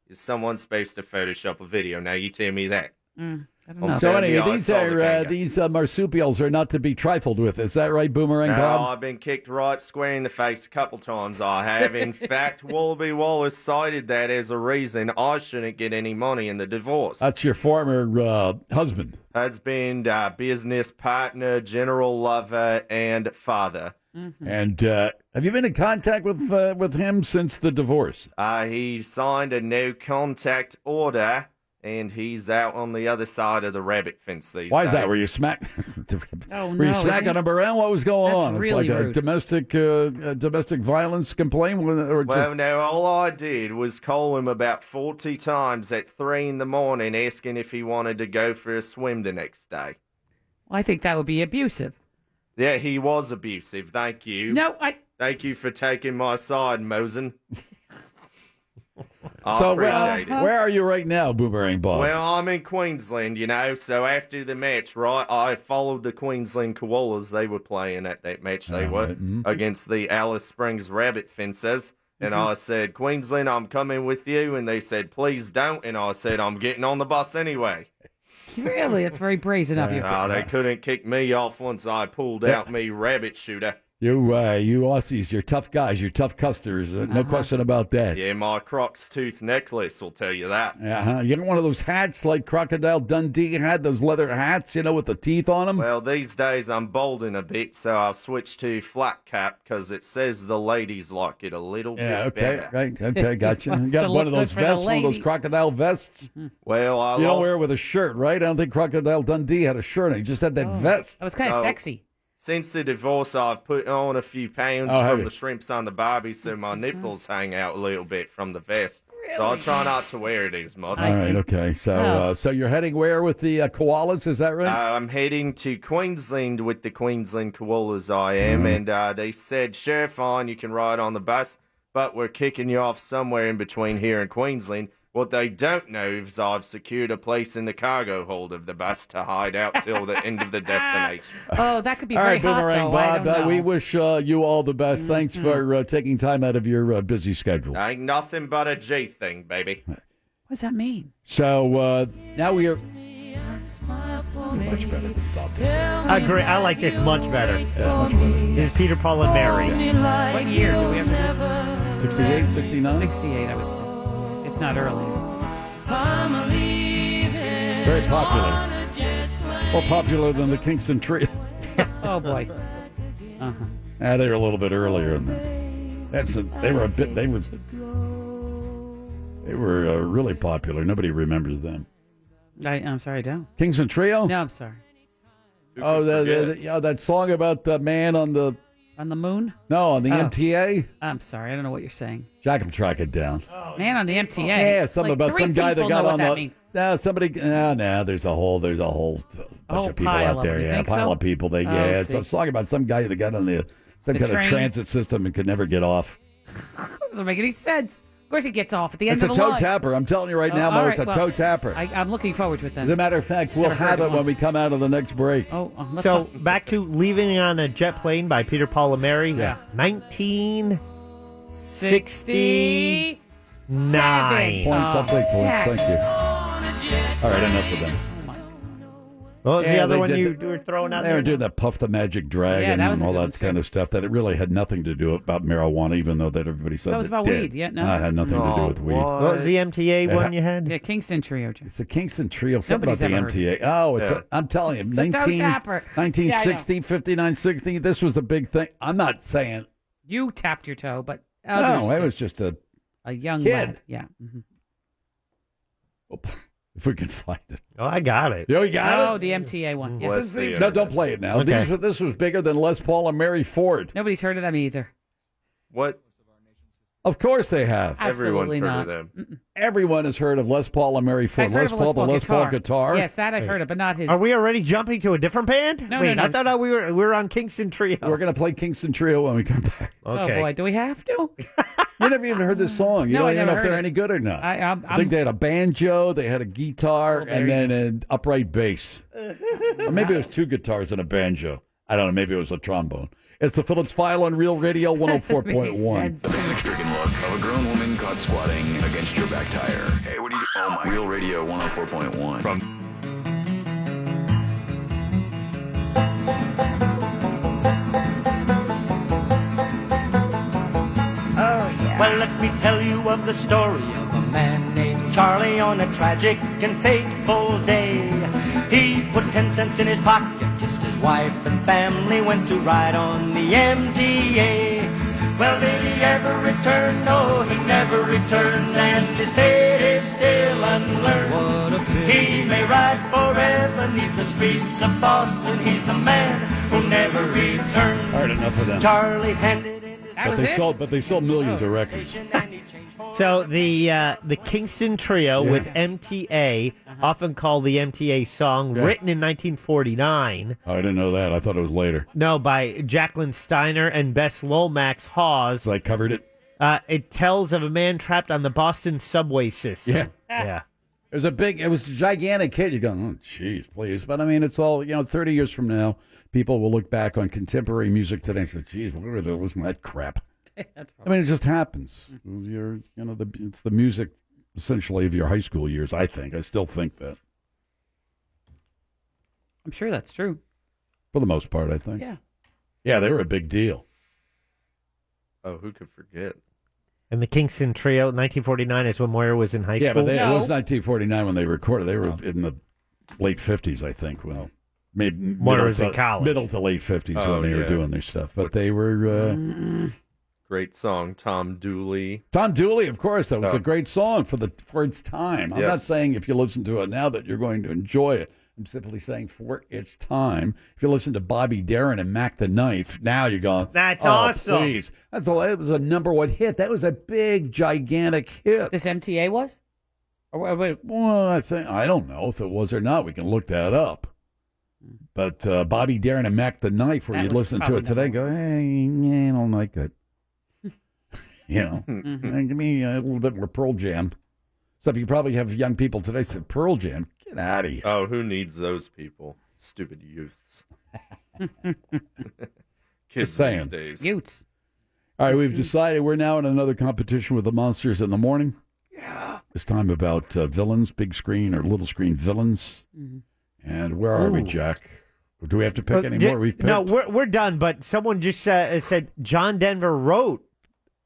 Speaker 11: is someone supposed to Photoshop a video? Now you tell me that.
Speaker 6: Mm, I don't
Speaker 11: I'm
Speaker 6: know.
Speaker 5: So
Speaker 11: telling
Speaker 5: anyway,
Speaker 11: you, I
Speaker 5: these
Speaker 11: saw the
Speaker 5: are uh, these uh, marsupials are not to be trifled with. Is that right, Boomerang
Speaker 11: Now,
Speaker 5: Bob?
Speaker 11: I've been kicked right square in the face a couple times. I have. In fact, Wallaby Wallace cited that as a reason I shouldn't get any money in the divorce.
Speaker 5: That's your former uh, husband.
Speaker 11: Husband, uh, business partner, general lover, and father.
Speaker 6: Mm-hmm.
Speaker 5: And uh, have you been in contact with uh, with him since the divorce?
Speaker 11: Uh, he signed a no contact order, and he's out on the other side of the rabbit fence these
Speaker 5: Why
Speaker 11: days.
Speaker 5: is that? Were you smack? the-
Speaker 6: Oh,
Speaker 5: were
Speaker 6: no,
Speaker 5: you
Speaker 6: is
Speaker 5: smacking
Speaker 6: he-
Speaker 5: him around? What was going
Speaker 6: That's
Speaker 5: on?
Speaker 6: really
Speaker 5: it's like a
Speaker 6: rude.
Speaker 5: domestic uh, uh, domestic violence complaint, or just,
Speaker 11: Well, no, all I did was call him about 40 times at 3 in the morning asking if he wanted to go for a swim the next day.
Speaker 6: Well, I think that would be abusive.
Speaker 11: Yeah, he was abusive. Thank you.
Speaker 6: No, I.
Speaker 11: Thank you for taking my side, Mosen. I
Speaker 5: so
Speaker 11: appreciate
Speaker 5: where,
Speaker 11: it.
Speaker 5: where are you right now, Boomerang Bob?
Speaker 11: Well, I'm in Queensland, you know, so after the match, right, I followed the Queensland Koalas. They were playing at that match, they were against the Alice Springs Rabbit Fencers. And
Speaker 1: Mhm.
Speaker 11: I said, Queensland, I'm coming with you. And they said, please don't. And I said, I'm getting on the bus anyway.
Speaker 6: Really? That's very brazen of you.
Speaker 11: Oh, they couldn't kick me off once I pulled out me rabbit shooter.
Speaker 5: you uh, you Aussies, you're tough guys, you're tough customers. Uh,
Speaker 11: Uh-huh.
Speaker 5: No question about that.
Speaker 11: Yeah, my croc's tooth necklace will tell you that.
Speaker 5: Uh-huh. You got one of those hats like Crocodile Dundee had, those leather hats, you know, with the teeth on them?
Speaker 11: Well, these days I'm balding a bit, so I'll switch to flat cap because it says the ladies like it a little
Speaker 5: yeah,
Speaker 11: bit
Speaker 5: okay,
Speaker 11: better.
Speaker 5: right, okay, gotcha.
Speaker 11: Wants
Speaker 5: You
Speaker 11: to
Speaker 5: got one
Speaker 11: look
Speaker 5: of
Speaker 11: good
Speaker 5: those
Speaker 11: for the
Speaker 5: vests, one of those
Speaker 11: ladies. Mm-hmm.
Speaker 5: crocodile vests?
Speaker 11: Well, I
Speaker 5: you don't
Speaker 11: lost.
Speaker 5: wear it with a shirt, right? I don't think Crocodile Dundee had a shirt on. He just had
Speaker 11: Oh,
Speaker 5: that vest.
Speaker 11: So, Since the divorce, I've put on a few pounds
Speaker 5: Oh, have
Speaker 11: from
Speaker 5: you?
Speaker 11: the shrimps on the barbie, so my nipples hang out a little bit from the vest. So I try not to wear it as much.
Speaker 5: All right, okay. So
Speaker 11: Oh.
Speaker 5: uh, so you're heading where with the uh, koalas, is that
Speaker 11: Uh,
Speaker 5: right?
Speaker 11: I'm heading to Queensland with the Queensland Koalas. I am,
Speaker 5: Mm.
Speaker 11: and uh, they said, "Sure, fine, you can ride on the bus, but we're kicking you off somewhere in between here and Queensland." What they don't know is I've secured a place in the cargo hold of the bus to hide out till the end of the destination.
Speaker 6: Oh, that could be
Speaker 5: all
Speaker 6: very
Speaker 5: right,
Speaker 6: hot,
Speaker 5: Boomerang
Speaker 6: though. I
Speaker 5: Bob,
Speaker 6: don't know. Mm-hmm.
Speaker 5: Uh, we wish uh, you all the best. Thanks for uh, taking time out of your uh, busy schedule.
Speaker 11: Ain't nothing but a G thing, baby.
Speaker 6: What does that mean?
Speaker 5: So uh, now we are.
Speaker 6: Much better.
Speaker 8: I agree. I like this much better. This is Peter, Paul, and Mary.
Speaker 6: What year do we have to
Speaker 5: 68, 69?
Speaker 6: 68, I would say. If not earlier.
Speaker 5: Very popular. More popular than the Kingston Trio.
Speaker 6: Oh, boy. Uh-huh.
Speaker 5: Ah, they were a little bit earlier in that. That's a, they were a bit. They were. They were uh, really popular. Nobody remembers them.
Speaker 6: I, I'm sorry, I don't.
Speaker 5: Kingston Trio.
Speaker 6: No, I'm sorry.
Speaker 5: Oh, the, the, the- yeah, that song about the man on the
Speaker 6: On the moon?
Speaker 5: no on the
Speaker 6: Oh.
Speaker 5: MTA.
Speaker 6: I'm sorry. I don't know what you're saying.
Speaker 5: Jack can track it down.
Speaker 6: Man on the MTA.
Speaker 5: yeah, something
Speaker 6: Like,
Speaker 5: about
Speaker 6: three
Speaker 5: some guy that
Speaker 6: people
Speaker 5: got
Speaker 6: know
Speaker 5: on
Speaker 6: what that
Speaker 5: the.
Speaker 6: means.
Speaker 5: Nah, somebody. No, nah, there's a whole. There's a whole bunch
Speaker 6: whole
Speaker 5: of people
Speaker 6: pile
Speaker 5: out
Speaker 6: of
Speaker 5: there.
Speaker 6: them, you
Speaker 5: yeah,
Speaker 6: think
Speaker 5: a pile
Speaker 6: so?
Speaker 5: of people. They
Speaker 6: Oh,
Speaker 5: yeah. It's,
Speaker 6: see.
Speaker 5: it's talking about some guy that got on the some
Speaker 6: The
Speaker 5: kind
Speaker 6: train.
Speaker 5: of transit system and could never get off.
Speaker 6: Doesn't make any sense. Of course, it gets off at the end
Speaker 5: It's a
Speaker 6: of the
Speaker 5: toe
Speaker 6: line.
Speaker 5: tapper. I'm telling you right now,
Speaker 6: Oh,
Speaker 5: Mo,
Speaker 6: all
Speaker 5: it's a
Speaker 6: right,
Speaker 5: toe
Speaker 6: well,
Speaker 5: tapper.
Speaker 6: I, I'm looking forward to it then.
Speaker 5: As a matter of fact, we'll
Speaker 6: Never heard
Speaker 5: have
Speaker 6: it
Speaker 5: it when
Speaker 6: once.
Speaker 5: we come out of the next break.
Speaker 6: Oh, uh, let's
Speaker 8: So
Speaker 6: not-
Speaker 8: back to Leaving on a Jet Plane by Peter Paul and Mary.
Speaker 6: Yeah.
Speaker 8: 1969.
Speaker 5: Point
Speaker 6: Oh,
Speaker 5: something, points. Thank you. All right, enough of that.
Speaker 6: Oh,
Speaker 8: What was the other
Speaker 5: they
Speaker 8: one
Speaker 5: did
Speaker 8: you
Speaker 5: the-
Speaker 8: were throwing out
Speaker 5: They
Speaker 8: there?
Speaker 5: were doing that Puff the Magic Dragon
Speaker 6: that was
Speaker 5: and
Speaker 6: a
Speaker 5: all
Speaker 6: good one,
Speaker 5: that kind of stuff that it really had nothing to do about marijuana, even though that everybody said
Speaker 6: That was
Speaker 5: it
Speaker 6: about
Speaker 5: did.
Speaker 6: weed, yeah, no.
Speaker 5: it had nothing to do with weed.
Speaker 8: What was the MTA
Speaker 5: It
Speaker 8: one
Speaker 5: ha-
Speaker 8: you had?
Speaker 6: Yeah, Kingston Trio. Jim.
Speaker 5: It's the Kingston Trio. Something
Speaker 6: Nobody's ever
Speaker 5: about
Speaker 6: heard
Speaker 5: the
Speaker 6: of
Speaker 5: MTA.
Speaker 6: it.
Speaker 5: Oh, it's
Speaker 6: Yeah.
Speaker 5: a, I'm telling you,
Speaker 6: It's a toe
Speaker 5: 19,
Speaker 6: tapper.
Speaker 5: 1960, 59, 60, This was the big thing. I'm not saying.
Speaker 6: You tapped your toe, but others
Speaker 5: No, I
Speaker 6: did.
Speaker 5: was just a.
Speaker 6: a young
Speaker 5: kid.
Speaker 6: lad. Yeah.
Speaker 5: If we can find it.
Speaker 8: Oh, I got it.
Speaker 5: Yeah, we got
Speaker 6: oh,
Speaker 5: it.
Speaker 6: the MTA one. Yeah.
Speaker 5: This is- no, don't play it now.
Speaker 8: Okay.
Speaker 5: These were- this was bigger than Les Paul and Mary Ford.
Speaker 6: Nobody's heard of them either.
Speaker 11: What?
Speaker 5: Of course they have.
Speaker 6: Absolutely Everyone's heard of not. them.
Speaker 5: Everyone has heard of Les Paul and Mary Ford.
Speaker 6: I've heard
Speaker 5: Les
Speaker 6: of a
Speaker 5: Paul, the Les Paul guitar. Oh,
Speaker 6: Yes, that I've heard of, but not his.
Speaker 8: Are we already jumping to a different band?
Speaker 6: No,
Speaker 8: Wait,
Speaker 6: no,
Speaker 8: I
Speaker 6: no.
Speaker 8: thought I- we were we were on Kingston Trio.
Speaker 5: We're going to play Kingston Trio when we come back.
Speaker 6: Oh boy, do we have to?
Speaker 5: You never even heard this song. You
Speaker 6: No,
Speaker 5: don't
Speaker 6: I
Speaker 5: even know
Speaker 6: never
Speaker 5: if they're
Speaker 6: heard it.
Speaker 5: any good or not.
Speaker 6: I- I'm-
Speaker 5: think they had a banjo, they had a guitar,
Speaker 6: Well, there
Speaker 5: and
Speaker 6: you
Speaker 5: then an upright bass. or maybe it was two guitars and a banjo. I don't know. Maybe it was a trombone. It's the Phillips File on Real Radio 104.1.
Speaker 9: The panic-stricken look of a grown woman caught squatting against your back tire. Hey, what are you? Oh my! Real Radio 104.1. From
Speaker 1: Oh, yeah. Well, let me tell you of the story of a man named Charlie on a tragic and fateful day. He put ten cents in his pocket just as wife and family went to ride on the MTA. Well, did he ever return? No, he never returned, and his fate is still unlearned. he may ride forever neath the streets of Boston. He's the man who never returned.
Speaker 5: All right, enough of that.
Speaker 1: Charlie handed in his
Speaker 5: But they sold, but they sold millions
Speaker 6: Oh.
Speaker 5: of records.
Speaker 8: So the uh, the Kingston Trio
Speaker 5: Yeah. Uh-huh.
Speaker 8: with MTA, often called the MTA song,
Speaker 5: Yeah.
Speaker 8: written in 1949.
Speaker 5: Oh, I didn't know that. I thought it was later.
Speaker 8: No, by Jacqueline Steiner and Bess Lomax Hawes.
Speaker 5: I covered it.
Speaker 8: Uh, it tells of a man trapped on the Boston subway system.
Speaker 5: Yeah.
Speaker 8: yeah.
Speaker 5: It was a big, it was a gigantic hit. You're going, oh, jeez, please. But I mean, it's all, you know, 30 years from now, people will look back on contemporary music today and say, geez, what were they listening to that crap? I mean, it just happens.
Speaker 8: Mm-hmm.
Speaker 5: You're, you know, the, it's the music essentially of your high school years, I think. I still think that
Speaker 6: I'm sure that's true.
Speaker 5: for the most part, I think.
Speaker 6: Yeah.
Speaker 5: Yeah, they were a big deal.
Speaker 11: Oh, who could forget?
Speaker 8: And the Kingston Trio, 1949, is when Moyer was in high
Speaker 5: yeah,
Speaker 8: school. Oh.
Speaker 5: but they, it was 1949 when they recorded. They were in the late 50s, I think. Well, maybe
Speaker 8: Moira
Speaker 5: middle
Speaker 8: was
Speaker 5: to,
Speaker 8: in college.
Speaker 5: Middle to late 50s
Speaker 11: Oh,
Speaker 5: when they
Speaker 11: yeah.
Speaker 5: were doing their stuff. But they were. Uh,
Speaker 11: Great song, Tom Dooley.
Speaker 5: Tom Dooley, of course, that was
Speaker 11: Oh.
Speaker 5: a great song for the for its time. I'm not
Speaker 11: Yes.
Speaker 5: saying if you listen to it now that you're going to enjoy it. I'm simply saying for its time. If you listen to Bobby Darin and Mac the Knife, now you're going.
Speaker 8: That's
Speaker 5: "Oh,
Speaker 8: awesome."
Speaker 5: Please, that's all. It was a number one hit. That was a big, gigantic hit.
Speaker 6: This MTA was. Or, wait,
Speaker 5: Oh, Well, I think I don't know if it was or not. We can look that up. But uh, Bobby Darin and Mac the Knife, where
Speaker 6: That
Speaker 5: you
Speaker 6: was
Speaker 5: listen to
Speaker 6: probably
Speaker 5: it today, and go, hey, yeah, I don't like that. you know,
Speaker 6: Mhm.
Speaker 5: give me a little bit more Pearl Jam. Except you probably have young people today say Pearl Jam. Get out of here.
Speaker 11: Oh, who needs those people? Stupid youths. Kids
Speaker 5: Just saying.
Speaker 11: these days.
Speaker 6: Utes.
Speaker 5: All right, we've decided we're now in another competition with the monsters in the morning. Yeah. This time about uh, villains, big screen or little screen villains.
Speaker 6: Mhm.
Speaker 5: And where are we,
Speaker 8: Ooh.
Speaker 5: Jack? Do we have to pick
Speaker 8: Uh,
Speaker 5: any
Speaker 8: ju-
Speaker 5: more? We've picked.
Speaker 8: no, we're we're done. But someone just uh, said John Denver wrote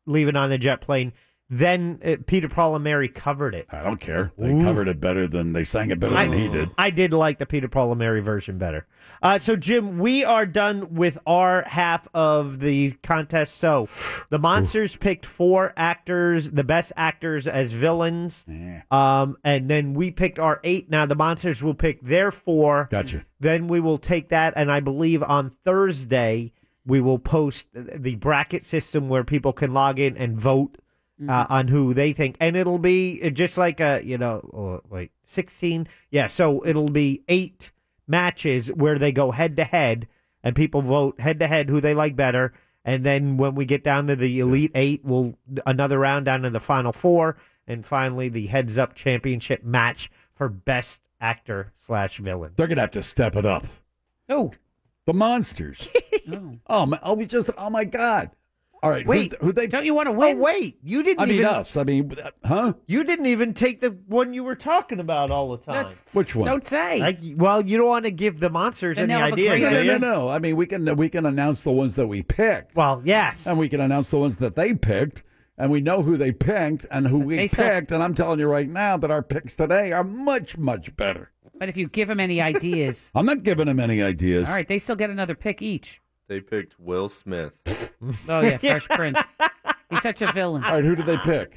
Speaker 8: "Leaving on the Jet Plane." Then uh, Peter Paul and Mary covered it.
Speaker 5: I don't care. They covered it better than they sang it better than he did.
Speaker 8: I did like the Peter Paul and Mary version better. Uh, so Jim, we are done with our half of the contest. So the monsters picked four actors, the best actors as villains, um, and then we picked our eight. Now the monsters will pick their four.
Speaker 5: Gotcha.
Speaker 8: Then we will take that, and I believe on Thursday we will post the bracket system where people can log in and vote uh, on who they think, and it'll uh, be uh, just like a you know, or wait, sixteen, yeah. So it'll be eight matches where they go head to head and people vote head to head who they like better. And then when we get down to the elite eight, we'll another round down to the final four, and finally the heads up championship match for best actor slash villain.
Speaker 5: They're gonna have to step it up.
Speaker 6: No,
Speaker 5: the monsters. oh man! Oh, we just. Oh my God! All right. who
Speaker 8: Wait,
Speaker 5: th- who, they?
Speaker 6: Don't you want to
Speaker 8: win? Oh, wait, you didn't.
Speaker 5: I mean
Speaker 8: even,
Speaker 5: us. I mean, uh, huh?
Speaker 8: You didn't even take the one you were talking about all the time.
Speaker 5: That's- Which one? don't say.
Speaker 8: Like, well, you don't want to give the monsters any ideas.
Speaker 5: No,
Speaker 8: do
Speaker 5: no,
Speaker 8: you?
Speaker 5: no, no. I mean, we can we can announce the ones that we picked.
Speaker 8: Well, yes,
Speaker 5: and we can announce the ones that they picked, and we know who they picked and who we
Speaker 6: they
Speaker 5: picked.
Speaker 6: still-
Speaker 5: And I'm telling you right now that our picks today are much much better.
Speaker 6: But if you give them any ideas,
Speaker 5: I'm not giving them any ideas.
Speaker 6: all right, they still get another pick each.
Speaker 11: They picked Will Smith.
Speaker 6: Oh yeah, Fresh Prince. He's such a villain.
Speaker 5: All right, who did they pick?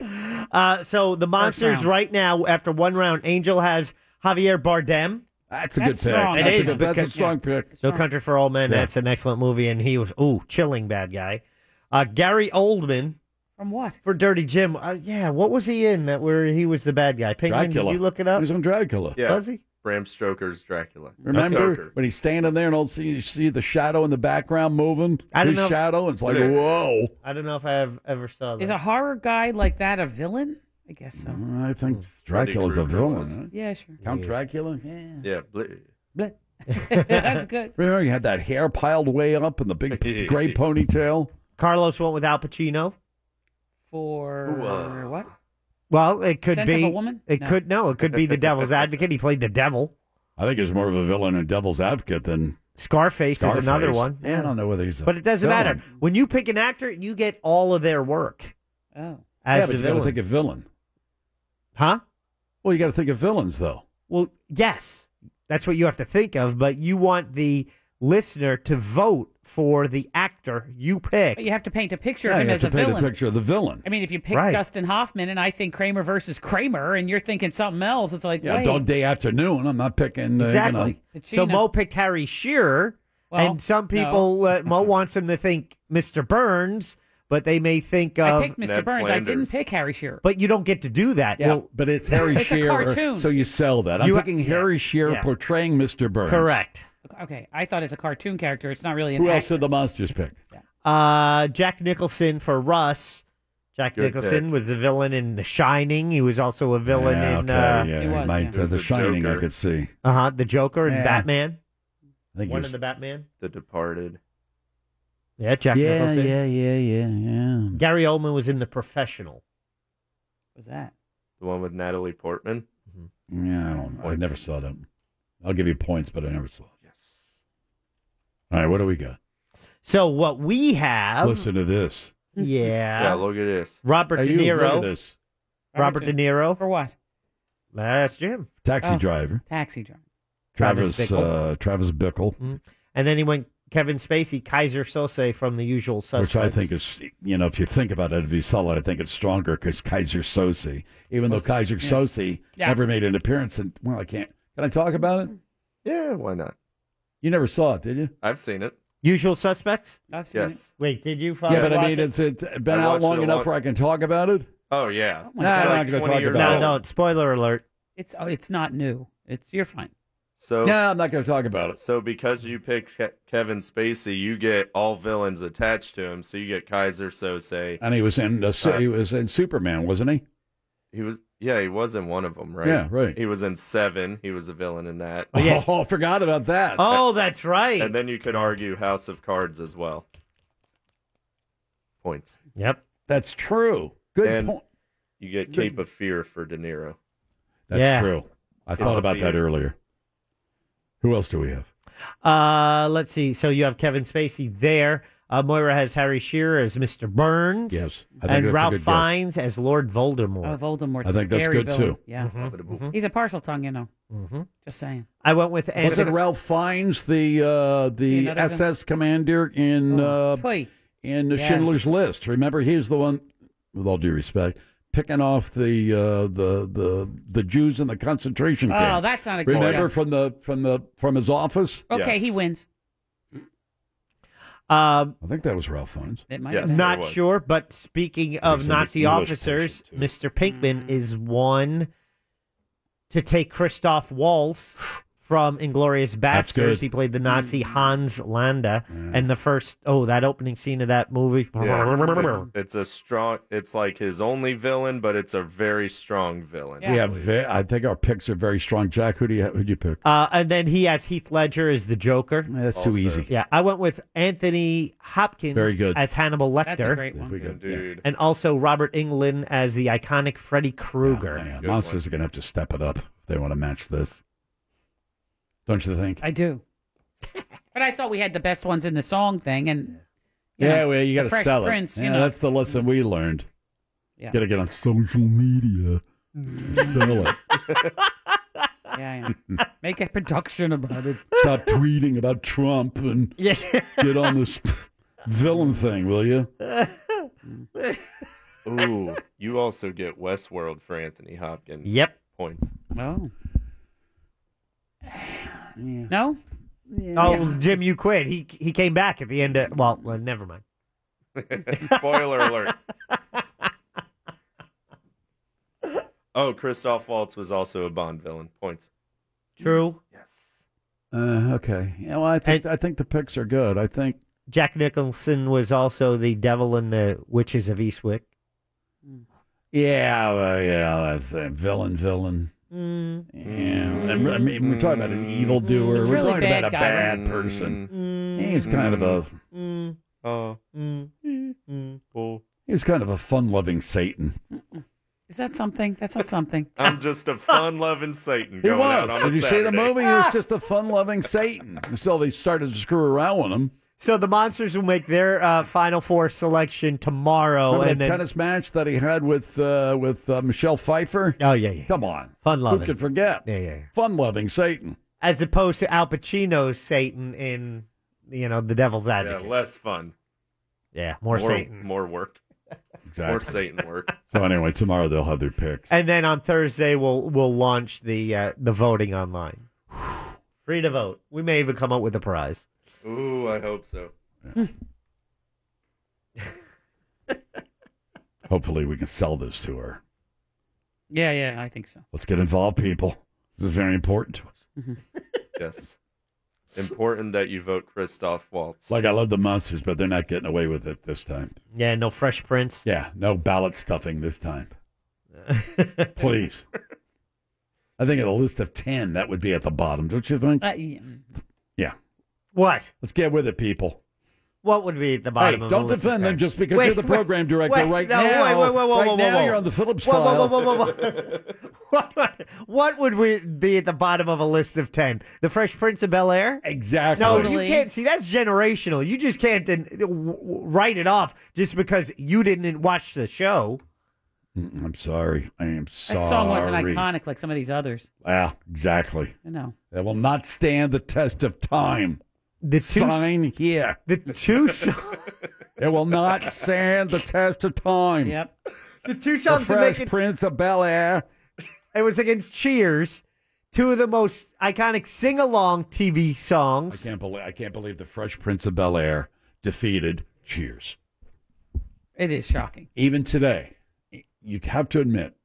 Speaker 8: Uh, so the monsters
Speaker 6: round.
Speaker 8: right now, after one round, Angel has Javier Bardem.
Speaker 5: That's a good That's pick. strong.
Speaker 8: It
Speaker 5: That's a
Speaker 8: is,
Speaker 5: good- that's a
Speaker 8: because-
Speaker 5: strong pick.
Speaker 8: No Country for Old Men.
Speaker 5: Yeah.
Speaker 8: That's an excellent movie, and he was ooh chilling bad guy. Uh, Gary Oldman
Speaker 6: from what?
Speaker 8: For Dirty Jim. Uh, yeah, what was he in that where he was the bad guy? Penguin,
Speaker 5: Dracula.
Speaker 8: did you look it up?
Speaker 5: He was on Dracula.
Speaker 11: Yeah.
Speaker 8: Was he?
Speaker 11: Bram Stoker's Dracula.
Speaker 5: Remember
Speaker 11: Stoker.
Speaker 5: when he's standing there and all see you see the shadow in the background moving?
Speaker 8: I don't
Speaker 5: His
Speaker 8: know.
Speaker 5: shadow. It's like
Speaker 8: Yeah.
Speaker 5: whoa.
Speaker 8: I don't know if I have ever saw that.
Speaker 6: Is a horror guy like that a villain? I guess so.
Speaker 5: I think Dracula's a
Speaker 11: Freddy Krueger
Speaker 5: villain.
Speaker 11: was.
Speaker 5: huh?
Speaker 6: Yeah, sure.
Speaker 5: Count Dracula. Yeah.
Speaker 11: Yeah. bl-
Speaker 6: Bleh. That's good.
Speaker 5: Remember, he had that hair piled way up and the big gray ponytail.
Speaker 8: Carlos went with Al Pacino.
Speaker 6: For
Speaker 5: Uh.
Speaker 6: what?
Speaker 8: Well, it could
Speaker 6: Scent
Speaker 8: be
Speaker 6: of a Woman?
Speaker 8: It
Speaker 6: No.
Speaker 8: could no, it could be the Devil's Advocate. He played the devil.
Speaker 5: I think he's more of a villain in Devil's Advocate than
Speaker 8: Scarface, is another
Speaker 5: Scarface.
Speaker 8: one.
Speaker 5: I don't know whether he's. A
Speaker 8: But it doesn't
Speaker 5: villain.
Speaker 8: matter. When you pick an actor, you get all of their work.
Speaker 6: Oh.
Speaker 5: yeah,
Speaker 8: As
Speaker 5: but
Speaker 8: the
Speaker 5: you got to
Speaker 8: villain.
Speaker 5: think of villain.
Speaker 8: Huh?
Speaker 5: Well, you got to think of villains though.
Speaker 8: Well, yes. That's what you have to think of, but you want the listener to vote for the actor you pick.
Speaker 6: But you have to paint a picture
Speaker 5: yeah,
Speaker 6: of
Speaker 5: you
Speaker 6: him
Speaker 5: have
Speaker 6: as
Speaker 5: to
Speaker 6: a
Speaker 5: paint
Speaker 6: villain.
Speaker 5: a picture of the villain.
Speaker 6: I mean, if you pick
Speaker 5: Right.
Speaker 6: Dustin Hoffman and I think Kramer versus Kramer, and you're thinking something else, it's like,
Speaker 5: Yeah,
Speaker 6: wait,
Speaker 5: dog day afternoon. I'm not picking uh,
Speaker 8: Exactly.
Speaker 5: You know,
Speaker 8: So Mo picked Harry Shearer,
Speaker 6: Well,
Speaker 8: and some people uh, Mo wants them to think Mr. Burns, but they may think of
Speaker 6: I picked Mr. Burns. I didn't pick Harry Shearer.
Speaker 8: But you don't get to do that.
Speaker 5: Yeah,
Speaker 8: Well,
Speaker 5: but it's Harry
Speaker 6: It's a
Speaker 5: Shearer.
Speaker 6: cartoon.
Speaker 5: So you sell that. I'm
Speaker 8: You-
Speaker 5: picking Harry Shearer
Speaker 6: yeah.
Speaker 5: portraying Mr. Burns.
Speaker 6: Okay, I thought it's a cartoon character. It's not really an
Speaker 5: Who else
Speaker 6: actor.
Speaker 5: did the monsters pick?
Speaker 8: Uh, Jack Nicholson for Russ. Jack
Speaker 5: Good
Speaker 8: Nicholson was the villain in The Shining. He was also a villain
Speaker 5: Yeah,
Speaker 8: in
Speaker 5: okay,
Speaker 8: uh,
Speaker 5: yeah, my- uh, the Shining. I could see.
Speaker 8: uh-huh, The Joker and
Speaker 5: Yeah.
Speaker 8: Batman.
Speaker 5: I think he
Speaker 8: One
Speaker 5: was-
Speaker 8: of the Batman.
Speaker 11: The Departed.
Speaker 8: Yeah, Jack
Speaker 5: yeah,
Speaker 8: Nicholson.
Speaker 5: yeah, yeah, yeah, yeah.
Speaker 8: Gary Oldman was in The Professional.
Speaker 6: Was that?
Speaker 11: The one with Natalie Portman.
Speaker 5: Mm-hmm. Yeah, I don't know. I never saw that. I'll give you points, but I never saw it.
Speaker 11: Yes.
Speaker 5: All right, what do we got?
Speaker 8: So what we have?
Speaker 5: Listen to this.
Speaker 8: Um, Yeah.
Speaker 11: Yeah, look at this.
Speaker 8: Robert
Speaker 5: Hey,
Speaker 8: De
Speaker 5: you, look
Speaker 8: Niro.
Speaker 5: at this.
Speaker 8: Robert De Niro.
Speaker 6: For what?
Speaker 8: That's Jim.
Speaker 5: Taxi
Speaker 6: Oh.
Speaker 5: driver.
Speaker 6: Taxi driver.
Speaker 8: Travis
Speaker 5: Travis
Speaker 8: Bickle.
Speaker 5: Uh, Travis Bickle,
Speaker 8: Mm-hmm. And then he went Kevin Spacey, Kaiser Sose from The Usual Suspects.
Speaker 5: which I think is, you know, if you think about it, if you sell it, I think it's stronger because Kaiser Sosi, even though
Speaker 8: Well,
Speaker 5: Kaiser
Speaker 8: yeah.
Speaker 5: Sosi
Speaker 8: Yeah.
Speaker 5: never made an appearance, and well, I can't. Can I talk about it?
Speaker 11: Yeah, why not?
Speaker 5: You never saw it, did you?
Speaker 11: I've seen it.
Speaker 8: Usual Suspects.
Speaker 6: I've
Speaker 11: seen Yes.
Speaker 8: Wait, did you?
Speaker 5: yeah, but I
Speaker 8: watch it?
Speaker 5: mean, it's it been
Speaker 11: I
Speaker 5: out
Speaker 11: watched
Speaker 5: long
Speaker 11: it a
Speaker 5: enough
Speaker 11: lot.
Speaker 5: where I can talk about it.
Speaker 11: Oh yeah.
Speaker 5: my Nah, God. I'm
Speaker 11: It's
Speaker 5: not gonna
Speaker 11: 20
Speaker 5: talk
Speaker 11: years
Speaker 5: about
Speaker 8: No,
Speaker 5: it.
Speaker 11: old.
Speaker 8: no. Spoiler alert.
Speaker 6: It's oh, it's not new. It's you're fine.
Speaker 11: So
Speaker 5: yeah, I'm not going to talk about it.
Speaker 11: So because you picked Ke- Kevin Spacey, you get all villains attached to him. So you get Kaiser Sose.
Speaker 5: And he was in uh, Su- he was in Superman, wasn't he?
Speaker 11: He was yeah, he was in one of them, right?
Speaker 5: Yeah, right.
Speaker 11: He was in Seven. He was a villain in that.
Speaker 5: Oh, I forgot about that.
Speaker 8: Oh, that's right.
Speaker 11: And then you could argue House of Cards as well. Points.
Speaker 8: Yep,
Speaker 5: that's true. Good
Speaker 11: and
Speaker 5: point.
Speaker 11: You get
Speaker 5: Good-
Speaker 11: Cape of Fear for De Niro.
Speaker 5: That's
Speaker 8: Yeah.
Speaker 5: true. I
Speaker 11: Cape
Speaker 5: thought
Speaker 11: of
Speaker 5: about that
Speaker 11: Fear.
Speaker 5: earlier. Who else do we have?
Speaker 8: Uh, let's see. So you have Kevin Spacey there. Uh, Moira has Harry Shearer as Mr. Burns.
Speaker 5: Yes, I think
Speaker 8: And
Speaker 5: that's a
Speaker 8: Ralph
Speaker 5: good guess.
Speaker 8: Fiennes as Lord Voldemort.
Speaker 6: Oh, Voldemort's
Speaker 5: I
Speaker 6: a
Speaker 5: think that's
Speaker 6: scary
Speaker 5: good,
Speaker 6: villain.
Speaker 5: too.
Speaker 6: Yeah, he's a parcel tongue, you know. Mm-hmm. Just saying.
Speaker 8: I went with Anthony.
Speaker 5: Wasn't Ralph Fiennes the uh,
Speaker 6: See
Speaker 5: the
Speaker 6: another one?
Speaker 5: SS commander in uh,
Speaker 6: Pui.
Speaker 5: in
Speaker 6: Yes.
Speaker 5: Schindler's List? Remember, he's the one. With all due respect, picking off the uh, the the the Jews in the concentration
Speaker 6: Oh,
Speaker 5: camp.
Speaker 6: that's not a good
Speaker 5: Remember
Speaker 6: guess.
Speaker 5: from the from the from his office.
Speaker 6: Okay, he wins.
Speaker 8: Um,
Speaker 5: I think that was Ralph Fiennes.
Speaker 6: It might.
Speaker 8: I'm not sure, but speaking of
Speaker 5: He's an
Speaker 8: Nazi
Speaker 5: English
Speaker 8: officers, Mr. Pinkman is one to take Christoph Waltz from Inglorious Bastards.
Speaker 5: good.
Speaker 8: He played the Nazi Hans Landa, and the first oh that opening scene of that movie.
Speaker 11: Yeah, it's, it's a strong. It's like his only villain, but it's a very strong villain.
Speaker 5: We have. Ve- I think our picks are very strong. Jack, who do you who do you pick?
Speaker 8: Uh, and then he has Heath Ledger as the Joker.
Speaker 5: that's too Also. easy.
Speaker 8: Yeah, I went with Anthony Hopkins
Speaker 5: Very good.
Speaker 8: as Hannibal Lecter.
Speaker 5: That's a great one. Very good, yeah. Indeed.
Speaker 8: And also Robert Englund as the iconic Freddy Krueger.
Speaker 5: Yeah, Monsters are going to have to step it up if they want to match this. Don't you think?
Speaker 6: I do. But I thought we had the best ones in the song thing, and you
Speaker 5: Yeah,
Speaker 6: know,
Speaker 5: well, you
Speaker 6: the
Speaker 5: got to
Speaker 6: Fresh
Speaker 5: sell
Speaker 6: Prince,
Speaker 5: it.
Speaker 6: you
Speaker 5: yeah,
Speaker 6: know.
Speaker 5: that's the lesson we learned.
Speaker 6: Yeah.
Speaker 5: Got to get on social media, and sell it.
Speaker 6: yeah, yeah. Make a production about it.
Speaker 5: Stop tweeting about Trump and
Speaker 6: Yeah.
Speaker 5: get on this villain thing, will you?
Speaker 11: Ooh, you also get Westworld for Anthony Hopkins.
Speaker 8: Yep.
Speaker 11: Points.
Speaker 6: Oh. No.
Speaker 8: Oh, Jim, you quit. He he came back at the end of well, well, never mind.
Speaker 11: Spoiler alert. Oh, Christoph Waltz was also a Bond villain. Points.
Speaker 8: True.
Speaker 5: Uh, okay. Yeah, well, I think I think the picks are good. I think
Speaker 8: Jack Nicholson was also the devil in the Witches of Eastwick.
Speaker 5: Yeah, well, yeah, that's a villain, villain.
Speaker 8: Mm.
Speaker 5: Yeah, and I mean, we're talking about
Speaker 6: Mm.
Speaker 5: an evildoer.
Speaker 8: It's
Speaker 5: we're
Speaker 8: really
Speaker 5: talking about
Speaker 8: bad
Speaker 5: a
Speaker 8: guy,
Speaker 5: bad
Speaker 8: right?
Speaker 5: person.
Speaker 8: Mm.
Speaker 5: He was kind of a
Speaker 8: Mm.
Speaker 11: Oh.
Speaker 8: Mm. Mm.
Speaker 11: Oh.
Speaker 5: he was kind of a fun-loving Satan.
Speaker 6: Is that something? That's not something. Uh,
Speaker 11: I'm just a fun-loving Satan
Speaker 5: He
Speaker 11: going out
Speaker 5: was.
Speaker 11: on a
Speaker 5: Did you see the
Speaker 11: Saturday.
Speaker 5: movie? He was just a fun-loving Satan. So they started to screw around with him.
Speaker 8: So the monsters will make their uh, final four selection tomorrow,
Speaker 5: Remember
Speaker 8: and
Speaker 5: that
Speaker 8: then
Speaker 5: tennis match that he had with uh, with uh, Michelle Pfeiffer.
Speaker 8: Oh yeah, yeah.
Speaker 5: Come on,
Speaker 8: Fun-loving.
Speaker 5: Who could forget?
Speaker 8: Yeah, yeah.
Speaker 5: Fun-loving Satan.
Speaker 8: as opposed to Al Pacino's Satan in you know the Devil's
Speaker 11: Yeah,
Speaker 8: Advocate.
Speaker 11: less fun.
Speaker 8: Yeah, more Satan.
Speaker 11: More work. More
Speaker 5: Exactly.
Speaker 11: Satan work.
Speaker 5: So anyway, tomorrow they'll have their pick.
Speaker 8: And then on Thursday we'll we'll launch the uh, the voting online. Free to vote. We may even come up with a prize.
Speaker 11: Ooh, I hope so.
Speaker 5: Hopefully, we can sell this to her.
Speaker 6: Yeah, yeah, I think so. Mm-hmm.
Speaker 5: Let's get involved, people. This is very important to us.
Speaker 11: Yes. Important that you vote Christoph Waltz.
Speaker 5: Like I love the monsters, but they're not getting away with it this time.
Speaker 8: Yeah, no Fresh Prince.
Speaker 5: Yeah, no ballot stuffing this time. Please. I think at a list of ten, that would be at the bottom, don't you think?
Speaker 6: Uh, yeah.
Speaker 5: Yeah.
Speaker 8: What?
Speaker 5: Let's get with it, people.
Speaker 8: What would be at the bottom
Speaker 5: Hey,
Speaker 8: of
Speaker 5: don't
Speaker 8: the list
Speaker 5: defend
Speaker 8: of
Speaker 5: them
Speaker 8: ten?
Speaker 5: just because you're the program director
Speaker 8: wait,
Speaker 5: right
Speaker 8: no,
Speaker 5: now.
Speaker 8: Wait, wait, wait, wait,
Speaker 5: right
Speaker 8: whoa,
Speaker 5: now
Speaker 8: whoa.
Speaker 5: you're on the Phillips
Speaker 8: whoa, Whoa,
Speaker 5: file.
Speaker 8: whoa, whoa, whoa, whoa. what, would, what would we be at the bottom of a list of 10? The Fresh Prince of Bel Air?
Speaker 5: Exactly.
Speaker 8: No,
Speaker 5: Totally.
Speaker 8: you can't. See, that's generational. You just can't uh, w- w- write it off just because you didn't watch the show.
Speaker 5: Mm, I'm sorry. I am sorry.
Speaker 6: That song wasn't iconic like some of these others.
Speaker 5: Yeah, exactly.
Speaker 6: I know.
Speaker 5: That will not stand the test of time.
Speaker 8: The
Speaker 5: sign here.
Speaker 8: The two songs.
Speaker 5: it will not stand the test of time.
Speaker 6: Yep.
Speaker 8: The two songs
Speaker 5: the
Speaker 8: that
Speaker 5: Fresh
Speaker 8: make it-
Speaker 5: Prince of Bel Air.
Speaker 8: It was against Cheers, two of the most iconic sing along TV
Speaker 5: I
Speaker 8: songs.
Speaker 5: can't believe I can't believe the Fresh Prince of Bel Air defeated Cheers.
Speaker 6: It is shocking.
Speaker 5: Even today, you have to admit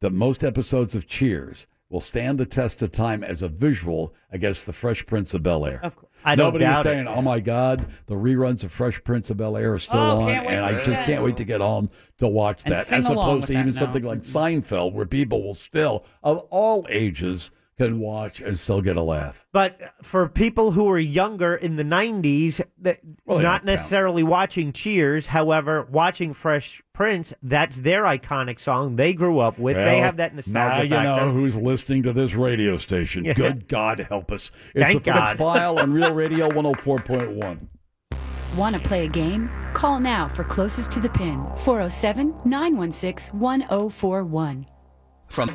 Speaker 5: that most episodes of Cheers will stand the test of time as a visual against the Fresh Prince of Bel Air. Of
Speaker 6: course,
Speaker 8: I don't
Speaker 5: Nobody's
Speaker 8: doubt it,
Speaker 5: saying, "Oh my God, the reruns of Fresh Prince of Bel Air are still
Speaker 8: Oh,
Speaker 5: on,"
Speaker 8: can't wait to
Speaker 5: and I
Speaker 8: see
Speaker 5: just
Speaker 8: that.
Speaker 5: can't wait to get home to watch
Speaker 6: And
Speaker 5: that.
Speaker 6: sing
Speaker 5: As
Speaker 6: along
Speaker 5: opposed
Speaker 6: with
Speaker 5: to
Speaker 6: that
Speaker 5: even
Speaker 6: now.
Speaker 5: something like Seinfeld, where people will still, of all ages, can watch and still get a laugh.
Speaker 8: But for people who were younger in the 90s, that
Speaker 5: they
Speaker 8: not
Speaker 5: don't count.
Speaker 8: necessarily watching Cheers, however, watching Fresh Prince, that's their iconic song they grew up with. they
Speaker 5: Well,
Speaker 8: have that nostalgia
Speaker 5: Now you
Speaker 8: factor.
Speaker 5: know who's listening to this radio station.
Speaker 8: Yeah.
Speaker 5: Good God help us. It's
Speaker 8: Thank
Speaker 5: the
Speaker 8: God.
Speaker 5: Phillips File on Real Radio 104.1.
Speaker 24: Want to play a game? Call now for closest to the pin 407 916 1041.
Speaker 12: From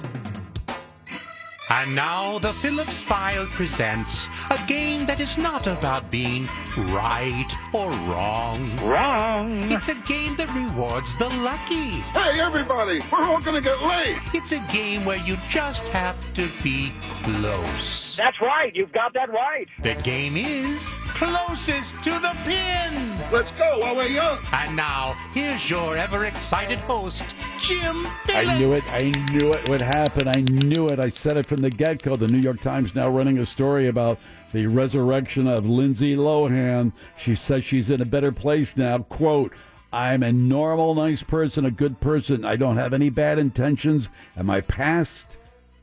Speaker 12: And now the Phillips File presents a game that is not about being right or wrong. Wrong. It's a game that rewards the lucky. Hey everybody, we're all gonna get late. It's a game where you just have to be close. That's right, you've got that right. The game is closest to the pin. Let's go while we're young. And now, here's your ever excited host, Jim Phillips.
Speaker 5: I knew it. I knew it would happen. I knew it. I said it from the get go. The New York Times now running a story about the resurrection of Lindsay Lohan. She says she's in a better place now. Quote, I'm a normal, nice person, a good person. I don't have any bad intentions, and my past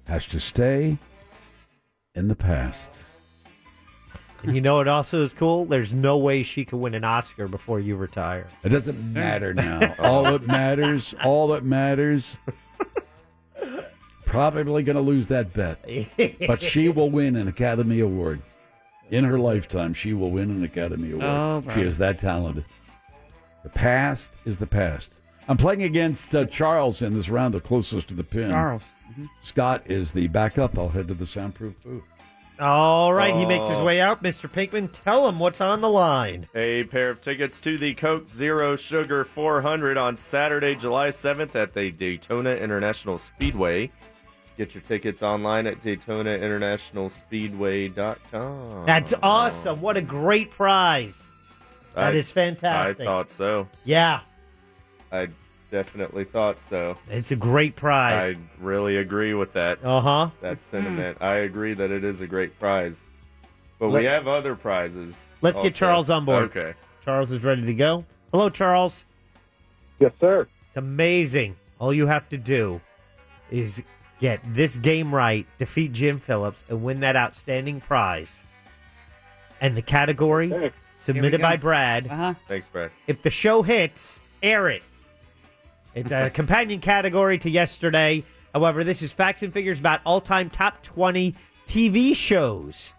Speaker 5: has to stay in the past.
Speaker 8: And you know what also is cool? There's no way she could win an Oscar before you retire.
Speaker 5: It doesn't matter now. all that matters, all that matters. Probably going to lose that bet, but she will win an Academy Award in her lifetime. She will win an Academy Award.
Speaker 2: Oh, right.
Speaker 5: She is that talented. The past is the past. I'm playing against uh, Charles in this round, the closest to the pin.
Speaker 6: Charles.
Speaker 2: Mm-hmm.
Speaker 5: Scott is the backup. I'll head to the soundproof booth.
Speaker 8: All right, he makes his
Speaker 11: Oh.
Speaker 8: way out. Mr. Pinkman, tell him what's on the line.
Speaker 11: A pair of tickets to the Coke Zero Sugar 400 on Saturday, July 7th at the Daytona International Speedway. Get your tickets online at DaytonaInternationalSpeedway.com.
Speaker 8: That's awesome. What a great prize.
Speaker 11: Oh. I-
Speaker 8: That is fantastic.
Speaker 11: I thought so.
Speaker 8: Yeah.
Speaker 11: I definitely thought so.
Speaker 8: It's a great prize.
Speaker 11: I really agree with that.
Speaker 8: Uh huh.
Speaker 11: That sentiment. I agree that it is a great prize. But we
Speaker 8: Let-
Speaker 11: have other prizes.
Speaker 8: Let's
Speaker 11: also.
Speaker 8: get Charles on board.
Speaker 11: Okay.
Speaker 8: Charles is ready to go. Hello, Charles.
Speaker 13: Yes, sir.
Speaker 8: It's amazing. All you have to do is get this game right, defeat Jim Phillips, and win that outstanding prize. And the category submitted
Speaker 11: go.
Speaker 8: by Brad. Uh-huh.
Speaker 11: Thanks, Brad.
Speaker 8: If the show hits, air it. It's a companion category to yesterday. However, this is facts and figures about all time top 20 TV shows.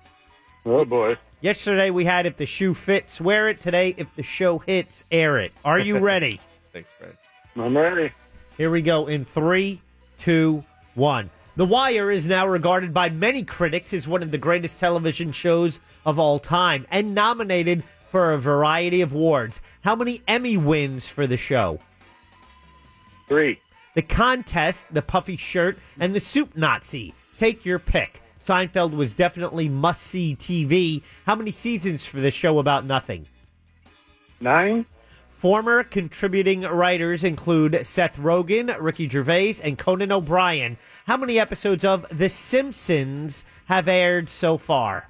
Speaker 13: Oh, boy.
Speaker 8: Yesterday we had If the Shoe Fits, Wear It. Today, If the Show Hits, Air It. Are you ready?
Speaker 11: Thanks, Brad.
Speaker 13: I'm ready.
Speaker 8: Here we go in three, two, one. The Wire is now regarded by many critics as one of the greatest television shows of all time and nominated for a variety of awards. How many Emmy wins for the show?
Speaker 13: Three.
Speaker 8: The Contest, The Puffy Shirt, and The Soup Nazi. Take your pick. Seinfeld was definitely must see TV. How many seasons for the show about nothing?
Speaker 13: Nine.
Speaker 8: Former contributing writers include Seth Rogen, Ricky Gervais, and Conan O'Brien. How many episodes of The Simpsons have aired so far?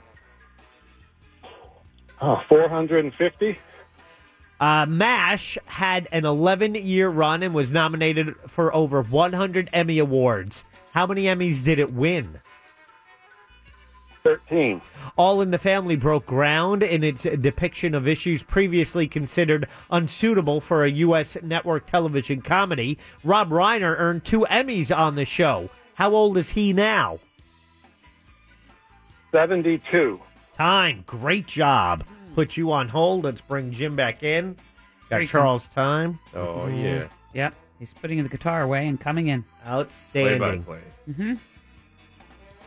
Speaker 13: Oh, 450.
Speaker 8: Uh, MASH had an 11 year run and was nominated for over 100 Emmy Awards. How many Emmys did it win?
Speaker 13: 13.
Speaker 8: All in the Family broke ground in its depiction of issues previously considered unsuitable for a U.S. network television comedy. Rob Reiner earned two Emmys on the show. How old is he now?
Speaker 13: 72.
Speaker 8: Time. Great job. Put you on hold. Let's bring Jim back in. Got
Speaker 6: Great.
Speaker 8: Charles' time.
Speaker 11: Oh,
Speaker 6: yeah. Yep. He's putting the guitar away and coming in.
Speaker 8: Outstanding.
Speaker 6: Mm-hmm.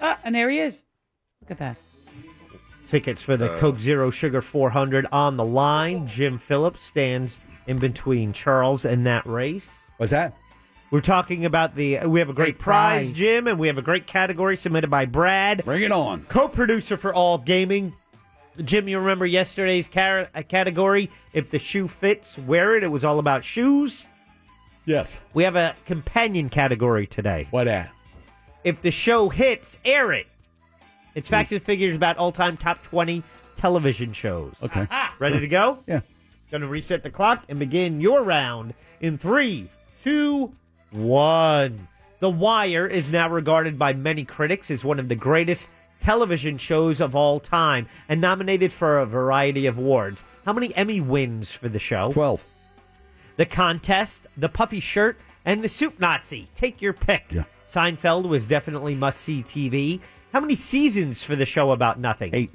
Speaker 6: Ah, and there he is. Look at that.
Speaker 8: Tickets for the
Speaker 6: Uh,
Speaker 8: Coke Zero Sugar 400 on the line. Jim Phillips stands in between Charles and that race.
Speaker 5: What's that?
Speaker 8: We're talking about the. uh, We have a great, prize,
Speaker 6: prize.
Speaker 8: Jim, and we have a great category submitted by Brad.
Speaker 5: Bring it on.
Speaker 8: Co producer for All Gaming. Jim, you remember yesterday's car- uh, category? If the shoe fits, wear it. It was all about shoes.
Speaker 5: Yes.
Speaker 8: We have a companion category today.
Speaker 5: What at?
Speaker 8: If the show hits, air it. It's facts and figures about all time top 20 television shows.
Speaker 5: Okay. Aha.
Speaker 8: Ready to go?
Speaker 5: Yeah.
Speaker 8: Going to reset the clock and begin your round in three, two, one. The Wire is now regarded by many critics as one of the greatest television shows of all time and nominated for a variety of awards. How many Emmy wins for the show?
Speaker 5: 12.
Speaker 8: The Contest, The Puffy Shirt, and The Soup Nazi. Take your pick. Seinfeld was definitely must see TV. How many seasons for the show about nothing?
Speaker 5: Eight.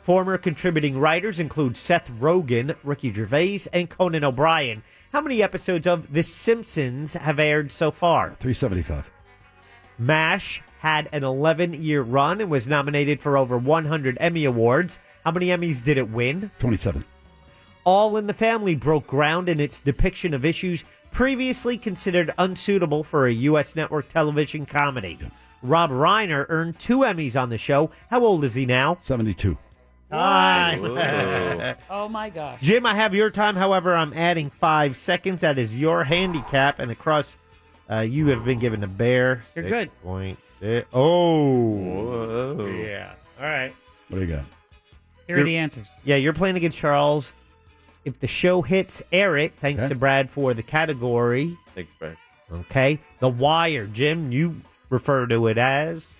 Speaker 8: Former contributing writers include Seth Rogen, Ricky Gervais, and Conan O'Brien. How many episodes of The Simpsons have aired so far?
Speaker 5: 375.
Speaker 8: MASH had an 11 year run and was nominated for over 100 Emmy Awards. How many Emmys did it win?
Speaker 5: 27.
Speaker 8: All in the Family broke ground in its depiction of issues previously considered unsuitable for a U.S. network television comedy. Rob Reiner earned two Emmys on the show. How old is he now?
Speaker 5: 72.
Speaker 8: Time.
Speaker 6: oh my gosh.
Speaker 8: Jim, I have your time. However, I'm adding five seconds. That is your handicap. And across, uh, you have been given a bear.
Speaker 6: You're good.
Speaker 8: Point six. Oh.
Speaker 6: Yeah.
Speaker 8: Uh, All right.
Speaker 5: What do you got?
Speaker 6: Here are the answers.
Speaker 8: Yeah, you're playing against Charles. If the show hits, air it. Thanks
Speaker 11: Okay.
Speaker 8: to Brad for the category.
Speaker 11: Thanks, Brad.
Speaker 8: Okay. The Wire, Jim, you refer to it as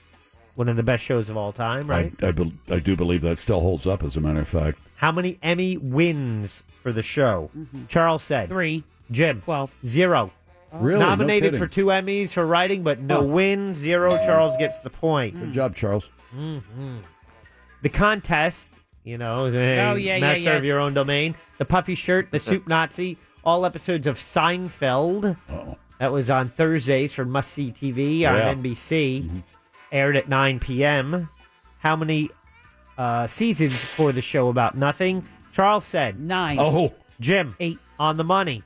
Speaker 8: one of the best shows of all time, right?
Speaker 5: I, I, bel I do believe that still holds up, as a matter of fact.
Speaker 8: How many Emmy wins for the show? Charles said
Speaker 6: Mm-hmm. three.
Speaker 8: Jim
Speaker 6: twelve
Speaker 8: zero.
Speaker 5: Oh. Really? No
Speaker 8: Nominated
Speaker 5: kidding.
Speaker 8: for two Emmys for writing, but no win. Zero. Charles gets the point.
Speaker 5: Good job, Charles.
Speaker 8: hmm The contest, you know, the
Speaker 6: Oh, yeah, yeah,
Speaker 8: master
Speaker 6: yeah.
Speaker 8: of your own domain. The puffy shirt, the soup Nazi, all episodes of Seinfeld.
Speaker 5: Oh,
Speaker 8: That was on Thursdays for Must See TV
Speaker 2: Yeah.
Speaker 8: on NBC.
Speaker 5: Mm-hmm.
Speaker 8: Aired at 9 p.m. How many uh, seasons for the show about nothing? Charles said
Speaker 6: nine.
Speaker 5: Oh.
Speaker 8: Jim eight on the money.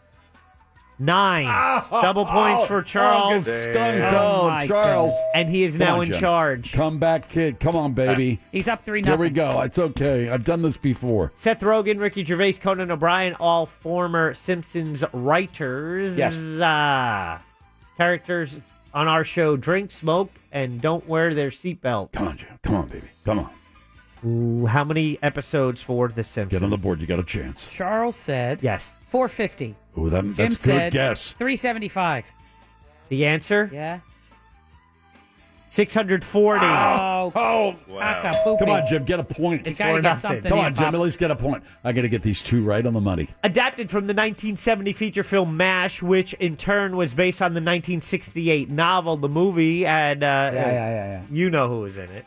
Speaker 8: Nine double points for
Speaker 5: Oh,
Speaker 8: Charles.
Speaker 5: get skunked. Oh, my Charles. God.
Speaker 8: and he is
Speaker 5: Come
Speaker 8: now
Speaker 5: on,
Speaker 8: in
Speaker 5: Jim.
Speaker 8: charge.
Speaker 5: Come back, kid. Come on, baby.
Speaker 6: He's up three
Speaker 5: Here
Speaker 8: nothing.
Speaker 5: we go. It's okay. I've done this before.
Speaker 8: Seth Rogen, Ricky Gervais, Conan O'Brien, all former Simpsons writers.
Speaker 5: Yes.
Speaker 8: Uh, characters on our show drink, smoke, and don't wear their seatbelts. Come on,
Speaker 5: Jim. Come on, baby. Come
Speaker 8: on. how many episodes for The Simpsons? Get on the board.
Speaker 5: You got a chance.
Speaker 6: Charles said
Speaker 8: Yes.
Speaker 6: 450.
Speaker 5: Ooh, that, that's
Speaker 6: Jim
Speaker 5: good
Speaker 6: said
Speaker 5: guess.
Speaker 6: 375.
Speaker 8: The answer?
Speaker 6: Yeah.
Speaker 8: 640.
Speaker 6: Oh,
Speaker 5: oh,
Speaker 6: wow.
Speaker 5: Come on, Jim. Get a point.
Speaker 6: You gotta Or get nothing. something
Speaker 5: Come
Speaker 6: in,
Speaker 5: on, Jim.
Speaker 6: Pop.
Speaker 5: At least get a point. I got to get these two right on the money.
Speaker 8: Adapted from the 1970 feature film MASH, which in turn was based on the 1968 novel. The movie and uh,
Speaker 2: yeah, yeah, yeah.
Speaker 8: you know who was in it.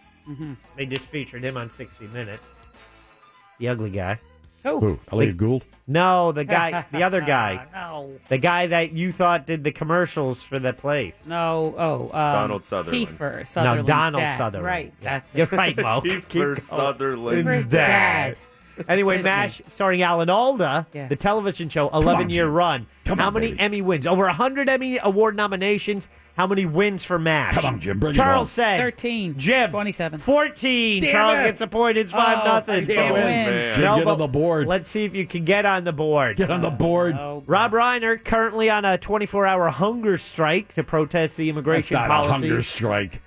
Speaker 8: They just featured him on 60 Minutes. The ugly guy.
Speaker 6: Oh,
Speaker 5: Who? Elliot Gould?
Speaker 8: No, the guy, the other guy,
Speaker 6: No.
Speaker 8: the guy that you thought did the commercials for the place.
Speaker 6: No. Oh, um,
Speaker 8: Donald Sutherland.
Speaker 6: Kiefer
Speaker 8: No,
Speaker 6: Sutherland's
Speaker 8: Donald
Speaker 6: dad.
Speaker 8: Sutherland.
Speaker 6: Right. That's
Speaker 8: You're right, Mo.
Speaker 11: Kiefer
Speaker 8: Keep going.
Speaker 11: Sutherland's
Speaker 8: It's
Speaker 11: dad.
Speaker 8: Anyway,
Speaker 11: That's his
Speaker 8: MASH, starring Alan Alda, the television show,
Speaker 11: on,
Speaker 8: 11 year
Speaker 11: Jim.
Speaker 8: run. How many Emmy wins? Over 100 Emmy Award nominations. How many wins for MASH? Come on,
Speaker 5: Jim.
Speaker 6: it
Speaker 8: Charles
Speaker 6: on.
Speaker 8: said
Speaker 6: 13.
Speaker 8: Jim.
Speaker 6: 27.
Speaker 8: 14.
Speaker 6: Damn
Speaker 8: Charles
Speaker 6: it.
Speaker 8: gets a point. It's 5
Speaker 6: Oh,
Speaker 8: nothing.
Speaker 6: I can't win. Man.
Speaker 5: Jim, get
Speaker 8: but
Speaker 5: on the board.
Speaker 8: Let's see if you can get on the board.
Speaker 5: Get on the board.
Speaker 6: Oh,
Speaker 8: Rob Reiner currently on a 24 hour hunger strike to protest the
Speaker 5: That's
Speaker 8: immigration
Speaker 5: not a
Speaker 8: policy.
Speaker 5: hunger strike.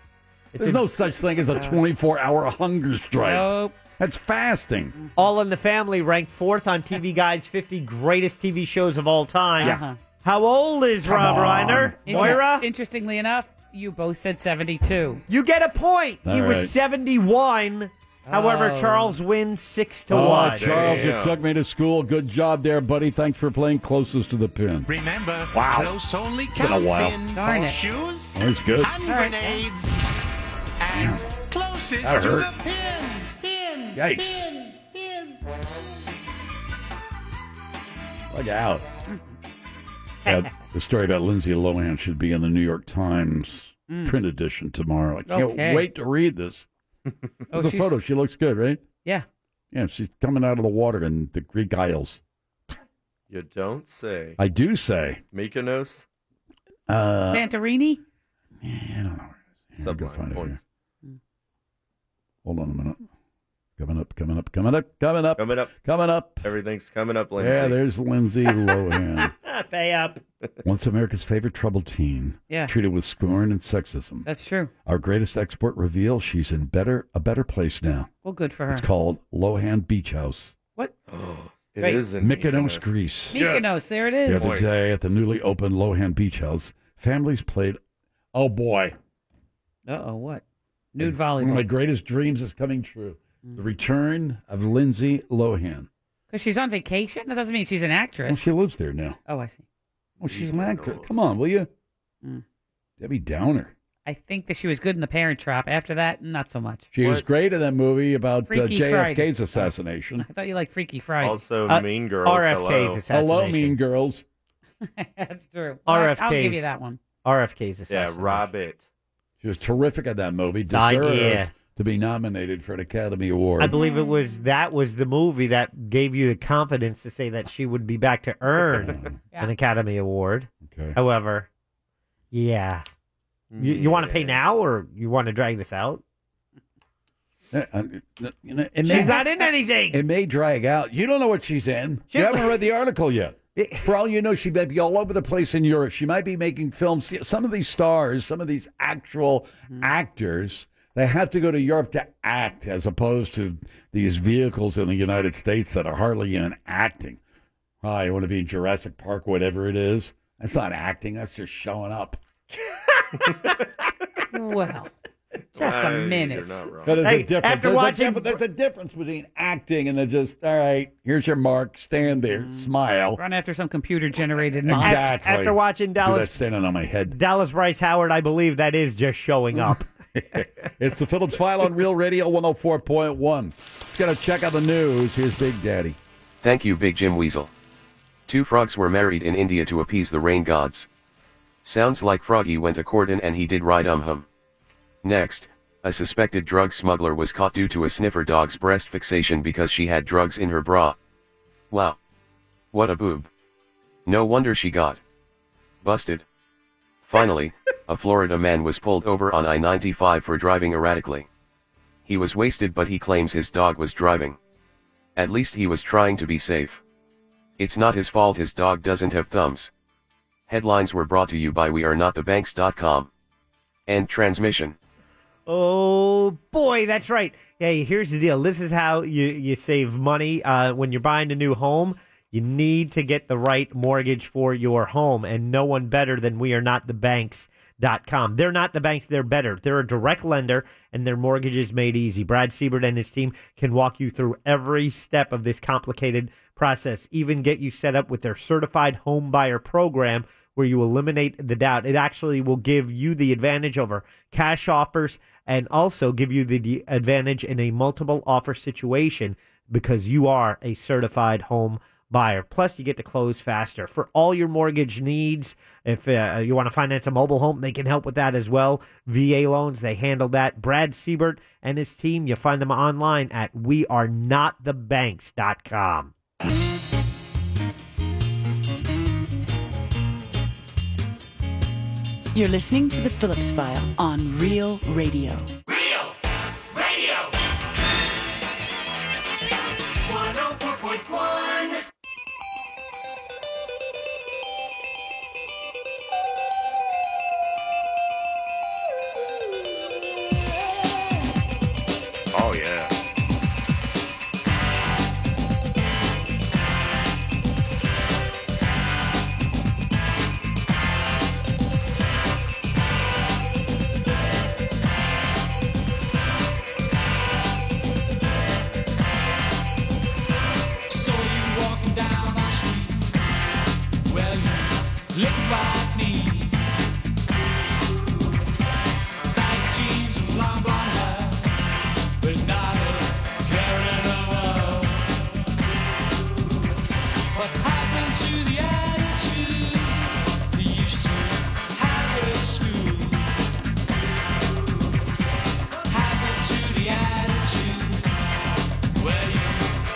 Speaker 8: It's Uh,
Speaker 5: There's
Speaker 8: in-
Speaker 5: no such thing as a 24 hour hunger strike.
Speaker 8: Nope.
Speaker 5: That's fasting.
Speaker 8: All in the Family ranked fourth on TV Guide's 50 greatest TV shows of all time.
Speaker 6: Yeah. Uh-huh.
Speaker 8: How old is
Speaker 6: Come
Speaker 8: Rob
Speaker 6: on.
Speaker 8: Reiner? Moira?
Speaker 6: Interestingly enough, you both said 72.
Speaker 8: You get a point. he
Speaker 6: All right.
Speaker 8: was 71. However,
Speaker 6: Oh.
Speaker 8: Charles wins 6 to
Speaker 5: oh,
Speaker 8: 1.
Speaker 5: Charles, you took me to school. Good job there, buddy. Thanks for playing closest to the pin.
Speaker 12: Remember,
Speaker 5: Wow.
Speaker 12: close only
Speaker 5: It's been a
Speaker 12: counts
Speaker 5: while.
Speaker 12: in
Speaker 5: Darn it.
Speaker 12: shoes,
Speaker 5: That's good.
Speaker 12: hand grenades, and closest
Speaker 5: That
Speaker 12: to
Speaker 5: hurt.
Speaker 12: the pin. Pin.
Speaker 5: Yikes.
Speaker 12: Pin. Pin.
Speaker 5: Look out.
Speaker 6: Mm-hmm.
Speaker 5: Yeah, the story about Lindsay Lohan should be in the New York Times
Speaker 6: Mm.
Speaker 5: print edition tomorrow. I can't
Speaker 6: Okay.
Speaker 5: wait to read this.
Speaker 6: Oh,
Speaker 5: There's a
Speaker 6: she's-
Speaker 5: photo. She looks good, right?
Speaker 6: Yeah.
Speaker 5: Yeah, she's coming out of the water in the Greek Isles.
Speaker 11: You don't say.
Speaker 5: I do say.
Speaker 11: Mykonos.
Speaker 5: Uh,
Speaker 6: Santorini?
Speaker 11: Sublime points.
Speaker 5: hold on a minute. Coming up, coming up, coming up, coming up.
Speaker 11: Coming up.
Speaker 5: Coming up.
Speaker 11: Everything's coming up, Lindsay.
Speaker 5: Yeah, there's Lindsay Lohan.
Speaker 8: Pay up.
Speaker 5: Once America's favorite troubled teen,
Speaker 6: Yeah.
Speaker 5: treated with scorn and sexism.
Speaker 6: That's true.
Speaker 5: Our greatest export reveal: she's in better a better place now.
Speaker 6: Well, good for her.
Speaker 5: It's called Lohan Beach House.
Speaker 6: What?
Speaker 5: It is
Speaker 6: Great.
Speaker 5: Mykonos, Greece.
Speaker 6: Mykonos, there it
Speaker 5: The
Speaker 6: is.
Speaker 5: other day at the newly opened Lohan Beach House, families played. Oh boy!
Speaker 6: Uh oh, what? Nude
Speaker 5: One of my
Speaker 6: volleyball. Mm.
Speaker 5: greatest dreams is coming true. The return of Lindsay Lohan.
Speaker 6: Because she's on vacation? That doesn't mean she's an
Speaker 5: Well,
Speaker 6: actress.
Speaker 5: she lives there now.
Speaker 6: Oh, I see. Mm.
Speaker 5: Well, she's an actress. Come on, will you? Debbie Downer.
Speaker 6: I think that she was good in The Parent Trap. After that, not so much.
Speaker 5: She was great in that movie about uh,
Speaker 6: Freaky
Speaker 5: JFK's
Speaker 6: Friday.
Speaker 5: assassination.
Speaker 6: I thought you liked Freaky Friday. Uh,
Speaker 11: Also,
Speaker 5: Uh,
Speaker 11: Mean Girls.
Speaker 8: RFK's
Speaker 5: hello. Hello,
Speaker 8: assassination.
Speaker 5: Mean Girls.
Speaker 6: That's true.
Speaker 8: RFK's.
Speaker 6: I'll give you that one.
Speaker 8: RFK's assassination.
Speaker 11: Robert.
Speaker 5: She was terrific in that movie.
Speaker 8: Zai-
Speaker 5: Deserved
Speaker 8: yeah.
Speaker 5: to be nominated for an Academy Award.
Speaker 8: I believe it was that was the movie that gave you the confidence to say that she would be back to earn an Academy Award.
Speaker 5: Okay.
Speaker 8: However, yeah. You, you want to pay now or you want to drag this out?
Speaker 5: And
Speaker 8: She's not in anything.
Speaker 5: It may drag out. You don't know what she's in. You haven't read the article yet. For all you know, she might be all over the place in Europe. She might be making films. Some of these stars, some of these actual actors, they have to go to Europe to act as opposed to these vehicles in the United States that are hardly even acting. Oh, I want to be in Jurassic Park, whatever it is. That's not acting. That's just showing up.
Speaker 6: Well, just
Speaker 5: Well,
Speaker 6: a
Speaker 5: you're
Speaker 6: minute.
Speaker 5: not wrong. That is a
Speaker 6: Hey,
Speaker 5: difference.
Speaker 6: after
Speaker 5: There's a
Speaker 6: watching-
Speaker 5: difference- there's a difference between acting and then just all right. Here's your mark. Stand there.
Speaker 6: Mm.
Speaker 5: Smile.
Speaker 6: Run after some computer generated monster.
Speaker 5: Exactly.
Speaker 8: After watching
Speaker 5: Do
Speaker 8: Dallas-
Speaker 5: that standing on my head.
Speaker 8: Dallas Bryce Howard, I believe that is just showing up.
Speaker 5: it's the Phillips File on Real Radio 104.1. Let's get a check out the news. Here's Big Daddy.
Speaker 22: Thank you, Big Jim Weasel. Two frogs were married in India to appease the rain gods. Sounds like Froggy went a courtin' and he did right um hum. Next, a suspected drug smuggler was caught due to a sniffer dog's breast fixation because she had drugs in her bra. Wow. What a boob. No wonder she got busted. Finally, a Florida man was pulled over on I 95 for driving erratically. He was wasted, but he claims his dog was driving. At least he was trying to be safe. It's not his fault his dog doesn't have thumbs. Headlines were brought to you by wearenotthebanks.com. End transmission.
Speaker 8: Oh boy, that's right. Hey, here's the deal. This is how you you save money uh, when you're buying a new home. You need to get the right mortgage for your home, and no one better than we are not the banks. Dot com. They're not the banks, they're better. They're a direct lender and their mortgage is made easy. Brad Siebert and his team can walk you through every step of this complicated process, even get you set up with their certified home buyer program where you eliminate the doubt. It actually will give you the advantage over cash offers and also give you the, the advantage in a multiple offer situation because you are a certified home buyer. Plus, you get to close faster for all your mortgage needs. If uh, you want to finance a mobile home, they can help with that as well. VA loans, they handle that. Brad Siebert and his team, you find them online at wearenotthebanks.com.
Speaker 24: You're listening to The Phillips File on Real Radio.
Speaker 11: Oh, yeah.
Speaker 4: So you walking down my street. Well, you look like me. Tight jeans and long blonde hair, but not a care in the world. What happened to the attitude you used to have at school? What happened to the attitude? Well, you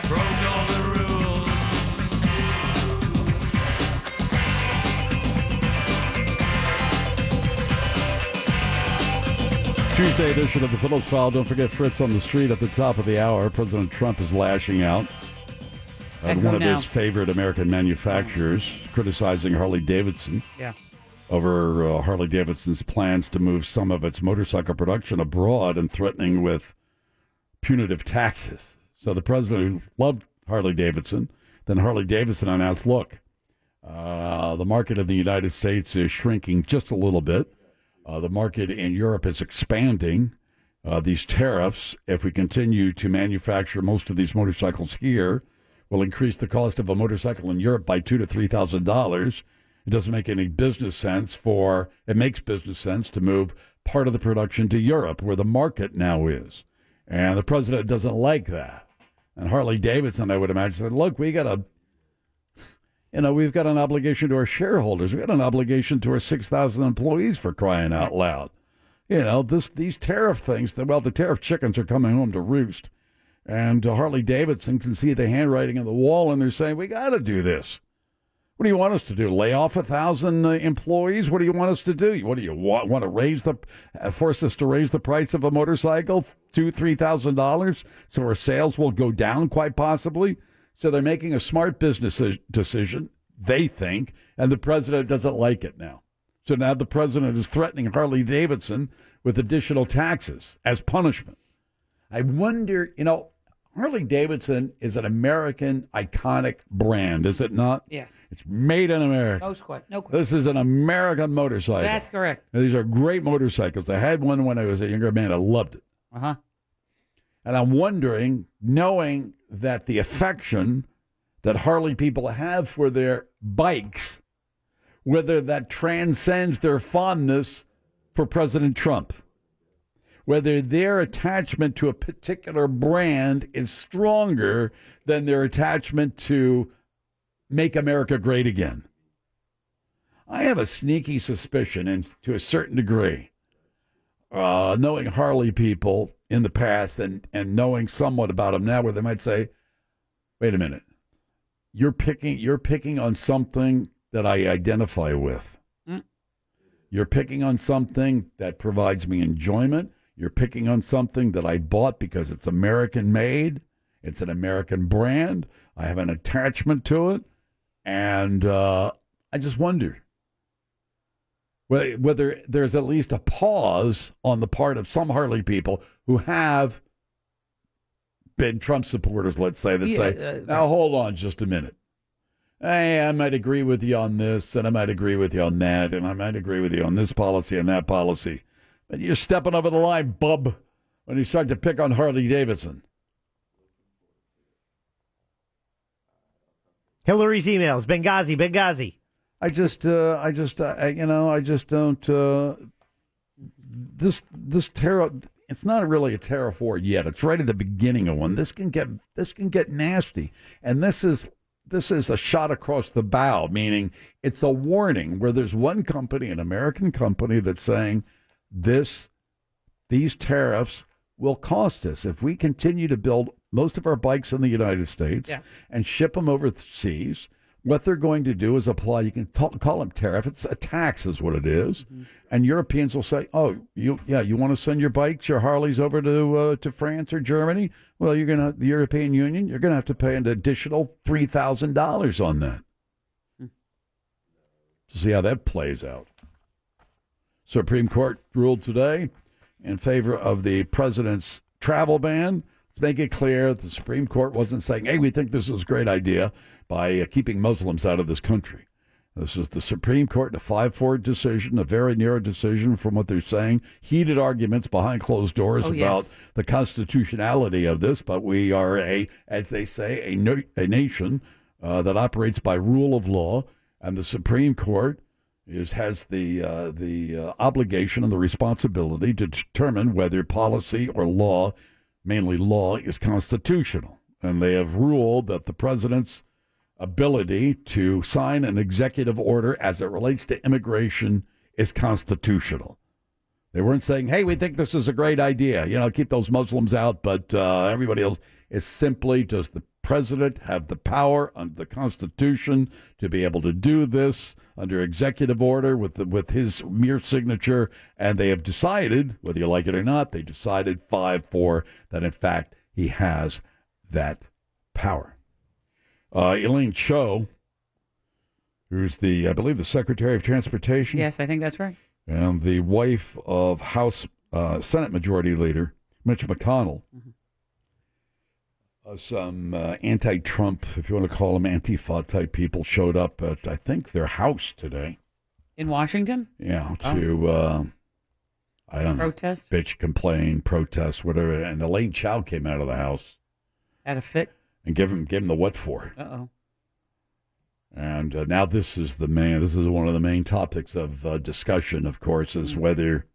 Speaker 4: broke all the rules.
Speaker 5: Tuesday edition of the Phillips File. Don't forget Fritz on the street at the top of the hour. President Trump is lashing out at
Speaker 6: At who
Speaker 5: one of
Speaker 6: now?
Speaker 5: his favorite American manufacturers, criticizing Harley Davidson
Speaker 6: Yeah.
Speaker 5: over uh, Harley Davidson's plans to move some of its motorcycle production abroad and threatening with punitive taxes. So the president who loved Harley Davidson, then Harley Davidson announced, look, uh, the market in the United States is shrinking just a little bit. Uh, the market in Europe is expanding. Uh, these tariffs, if we continue to manufacture most of these motorcycles here, will increase the cost of a motorcycle in Europe by two to three thousand dollars. It doesn't make any business sense for it makes business sense to move part of the production to Europe, where the market now is, and the president doesn't like that. And Harley Davidson, I would imagine, said, "Look, we got to you know, we've got an obligation to our shareholders. We've got an obligation to our 6,000 employees for crying out loud. You know, this these tariff things, the- well, the tariff chickens are coming home to roost. And uh, Harley Davidson can see the handwriting on the wall, and they're saying, we got to do this. What do you want us to do? Lay off a thousand uh, employees? What do you want us to do? What do you want? Want to raise the uh, force us to raise the price of a motorcycle two three thousand dollars so our sales will go down quite possibly? So they're making a smart business deci- decision, they think, and the president doesn't like it now. So now the president is threatening Harley Davidson with additional taxes as punishment. I wonder, you know, Harley Davidson is an American iconic brand, is it not?
Speaker 6: Yes.
Speaker 5: It's made in America.
Speaker 6: No squat. No question.
Speaker 5: This is an American motorcycle.
Speaker 6: That's correct.
Speaker 5: Now, these are great motorcycles. I had one when I was a younger man. I loved it.
Speaker 6: Uh huh.
Speaker 5: And I'm wondering, knowing that the affection that Harley people have for their bikes, whether that transcends their fondness for President Trump, whether their attachment to a particular brand is stronger than their attachment to make America great again. I have a sneaky suspicion, and to a certain degree, uh, knowing Harley people in the past and, and knowing somewhat about them now, where they might say, "Wait a minute, you're picking you're picking on something that I identify with.
Speaker 6: Mm.
Speaker 5: You're picking on something that provides me enjoyment. You're picking on something that I bought because it's American made. It's an American brand. I have an attachment to it, and uh, I just wonder." whe- whether there's at least a pause on the part of some Harley people who have been Trump supporters, let's say, that
Speaker 2: Yeah,
Speaker 5: say,
Speaker 2: uh,
Speaker 5: now hold on just a minute. Hey, I might agree with you on this, and I might agree with you on that, and I might agree with you on this policy and that policy. But you're stepping over the line, bub, when you start to pick on Harley Davidson.
Speaker 8: Hillary's emails, Benghazi, Benghazi.
Speaker 5: I just, uh, I just, uh, I, you know, I just don't. Uh, this, this terror. It's not really a terror war yet. It's right at the beginning of one. This can get, this can get nasty, and this is, this is a shot across the bow, meaning it's a warning. Where there's one company, an American company, that's saying, this, these tariffs will cost us if we continue to build most of our bikes in the United States
Speaker 2: Yeah.
Speaker 5: and ship them overseas. What they're going to do is apply. You can t- call them tariff. It's a tax, is what it is. And Europeans will say, "Oh, you yeah, you want to send your bikes, your Harleys over to uh, to France or Germany? Well, you're gonna the European Union. You're gonna have to pay an additional three thousand dollars on that." See how that plays out. Supreme Court ruled today in favor of the president's travel ban. Let's make it clear the Supreme Court wasn't saying, hey, we think this is a great idea by uh, keeping Muslims out of this country. This is the Supreme Court, in a 5 4 decision, a very narrow decision from what they're saying. Heated arguments behind closed doors
Speaker 2: Oh,
Speaker 5: about
Speaker 2: yes.
Speaker 5: the constitutionality of this, but we are a, as they say, a, no, a nation uh, that operates by rule of law, and the Supreme Court is has the uh, the uh, obligation and the responsibility to determine whether policy or law, mainly law, is constitutional, and they have ruled that the president's ability to sign an executive order as it relates to immigration is constitutional. They weren't saying, "Hey, we think this is a great idea. You know, keep those Muslims out, but uh, everybody else." It's simply, does the president have the power under the Constitution to be able to do this under executive order with the, with his mere signature? And they have decided, whether you like it or not, they decided five four that in fact he has that power. Uh, Elaine Cho, who's the I believe the Secretary of Transportation.
Speaker 6: Yes, I think that's right.
Speaker 5: And the wife of House uh, Senate Majority Leader Mitch McConnell, uh, some uh, anti Trump, if you want to call them Antifa type people, showed up at, I think, their house today.
Speaker 6: In Washington?
Speaker 5: Yeah,
Speaker 6: Oh.
Speaker 5: to, uh, I don't
Speaker 6: Protest?
Speaker 5: know, bitch, complain, protest, whatever. And Elaine Chao came out of the house
Speaker 6: At a fit?
Speaker 5: and gave him, gave him the what for.
Speaker 6: Uh oh.
Speaker 5: And uh, now this is the main. This is one of the main topics of uh, discussion, of course, is whether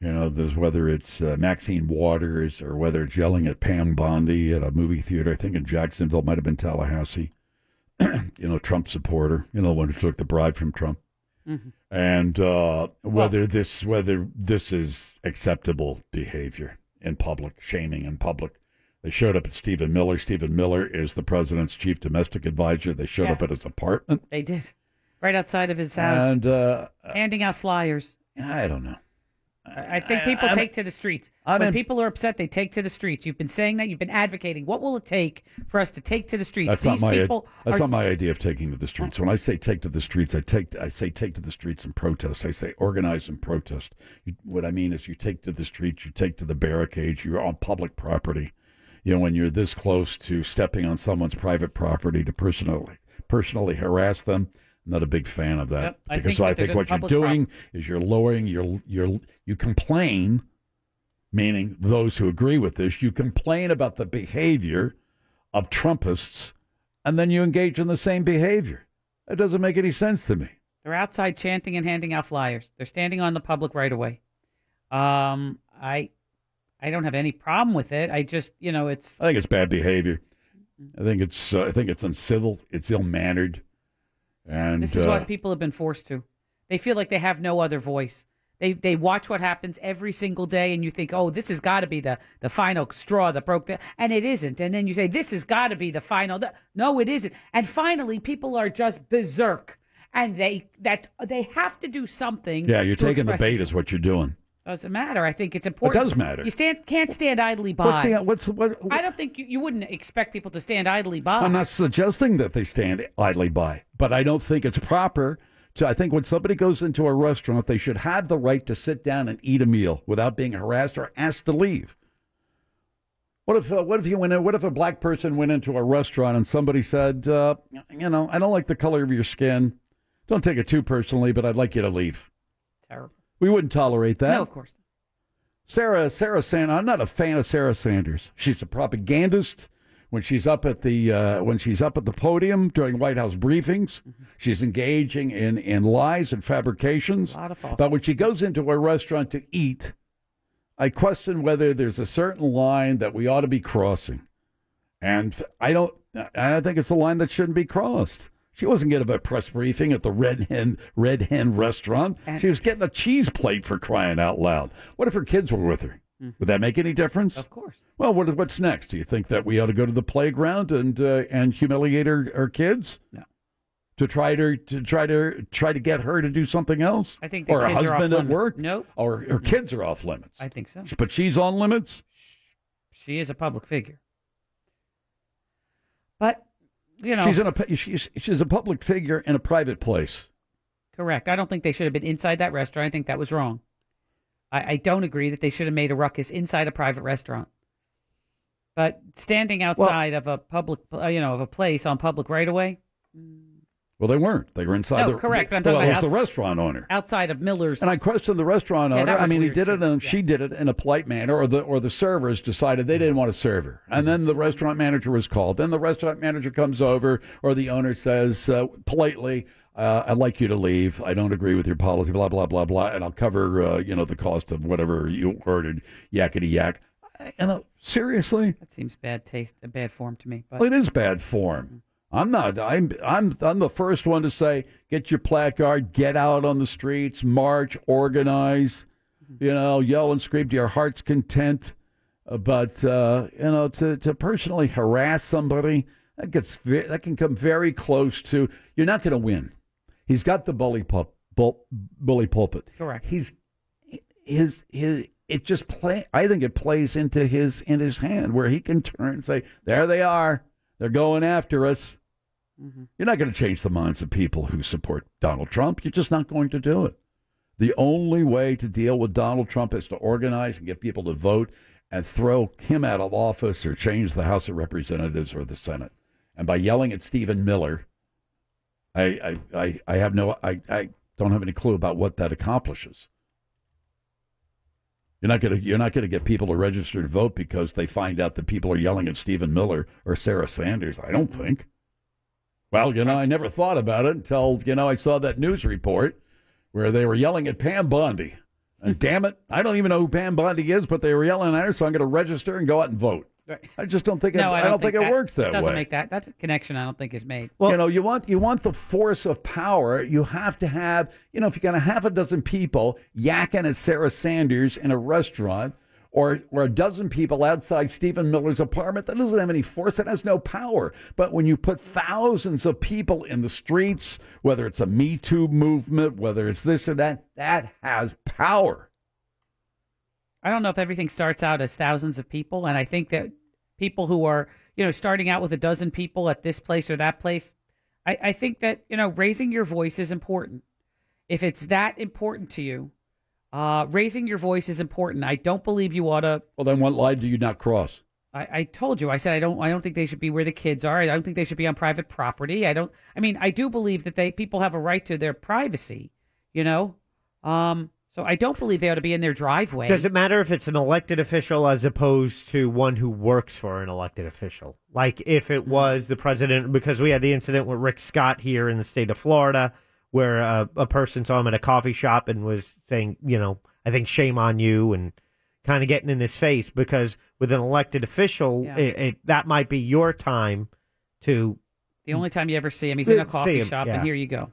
Speaker 5: you know there's whether it's uh, Maxine Waters or whether it's yelling at Pam Bondi at a movie theater. I think in Jacksonville, might have been Tallahassee. you know, Trump supporter. You know, the one who took the bribe from Trump.
Speaker 2: Mhm.
Speaker 5: And uh, whether this whether this is acceptable behavior in public, shaming in public. They showed up at Stephen Miller. Stephen Miller is the president's chief domestic advisor. They showed
Speaker 6: Yeah.
Speaker 5: up at his apartment.
Speaker 6: They did. Right outside of his house.
Speaker 5: And, uh,
Speaker 6: handing out flyers.
Speaker 5: I don't know.
Speaker 6: I I think people
Speaker 5: I'm-
Speaker 6: take to the streets.
Speaker 5: I'm
Speaker 6: when
Speaker 5: in-
Speaker 6: people are upset, they take to the streets. You've been saying that. You've been advocating. What will it take for us to take to the streets?
Speaker 5: That's
Speaker 6: These
Speaker 5: not my.
Speaker 6: people
Speaker 5: that's
Speaker 6: are
Speaker 5: not my idea of taking to the streets. When I say take to the streets, I take. I say take to the streets and protest. I say organize and protest. You, what I mean is, you take to the streets, you take to the barricades. You're on public property. You know, when you're this close to stepping on someone's private property to personally personally harass them, I'm not a big fan of that.
Speaker 2: Yep, I
Speaker 5: because
Speaker 2: think
Speaker 5: I
Speaker 2: that there's
Speaker 5: think
Speaker 2: a
Speaker 5: what you're
Speaker 2: public
Speaker 5: doing is you're lowering your your you complain meaning those who agree with this, you complain about the behavior of Trumpists and then you engage in the same behavior. It doesn't make any sense to me.
Speaker 6: They're outside chanting and handing out flyers. They're standing on the public right away. Um, I, I don't have any problem with it. I just, you know, it's
Speaker 5: I think it's bad behavior. I think it's uh, I think it's uncivil, it's ill-mannered. And
Speaker 6: This is
Speaker 5: uh,
Speaker 6: what people have been forced to. They feel like they have no other voice. They they watch what happens every single day, and you think, oh, this has got to be the the final straw that broke the, and it isn't. And then you say, this has got to be the final. th- no, it isn't. And finally, people are just berserk, and they that's they have to do something.
Speaker 5: yeah, you're
Speaker 6: to
Speaker 5: taking the
Speaker 6: express
Speaker 5: bait
Speaker 6: themselves.
Speaker 5: is what you're doing.
Speaker 6: Doesn't matter. I think it's important.
Speaker 5: does matter.
Speaker 6: You stand can't stand idly by.
Speaker 5: What's the- what's- what-
Speaker 6: I don't think you, you wouldn't expect people to stand idly by.
Speaker 5: I'm not suggesting that they stand idly by, but I don't think it's proper to. I think when somebody goes into a restaurant, they should have the right to sit down and eat a meal without being harassed or asked to leave. What if uh, what if you went in, what if a black person went into a restaurant and somebody said, uh, you know, I don't like the color of your skin. Don't take it too personally, but I'd like you to leave.
Speaker 6: Terrible.
Speaker 5: We wouldn't tolerate that.
Speaker 6: No, of course.
Speaker 5: Sarah Sarah Sanders. I'm not a fan of Sarah Sanders. She's a propagandist. When she's up at the uh, when she's up at the podium during White House briefings, she's engaging in in lies and fabrications. but when she goes into a restaurant to eat, I question whether there's a certain line that we ought to be crossing, and I don't. I don't think it's a line that shouldn't be crossed. She wasn't getting a press briefing at the Red Hen Red Hen restaurant.
Speaker 2: And-
Speaker 5: she was getting a cheese plate for crying out loud. What if her kids were with her?
Speaker 3: Mm-hmm.
Speaker 5: Would that make any difference? Of
Speaker 6: course.
Speaker 5: Well, what, what's next? Do you think that we ought to go to the playground and uh, and humiliate her, her kids?
Speaker 6: No.
Speaker 5: To try to to try to try to get her to do something else.
Speaker 6: I think the
Speaker 5: or
Speaker 6: kids
Speaker 5: her
Speaker 6: are off
Speaker 5: husband at
Speaker 6: limits.
Speaker 5: work.
Speaker 6: Nope.
Speaker 5: Or her kids are off limits.
Speaker 6: I think so.
Speaker 5: But she's on limits.
Speaker 6: She is a public figure. But, you know,
Speaker 5: she's in a pu- she's she's a public figure in a private place.
Speaker 6: correct. I don't think they should have been inside that restaurant. I think that was wrong. I, I don't agree that they should have made a ruckus inside a private restaurant. But standing outside of a public, uh, you know, of a place on public right away,
Speaker 5: Well, they weren't. They were inside.
Speaker 6: No,
Speaker 5: the,
Speaker 6: correct. I'm talking
Speaker 5: well, it was
Speaker 6: about
Speaker 5: the
Speaker 6: outs-
Speaker 5: restaurant owner.
Speaker 6: outside of Miller's.
Speaker 5: And I questioned the restaurant
Speaker 6: Yeah,
Speaker 5: owner.
Speaker 6: that
Speaker 5: I
Speaker 6: was
Speaker 5: mean, he
Speaker 6: weird,
Speaker 5: did it, and she did it in a polite manner, or the or the servers decided they didn't want to serve her,
Speaker 6: Mm-hmm.
Speaker 5: and then the restaurant manager was called. Then the restaurant manager comes over, or the owner says uh, politely, uh, "I'd like you to leave. I don't agree with your policy." Blah blah blah blah, and I'll cover uh, you know the cost of whatever you ordered. Yakety yak. You know, seriously.
Speaker 6: That seems bad taste, a bad form to me. But
Speaker 5: Well, it is bad form. I'm not. I'm. I'm. I'm the first one to say, get your placard, get out on the streets, march, organize. You know, yell and scream to your heart's content. Uh, But uh, you know, to to personally harass somebody that gets ve- that can come very close to. You're not going to win. He's got the bully pulp, bul, bully pulpit.
Speaker 6: Correct.
Speaker 5: He's his his it just play I think it plays into his in his hand where he can turn and say, There they are. They're going after us. You're not going to change the minds of people who support Donald Trump. You're just not going to do it. The only way to deal with Donald Trump is to organize and get people to vote and throw him out of office or change the House of Representatives or the Senate. And by yelling at Stephen Miller, I I, I, I have no I, I don't have any clue about what that accomplishes. You're not going to you're not going to get people to register to vote because they find out that people are yelling at Stephen Miller or Sarah Sanders. I don't think. Well, you know, I never thought about it until you know I saw that news report where they were yelling at Pam Bondi. And
Speaker 6: Hmm.
Speaker 5: damn it, I don't even know who Pam Bondi is, but they were yelling at her, so I'm going to register and go out and vote.
Speaker 6: Right.
Speaker 5: I just don't think it,
Speaker 6: no, I don't,
Speaker 5: think, it
Speaker 6: that-
Speaker 5: works that
Speaker 6: doesn't
Speaker 5: way.
Speaker 6: make that that connection. I don't think is made.
Speaker 5: you know, you want you want the force of power. You have to have, you know, if you're going to have a dozen people yakking at Sarah Sanders in a restaurant, or, or a dozen people outside Stephen Miller's apartment, that doesn't have any force. It has no power. But when you put thousands of people in the streets, whether it's a Me Too movement, whether it's this or that, that has power.
Speaker 6: I don't know if everything starts out as thousands of people, and I think that people who are you know starting out with a dozen people at this place or that place, I, I think that you know raising your voice is important. If it's that important to you, uh, raising your voice is important. I don't believe you ought to.
Speaker 5: Well, then what line do you not cross?
Speaker 6: I, I told you. I said I don't. I don't think they should be where the kids are. I don't think they should be on private property. I don't. I mean, I do believe that they people have a right to their privacy. You know, um, so I don't believe they ought to be in their driveway.
Speaker 8: Does it matter if it's an elected official as opposed to one who works for an elected official? Like if it was the president, because we had the incident with Rick Scott here in the state of Florida, where uh, a person saw him at a coffee shop and was saying, you know, I think shame on you, and kind of getting in his face because with an elected official,
Speaker 6: Yeah.
Speaker 8: it, it, that might be your time to.
Speaker 6: The only time you ever see him, he's in a
Speaker 8: See
Speaker 6: coffee
Speaker 8: him,
Speaker 6: shop,
Speaker 8: yeah.
Speaker 6: and here you go.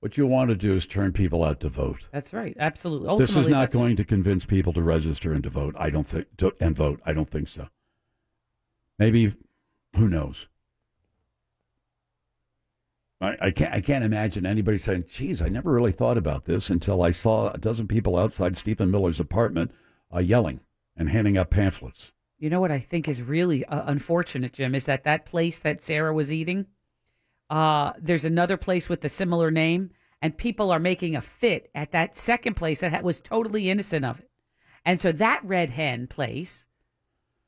Speaker 5: What you want to do is turn people out to vote.
Speaker 6: That's right. Absolutely.
Speaker 5: This is
Speaker 6: Ultimately,
Speaker 5: not
Speaker 6: that's-
Speaker 5: going to convince people to register and to vote. I don't think to, and vote. I don't think so. Maybe, who knows? I, I can't. I can't imagine anybody saying, "Geez, I never really thought about this until I saw a dozen people outside Stephen Miller's apartment uh, yelling and handing out pamphlets."
Speaker 6: You know what I think is really uh, unfortunate, Jim, is that that place that Sarah was eating, uh, there's another place with a similar name, and people are making a fit at that second place that ha- was totally innocent of it. And so that Red Hen place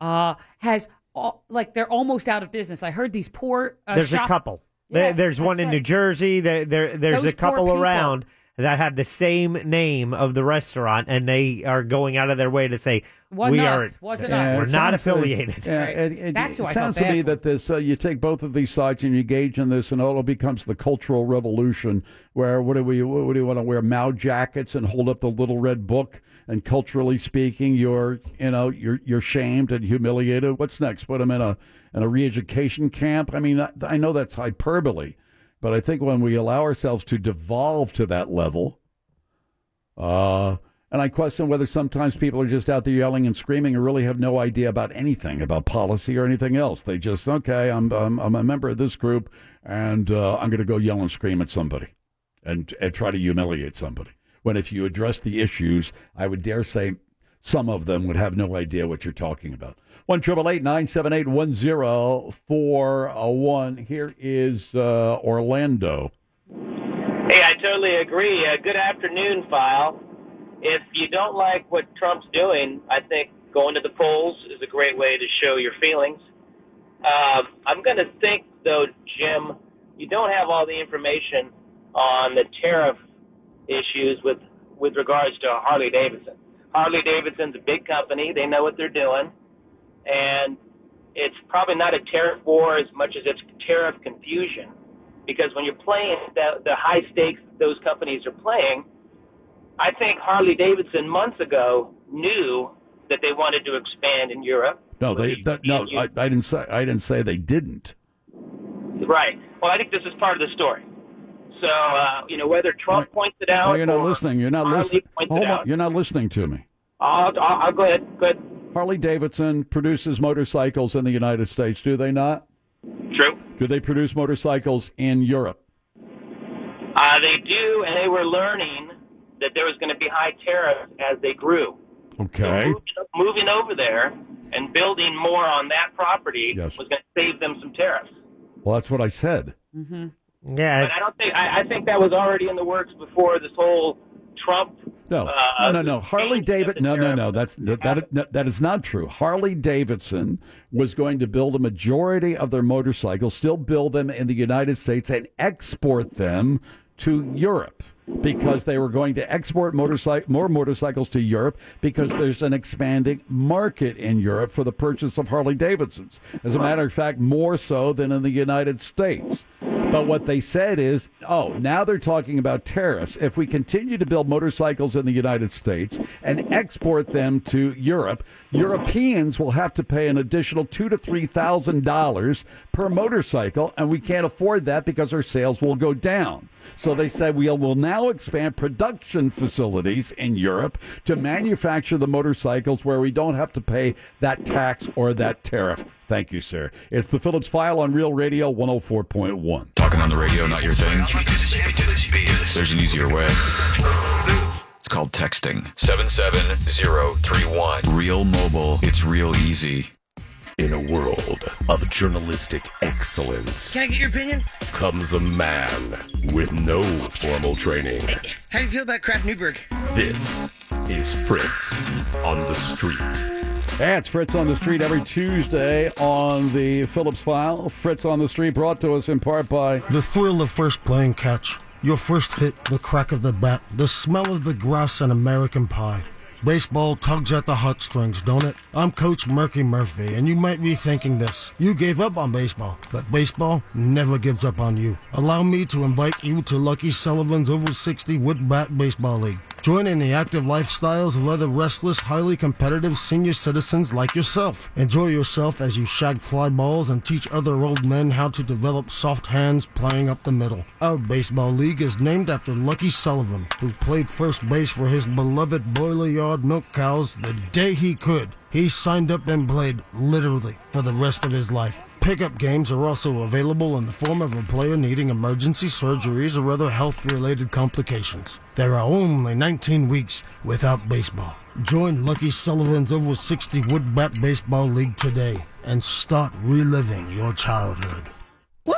Speaker 6: uh, has, all, like, they're almost out of business. I heard these poor. Uh,
Speaker 8: there's
Speaker 6: shop-
Speaker 8: a couple. There-
Speaker 6: Yeah,
Speaker 8: there's one
Speaker 6: that's
Speaker 8: in
Speaker 6: right.
Speaker 8: New Jersey. There, there there's
Speaker 6: Those
Speaker 8: a couple
Speaker 6: poor people.
Speaker 8: around that have the same name of the restaurant, and they are going out of their way to say
Speaker 6: Wasn't
Speaker 8: we
Speaker 6: us.
Speaker 8: are
Speaker 6: Wasn't
Speaker 5: Yeah,
Speaker 8: We're
Speaker 5: it
Speaker 8: not
Speaker 5: sounds to me-
Speaker 8: affiliated.
Speaker 5: yeah, it- it-
Speaker 6: That's who
Speaker 5: it
Speaker 6: I felt
Speaker 5: sounds to
Speaker 6: bad
Speaker 5: me
Speaker 6: for.
Speaker 5: that this uh, you take both of these sides and you engage in this, and it all becomes the cultural revolution. Where what do we what do you want to wear? Mao jackets and hold up the little red book. And culturally speaking, you're you know you're you're shamed and humiliated. What's next? Put them in a in a re-education camp. I mean, I, I know that's hyperbole, but I think when we allow ourselves to devolve to that level, uh, and I question whether sometimes people are just out there yelling and screaming and really have no idea about anything about policy or anything else. They just okay, I'm I'm, I'm a member of this group, and uh, I'm going to go yell and scream at somebody, and and try to humiliate somebody. When if you address the issues, I would dare say some of them would have no idea what you're talking about. One triple eight nine seven eight one zero four one. Here is uh, Orlando.
Speaker 2: Hey, I totally agree. Uh, good afternoon, file. If you don't like what Trump's doing, I think going to the polls is a great way to show your feelings. Um, I'm going to think, though, Jim, you don't have all the information on the tariff issues with with regards to Harley Davidson. Harley Davidson's a big company; they know what they're doing, and it's probably not a tariff war as much as it's tariff confusion because when you're playing the, the high stakes those companies are playing, I think Harley Davidson months ago knew that they wanted to expand in Europe.
Speaker 5: No, they that, no. I, I didn't say I didn't say they didn't.
Speaker 2: Right. Well, I think this is part of the story. So, uh, you know, whether Trump points it out,
Speaker 5: Oh, you're not
Speaker 2: or
Speaker 5: listening. You're not
Speaker 2: Harley
Speaker 5: listening.
Speaker 2: points
Speaker 5: Hold
Speaker 2: it
Speaker 5: on.
Speaker 2: out.
Speaker 5: You're not listening to me.
Speaker 2: I'll, I'll, I'll go ahead. Go ahead.
Speaker 5: Harley Davidson produces motorcycles in the United States, do they not?
Speaker 2: True.
Speaker 5: Do they produce motorcycles in Europe?
Speaker 2: Uh, they do, and they were learning that there was going to be high tariffs as they grew.
Speaker 5: Okay.
Speaker 2: Moving over there and building more on that property
Speaker 5: Yes.
Speaker 2: was going to save them some tariffs.
Speaker 5: Well, that's what I said.
Speaker 2: Mm-hmm.
Speaker 8: Yeah.
Speaker 2: But I don't think I, I think that was already in the works before this whole Trump.
Speaker 5: No,
Speaker 2: Uh,
Speaker 5: no, no, no. Harley Davidson. No, no, no. That's that, that that is not true. Harley Davidson was going to build a majority of their motorcycles, still build them in the United States and export them to Europe because they were going to export motorcycle more motorcycles to Europe because there's an expanding market in Europe for the purchase of Harley Davidsons. As a matter of fact, more so than in the United States. But what they said is, oh, now they're talking about tariffs. If we continue to build motorcycles in the United States and export them to Europe, Europeans will have to pay an additional two to three thousand dollars per motorcycle, and we can't afford that because our sales will go down. So they said we will now expand production facilities in Europe to manufacture the motorcycles where we don't have to pay that tax or that tariff. Thank you, sir. It's the Phillips File on Real Radio 104.1.
Speaker 9: Talking on the radio, not your thing. There's an easier way. It's called texting. 77031. Real mobile. It's real easy.
Speaker 3: In a world of journalistic excellence
Speaker 7: Can I get your opinion?
Speaker 3: comes a man with no formal training.
Speaker 7: How do you feel about Kraft Newberg?
Speaker 3: This is Fritz on the street.
Speaker 5: Hey, it's Fritz on the Street every Tuesday on the Phillips File. Fritz on the Street brought to us in part by.
Speaker 10: The thrill of first playing catch, your first hit, the crack of the bat, the smell of the grass and American pie. Baseball tugs at the heartstrings, don't it? I'm Coach Murky Murphy, and you might be thinking this. You gave up on baseball, but baseball never gives up on you. Allow me to invite you to Lucky Sullivan's Over 60 Wood Bat Baseball League. Join in the active lifestyles of other restless, highly competitive senior citizens like yourself. Enjoy yourself as you shag fly balls and teach other old men how to develop soft hands playing up the middle. Our baseball league is named after Lucky Sullivan, who played first base for his beloved boiler yard milk cows the day he could. He signed up and played literally for the rest of his life. Pickup games are also available in the form of a player needing emergency surgeries or other health related complications. There are only 19 weeks without baseball. Join Lucky Sullivan's over 60 Wood Bat Baseball League today and start reliving your childhood.
Speaker 5: Woo!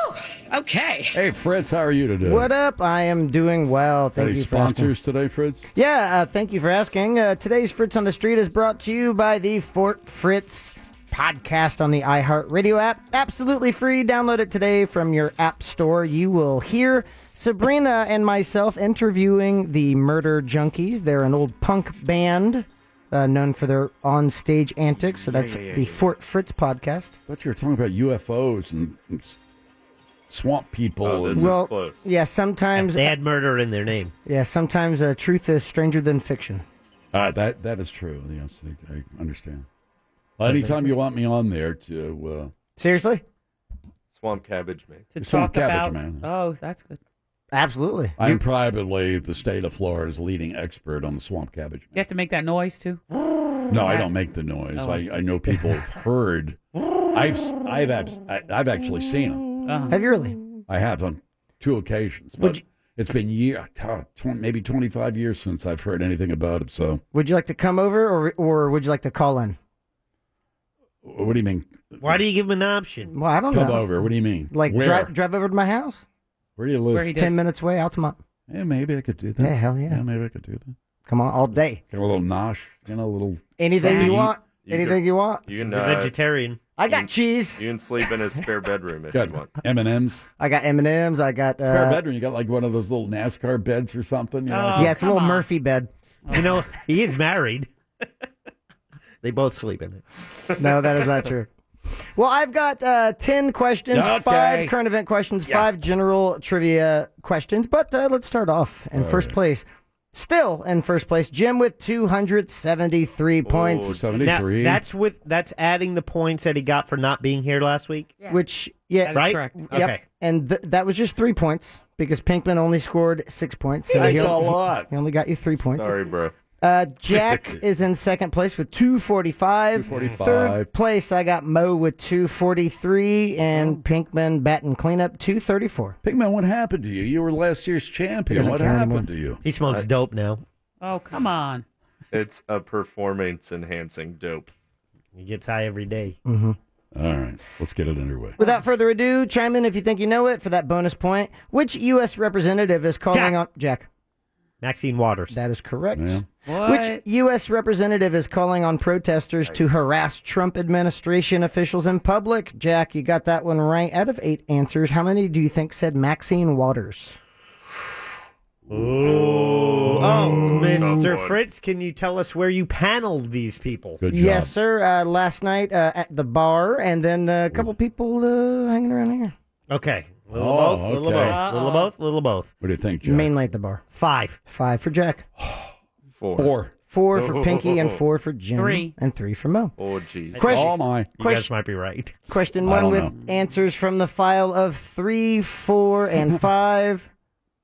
Speaker 5: Okay. Hey, Fritz, how are you today?
Speaker 14: What up? I am doing well. Thank
Speaker 5: Any
Speaker 14: you for asking.
Speaker 5: sponsors today, Fritz?
Speaker 14: Yeah, uh, thank you for asking. Uh, today's Fritz on the Street is brought to you by the Fort Fritz podcast on the iHeartRadio app. Absolutely free. Download it today from your app store. You will hear Sabrina and myself interviewing the Murder Junkies. They're an old punk band uh, known for their on-stage antics. So that's
Speaker 5: yeah, yeah,
Speaker 14: the
Speaker 5: yeah.
Speaker 14: Fort Fritz podcast.
Speaker 5: thought you were talking about UFOs and and s- swamp people.
Speaker 3: Oh,
Speaker 5: and-
Speaker 14: well, yeah, sometimes
Speaker 8: They had murder in their name.
Speaker 14: Yeah, sometimes uh, truth is stranger than fiction.
Speaker 5: Uh, that that is true. Yes, I, I understand. Well, anytime you want me on there to uh,
Speaker 14: Seriously?
Speaker 11: Swamp cabbage man.
Speaker 6: to
Speaker 5: Swamp
Speaker 6: talk
Speaker 5: Cabbage
Speaker 6: about.
Speaker 5: Man.
Speaker 6: Oh, that's good.
Speaker 14: Absolutely.
Speaker 5: I'm privately the state of Florida's leading expert on the swamp cabbage.
Speaker 6: You have to make that noise too.
Speaker 5: No, I don't make the noise.
Speaker 6: Oh, I see.
Speaker 5: I, I know people have heard. I've s- I've abs- I- I've actually seen them.
Speaker 6: Uh-huh.
Speaker 14: Have you really?
Speaker 5: I have on two occasions, but it's been year, God, 20, maybe 25 years since I've heard anything about it. So,
Speaker 14: Would you like to come over, or or would you like to call in?
Speaker 5: what do you mean?
Speaker 14: Why do you give him an option? Well, I don't
Speaker 5: Come
Speaker 14: know.
Speaker 5: over. What do you mean?
Speaker 14: Like
Speaker 5: Where?
Speaker 14: drive drive over to my house.
Speaker 5: Where do you live?
Speaker 14: Ten minutes away, Altamont.
Speaker 5: Yeah, maybe I could do that.
Speaker 14: Yeah, hell yeah.
Speaker 5: Yeah, maybe I could do that.
Speaker 14: Come on, all day.
Speaker 5: Get a little nosh, you know, a little
Speaker 14: Anything
Speaker 5: something
Speaker 14: you
Speaker 5: to eat.
Speaker 14: want. Anything you want.
Speaker 11: You can, uh,
Speaker 5: He's a vegetarian.
Speaker 14: I got cheese.
Speaker 11: You can sleep in his spare bedroom if you
Speaker 5: Good
Speaker 11: want.
Speaker 5: M and M's.
Speaker 14: I got M and M's. I got uh,
Speaker 5: Spare bedroom. You got like one of those little NASCAR beds or something. You know?
Speaker 14: yeah, it's a little Murphy bed.
Speaker 8: You know, he is married. they both sleep in it.
Speaker 14: No, that is not true. Well, I've got uh, 10 questions,
Speaker 8: Okay.
Speaker 14: five current event questions, five general trivia questions. But uh, let's start off in
Speaker 5: All
Speaker 14: first
Speaker 5: right.
Speaker 14: place. Still in first place, Jim with 273 Oh, points.
Speaker 8: Now, Oh, that's with that's adding the points that he got for not being here last week.
Speaker 14: Which, yeah,
Speaker 8: right.
Speaker 14: Yep.
Speaker 8: Okay.
Speaker 14: And th- that was just three points because Pinkman only scored six points.
Speaker 11: That's
Speaker 14: he
Speaker 11: a
Speaker 14: only-
Speaker 11: lot.
Speaker 14: He only got you three points.
Speaker 11: Sorry, bro.
Speaker 14: Uh, Jack is in second place with 245.
Speaker 11: 245.
Speaker 14: Third place, I got Mo with 243, and Pinkman batting cleanup 234.
Speaker 5: Pinkman, what happened to you? You were last year's champion.
Speaker 14: doesn't
Speaker 5: What
Speaker 14: care
Speaker 5: happened
Speaker 14: anymore.
Speaker 5: to you?
Speaker 8: He smokes dope now.
Speaker 6: Oh, come on.
Speaker 11: It's a performance enhancing dope.
Speaker 8: He gets high every day.
Speaker 14: Mm-hmm.
Speaker 5: All right, let's get it underway.
Speaker 14: Without further ado, chime in if you think you know it for that bonus point. Which U.S. representative is calling on Jack?
Speaker 8: Maxine Waters.
Speaker 14: That is correct.
Speaker 6: What?
Speaker 14: Which U.S. representative is calling on protesters to harass Trump administration officials in public? Jack, you got that one right. Out of eight answers, how many do you think said Maxine Waters?
Speaker 8: Oh, Mr.
Speaker 14: Someone.
Speaker 8: Fritz, can you tell us where you paneled these people?
Speaker 14: Yes, sir. Uh, last night uh, at the bar, and then uh, a couple people uh, hanging around here.
Speaker 8: Okay. Little
Speaker 5: Oh,
Speaker 8: both, little
Speaker 5: okay.
Speaker 8: both,
Speaker 5: Uh-oh.
Speaker 8: little both, little both.
Speaker 5: What do you think, Jack?
Speaker 14: Mainly at the bar.
Speaker 8: Five.
Speaker 14: Five for Jack.
Speaker 11: Four.
Speaker 5: Four.
Speaker 14: Four for Pinky and four for Jim.
Speaker 8: Three.
Speaker 14: And three for Mo.
Speaker 11: Oh, jeez.
Speaker 14: Question- All my.
Speaker 8: You guys
Speaker 14: question-
Speaker 8: might be right.
Speaker 14: Question
Speaker 8: I
Speaker 14: one
Speaker 8: don't
Speaker 14: with
Speaker 8: know.
Speaker 14: answers from the file of three, four, and five.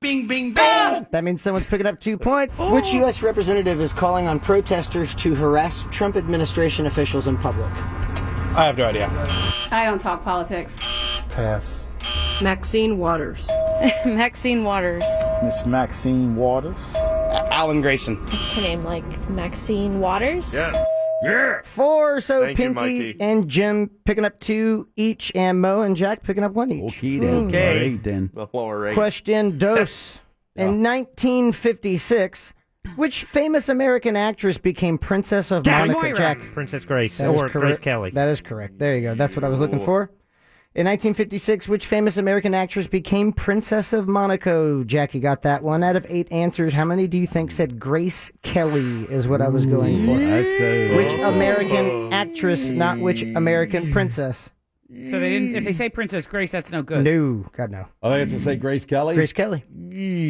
Speaker 14: Bing, bing, bang! That means someone's picking up two points. Which U.S. representative is calling on protesters to harass Trump administration officials in public?
Speaker 21: I have no idea.
Speaker 15: I don't talk politics.
Speaker 21: Pass.
Speaker 15: Maxine Waters. Maxine Waters.
Speaker 21: Miss Maxine Waters. Alan Grayson.
Speaker 16: What's her name? Like Maxine Waters?
Speaker 14: Yeah. Four. So
Speaker 16: Thank you,
Speaker 14: Pinky
Speaker 16: Mikey.
Speaker 14: and Jim picking up two each, and Mo and Jack picking up one each. Hmm.
Speaker 5: Okay, then. All right, then.
Speaker 14: Question dose. In 1956, which famous American actress became Princess of
Speaker 8: Jack
Speaker 14: Monaco?
Speaker 8: Moira.
Speaker 14: Jack.
Speaker 8: Princess Grace
Speaker 14: That is
Speaker 8: or Grace Kelly.
Speaker 14: That is correct. There you go. That's what I was looking for. In 1956, which famous American actress became Princess of Monaco? Jackie got that one out of eight answers. How many do you think said Grace Kelly is what I was going for? Which American actress, not which American princess?
Speaker 6: So they didn't. If they say Princess Grace, that's no good.
Speaker 14: No, God no.
Speaker 5: Oh, they have to say Grace Kelly.
Speaker 14: Grace Kelly.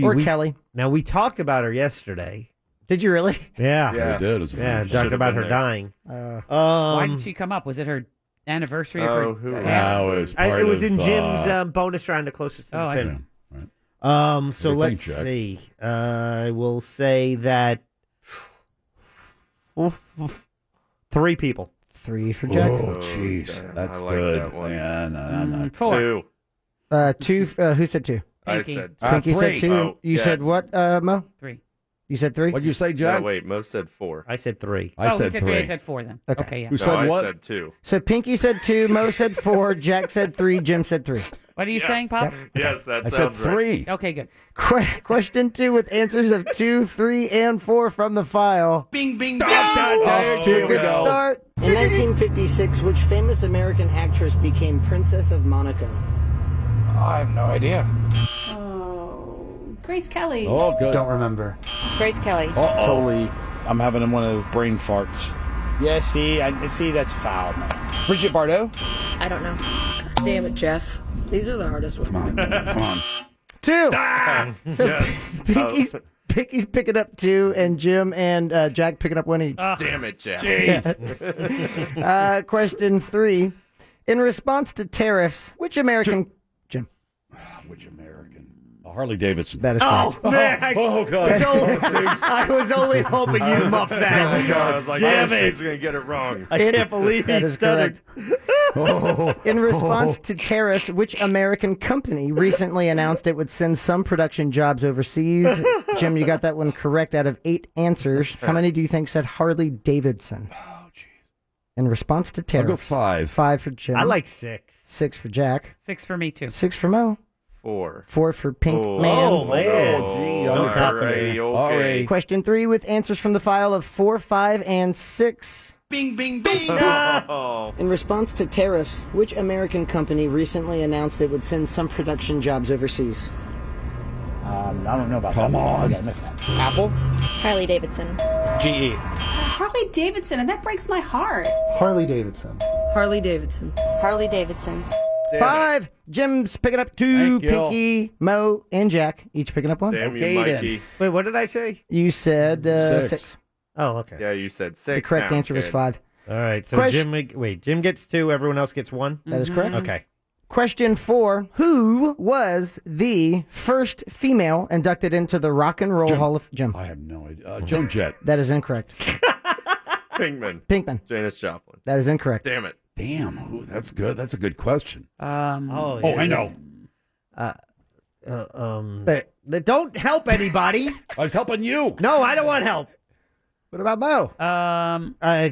Speaker 14: Or
Speaker 8: We-
Speaker 14: Kelly.
Speaker 8: Now we talked about her yesterday.
Speaker 14: Did you really? Oh,
Speaker 8: Yeah,
Speaker 5: Yeah. We did, as a matter
Speaker 8: Yeah,
Speaker 5: of fact.
Speaker 8: talked
Speaker 5: Should've
Speaker 8: about
Speaker 5: been
Speaker 8: her
Speaker 5: there.
Speaker 8: dying.
Speaker 6: Why
Speaker 8: Um,
Speaker 6: did she come up? Was it her anniversary
Speaker 8: Oh,
Speaker 6: of
Speaker 8: who
Speaker 6: her?
Speaker 8: was-
Speaker 6: Yes.
Speaker 8: That was I- it part was of, in Jim's, uh, um, bonus round, the closest to
Speaker 6: Oh,
Speaker 8: the
Speaker 6: I
Speaker 8: pin.
Speaker 6: see.
Speaker 8: Um, so
Speaker 6: What do you
Speaker 8: let's
Speaker 6: think, Jack?
Speaker 8: see. Uh, I will say that three people.
Speaker 14: Three for Jack.
Speaker 5: Oh, jeez, that's good. Yeah, no,
Speaker 8: Mm,
Speaker 5: no, no.
Speaker 14: four.
Speaker 5: Two.
Speaker 14: Uh, two. Uh, who said two?
Speaker 5: I Pinky. said-
Speaker 14: Pinky
Speaker 5: Uh,
Speaker 14: said
Speaker 5: three.
Speaker 14: two.
Speaker 5: Oh,
Speaker 14: you
Speaker 5: yeah.
Speaker 14: said what, uh, Mo?
Speaker 6: Three.
Speaker 14: You said three.
Speaker 5: What'd you say,
Speaker 11: No, wait, Mo said four.
Speaker 8: I said three.
Speaker 6: Oh, he said three. I said four then. Okay, yeah.
Speaker 11: no, I said two.
Speaker 14: So Pinky said two. Mo said four. Jack said three. Jim said three.
Speaker 6: What are you saying, Pop?
Speaker 11: Yes, that
Speaker 14: I said
Speaker 11: sounds right.
Speaker 14: three.
Speaker 6: Okay, good.
Speaker 14: Que- question two with answers of two, three, and four from the file.
Speaker 6: Bing, bing,
Speaker 14: bing.
Speaker 11: Oh,
Speaker 5: Off to a good start.
Speaker 14: In 1956, which famous American actress became Princess of Monaco?
Speaker 21: I have no idea.
Speaker 15: Grace Kelly.
Speaker 21: Don't remember.
Speaker 15: Grace Kelly.
Speaker 21: Totally. I'm having one of those brain farts. Yeah, see, I see that's foul, man. Bridget Bardot?
Speaker 15: I don't know. Damn it, Jeff. These are the hardest ones.
Speaker 21: Come on.
Speaker 14: Two. So
Speaker 11: yes.
Speaker 14: Pinky's, Pinky's picking up two, and Jim and uh, Jack picking up one each.
Speaker 11: Damn it, Jeff.
Speaker 14: Jeez. uh, question three. In response to tariffs, which American. Jim.
Speaker 5: Which American? Harley Davidson.
Speaker 14: That is
Speaker 5: oh,
Speaker 14: correct. man, I-
Speaker 5: oh God!
Speaker 14: It's only- I was only hoping
Speaker 11: I
Speaker 14: you'd
Speaker 11: was-
Speaker 14: muff
Speaker 11: Oh,
Speaker 14: that.
Speaker 11: God, I was like,
Speaker 14: Damn
Speaker 11: Damn
Speaker 14: it.
Speaker 11: he's going to get it wrong.
Speaker 14: That is correct. In response to tariffs, which American company recently announced it would send some production jobs overseas? Jim, you got that one correct out of eight answers. How many do you think said Harley Davidson? In response to
Speaker 5: I'll
Speaker 14: tariffs,
Speaker 5: go five.
Speaker 14: Five for Jim.
Speaker 5: I like
Speaker 8: six.
Speaker 14: Six for Jack.
Speaker 6: Six for me too.
Speaker 14: Six for Mo.
Speaker 11: Four.
Speaker 14: Four for Pink
Speaker 11: Oh,
Speaker 14: Man.
Speaker 11: oh, man. Oh, gee, No I'm compliment. alrighty, okay. Alright.
Speaker 14: Question three with answers from the file of four, five, and six.
Speaker 15: Bing, bing,
Speaker 11: Oh.
Speaker 14: In response to tariffs, which American company recently announced it would send some production jobs overseas?
Speaker 21: Um, I don't know about
Speaker 14: Come
Speaker 21: that.
Speaker 14: on.
Speaker 21: I missed that. Apple? E.
Speaker 15: Harley Davidson.
Speaker 21: GE.
Speaker 15: Harley Davidson, and that breaks my heart.
Speaker 21: Harley Davidson.
Speaker 15: Harley Davidson. Harley Davidson.
Speaker 14: Five. Jim's picking up two.
Speaker 8: Thank you.
Speaker 14: Pinky, Mo, and Jack each picking up one.
Speaker 8: Wait, what did I say?
Speaker 14: You said uh, six.
Speaker 8: Oh, okay.
Speaker 11: Yeah, you said six.
Speaker 14: The correct
Speaker 8: sounds
Speaker 14: answer was
Speaker 8: good.
Speaker 14: five.
Speaker 8: All right. So
Speaker 14: Question-
Speaker 8: Jim, wait, Jim gets two. Everyone else gets one.
Speaker 14: That is correct.
Speaker 8: Okay.
Speaker 14: Question four: Who was the first female inducted into the Rock and Roll Hall of Jim?
Speaker 5: I have no idea. Uh, Joan Jett.
Speaker 14: That is incorrect.
Speaker 11: Pinkman.
Speaker 14: Pinkman.
Speaker 11: Janis Joplin.
Speaker 14: That is incorrect.
Speaker 11: Damn it.
Speaker 5: Damn. Ooh, that's good. That's a good question.
Speaker 17: Uh,
Speaker 6: Um,
Speaker 8: oh,
Speaker 5: Oh, I know.
Speaker 8: Uh, uh, um,
Speaker 5: Hey.
Speaker 8: th- don't help anybody.
Speaker 5: I was helping you.
Speaker 8: No, I don't want help.
Speaker 14: What about Mo?
Speaker 6: Um,
Speaker 8: uh,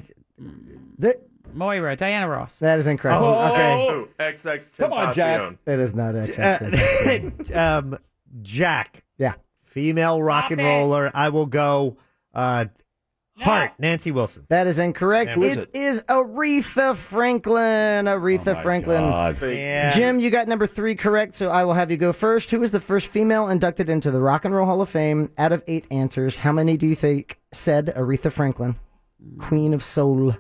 Speaker 6: Moira, Diana Ross.
Speaker 14: That is incorrect.
Speaker 11: Oh, XX
Speaker 8: Come on, Jack.
Speaker 11: Tentacion.
Speaker 14: That is not actually. Uh,
Speaker 8: um, Jack.
Speaker 14: Yeah.
Speaker 8: Female rock
Speaker 14: Stop
Speaker 8: and
Speaker 14: it.
Speaker 8: roller. I will go. Uh, Hart. Nancy Wilson.
Speaker 14: That is
Speaker 5: Oh,
Speaker 14: incorrect.
Speaker 8: Who is
Speaker 14: it is Aretha Franklin.
Speaker 5: Oh,
Speaker 14: Aretha Franklin.
Speaker 8: God. Yes.
Speaker 14: Jim, you got number three correct, so I will have you go first. Who was the first female inducted into the Rock and Roll Hall of Fame? Out of eight answers, how many do you think said Aretha Franklin, Queen of Soul?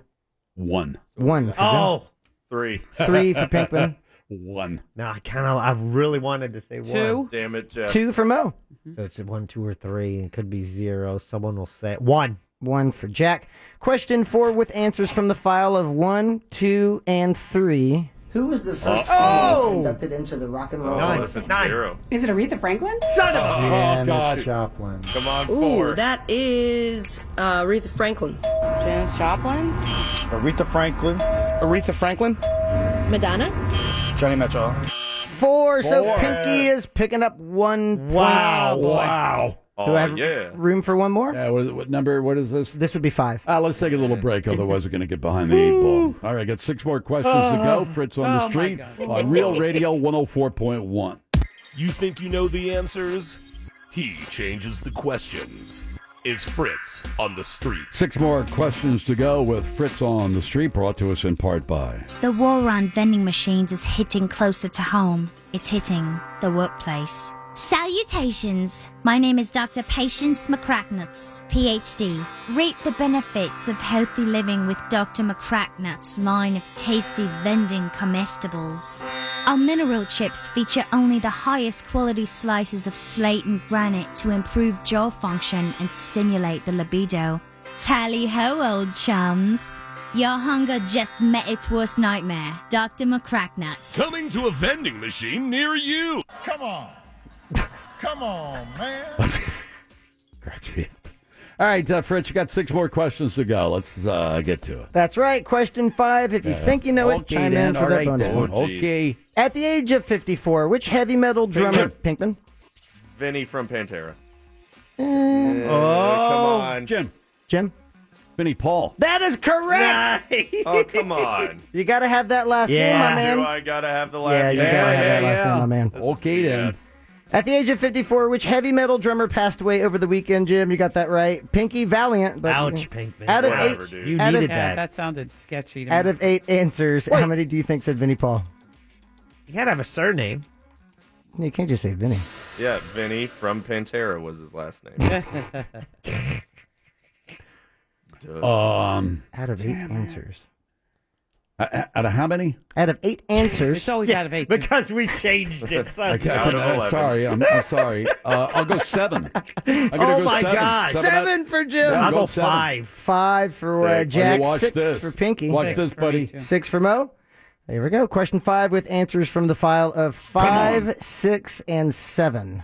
Speaker 5: One.
Speaker 14: One. For Jim.
Speaker 8: Oh.
Speaker 11: Three.
Speaker 14: Three for Pinkman.
Speaker 5: One.
Speaker 8: No, I kind of. I really wanted to say one.
Speaker 11: Damn it, Jeff.
Speaker 14: Two for Mo.
Speaker 8: So it's one, two, or three. It could be zero. Someone will say one.
Speaker 14: One for Jack. Question four with answers from the file of one, two, and three. Who was the first
Speaker 5: Uh-oh.
Speaker 14: female inducted into the Rock and Roll Hall of Fame?
Speaker 11: Zero.
Speaker 17: Is it Aretha Franklin?
Speaker 14: Son of
Speaker 11: Oh,
Speaker 14: Yeah, Miss
Speaker 11: God.
Speaker 14: Joplin.
Speaker 11: Come on,
Speaker 15: Ooh, that is uh, Aretha Franklin. Janis Joplin?
Speaker 21: Aretha Franklin. Aretha Franklin.
Speaker 16: Madonna.
Speaker 21: Johnny Mitchell.
Speaker 14: Oh, Four. So
Speaker 21: Four.
Speaker 14: Pinky is picking up one
Speaker 5: Wow,
Speaker 14: point.
Speaker 5: wow.
Speaker 14: Do I
Speaker 5: Oh,
Speaker 14: have
Speaker 5: yeah.
Speaker 14: room for one more?
Speaker 5: Yeah, what, what number? What is this?
Speaker 14: This would be five.
Speaker 5: Uh, let's take a little break, otherwise we're going to get behind the eight ball. All right, got six more questions to go. Fritz on
Speaker 18: Oh,
Speaker 5: the
Speaker 18: my
Speaker 5: street
Speaker 18: God.
Speaker 5: on Real Radio 104.1.
Speaker 3: You think you know the answers? He changes the questions. Is Fritz on the street?
Speaker 5: Six more questions to go with Fritz on the street, brought to us in part by.
Speaker 19: The war on vending machines is hitting closer to home. It's hitting the workplace. Salutations! My name is Dr. Patience McCracknuts, PhD. Reap the benefits of healthy living with Dr. McCracknuts' line of tasty vending comestibles. Our mineral chips feature only the highest quality slices of slate and granite to improve jaw function and stimulate the libido. Tally ho, old chums! Your hunger just met its worst nightmare, Dr. McCracknuts.
Speaker 3: Coming to a vending machine near you. Come on.
Speaker 20: Come on, man.
Speaker 5: All right, uh, Fritz, you got six more questions to go. Let's uh, get to it.
Speaker 14: That's right. Question five. If you
Speaker 5: Yeah.
Speaker 14: think you know it,
Speaker 5: Okay,
Speaker 14: chime
Speaker 5: then.
Speaker 14: in for
Speaker 5: All
Speaker 14: that
Speaker 5: right,
Speaker 14: bonus
Speaker 5: then.
Speaker 14: point.
Speaker 5: Oh, geez. Okay.
Speaker 14: At the age of 54, which heavy metal drummer, Pinkman?
Speaker 11: Vinny from Pantera.
Speaker 14: Uh,
Speaker 11: come on.
Speaker 5: Oh, Jim.
Speaker 14: Jim?
Speaker 5: Vinny Paul.
Speaker 14: That is correct.
Speaker 11: Oh, come on.
Speaker 14: You got to have that last name, my man.
Speaker 11: Do I gotta have the
Speaker 14: yeah,
Speaker 11: last
Speaker 14: you
Speaker 11: name?
Speaker 14: gotta have that last
Speaker 11: yeah.
Speaker 14: name, my man.
Speaker 5: Okay, then.
Speaker 14: At the age of 54, which heavy metal drummer passed away over the weekend, Jim? You got that right. Pinky Valiant. But
Speaker 6: Ouch, Pinkman.
Speaker 14: Out of
Speaker 6: Whatever,
Speaker 14: eight,
Speaker 6: dude.
Speaker 14: you out of,
Speaker 6: Yeah, that sounded sketchy. To me.
Speaker 14: Out of eight answers, how many do you think said Vinnie Paul?
Speaker 8: You gotta have a surname.
Speaker 14: You can't just say Vinny.
Speaker 11: Yeah, Vinny from Pantera was his last name. Duh.
Speaker 5: Um,
Speaker 14: out of eight answers.
Speaker 5: Uh, out of how many?
Speaker 14: Out of eight answers.
Speaker 6: it's always out of eight.
Speaker 8: Because we changed it. So
Speaker 5: I, I, am sorry. I'm, I'm sorry. Uh, I'll go seven. I'm gonna
Speaker 8: Oh
Speaker 5: go
Speaker 8: my
Speaker 5: seven.
Speaker 8: God.
Speaker 5: Seven, out-
Speaker 14: Seven for Jim.
Speaker 5: Yeah,
Speaker 14: I'll go
Speaker 5: seven.
Speaker 14: five. Five for uh,
Speaker 5: Six.
Speaker 14: Jack.
Speaker 5: Okay, watch
Speaker 14: six
Speaker 5: this.
Speaker 14: for Pinky.
Speaker 5: Watch Six this, for me, buddy. too.
Speaker 14: Six for Mo. Here we go. Question five with answers from the file of five, six, and seven.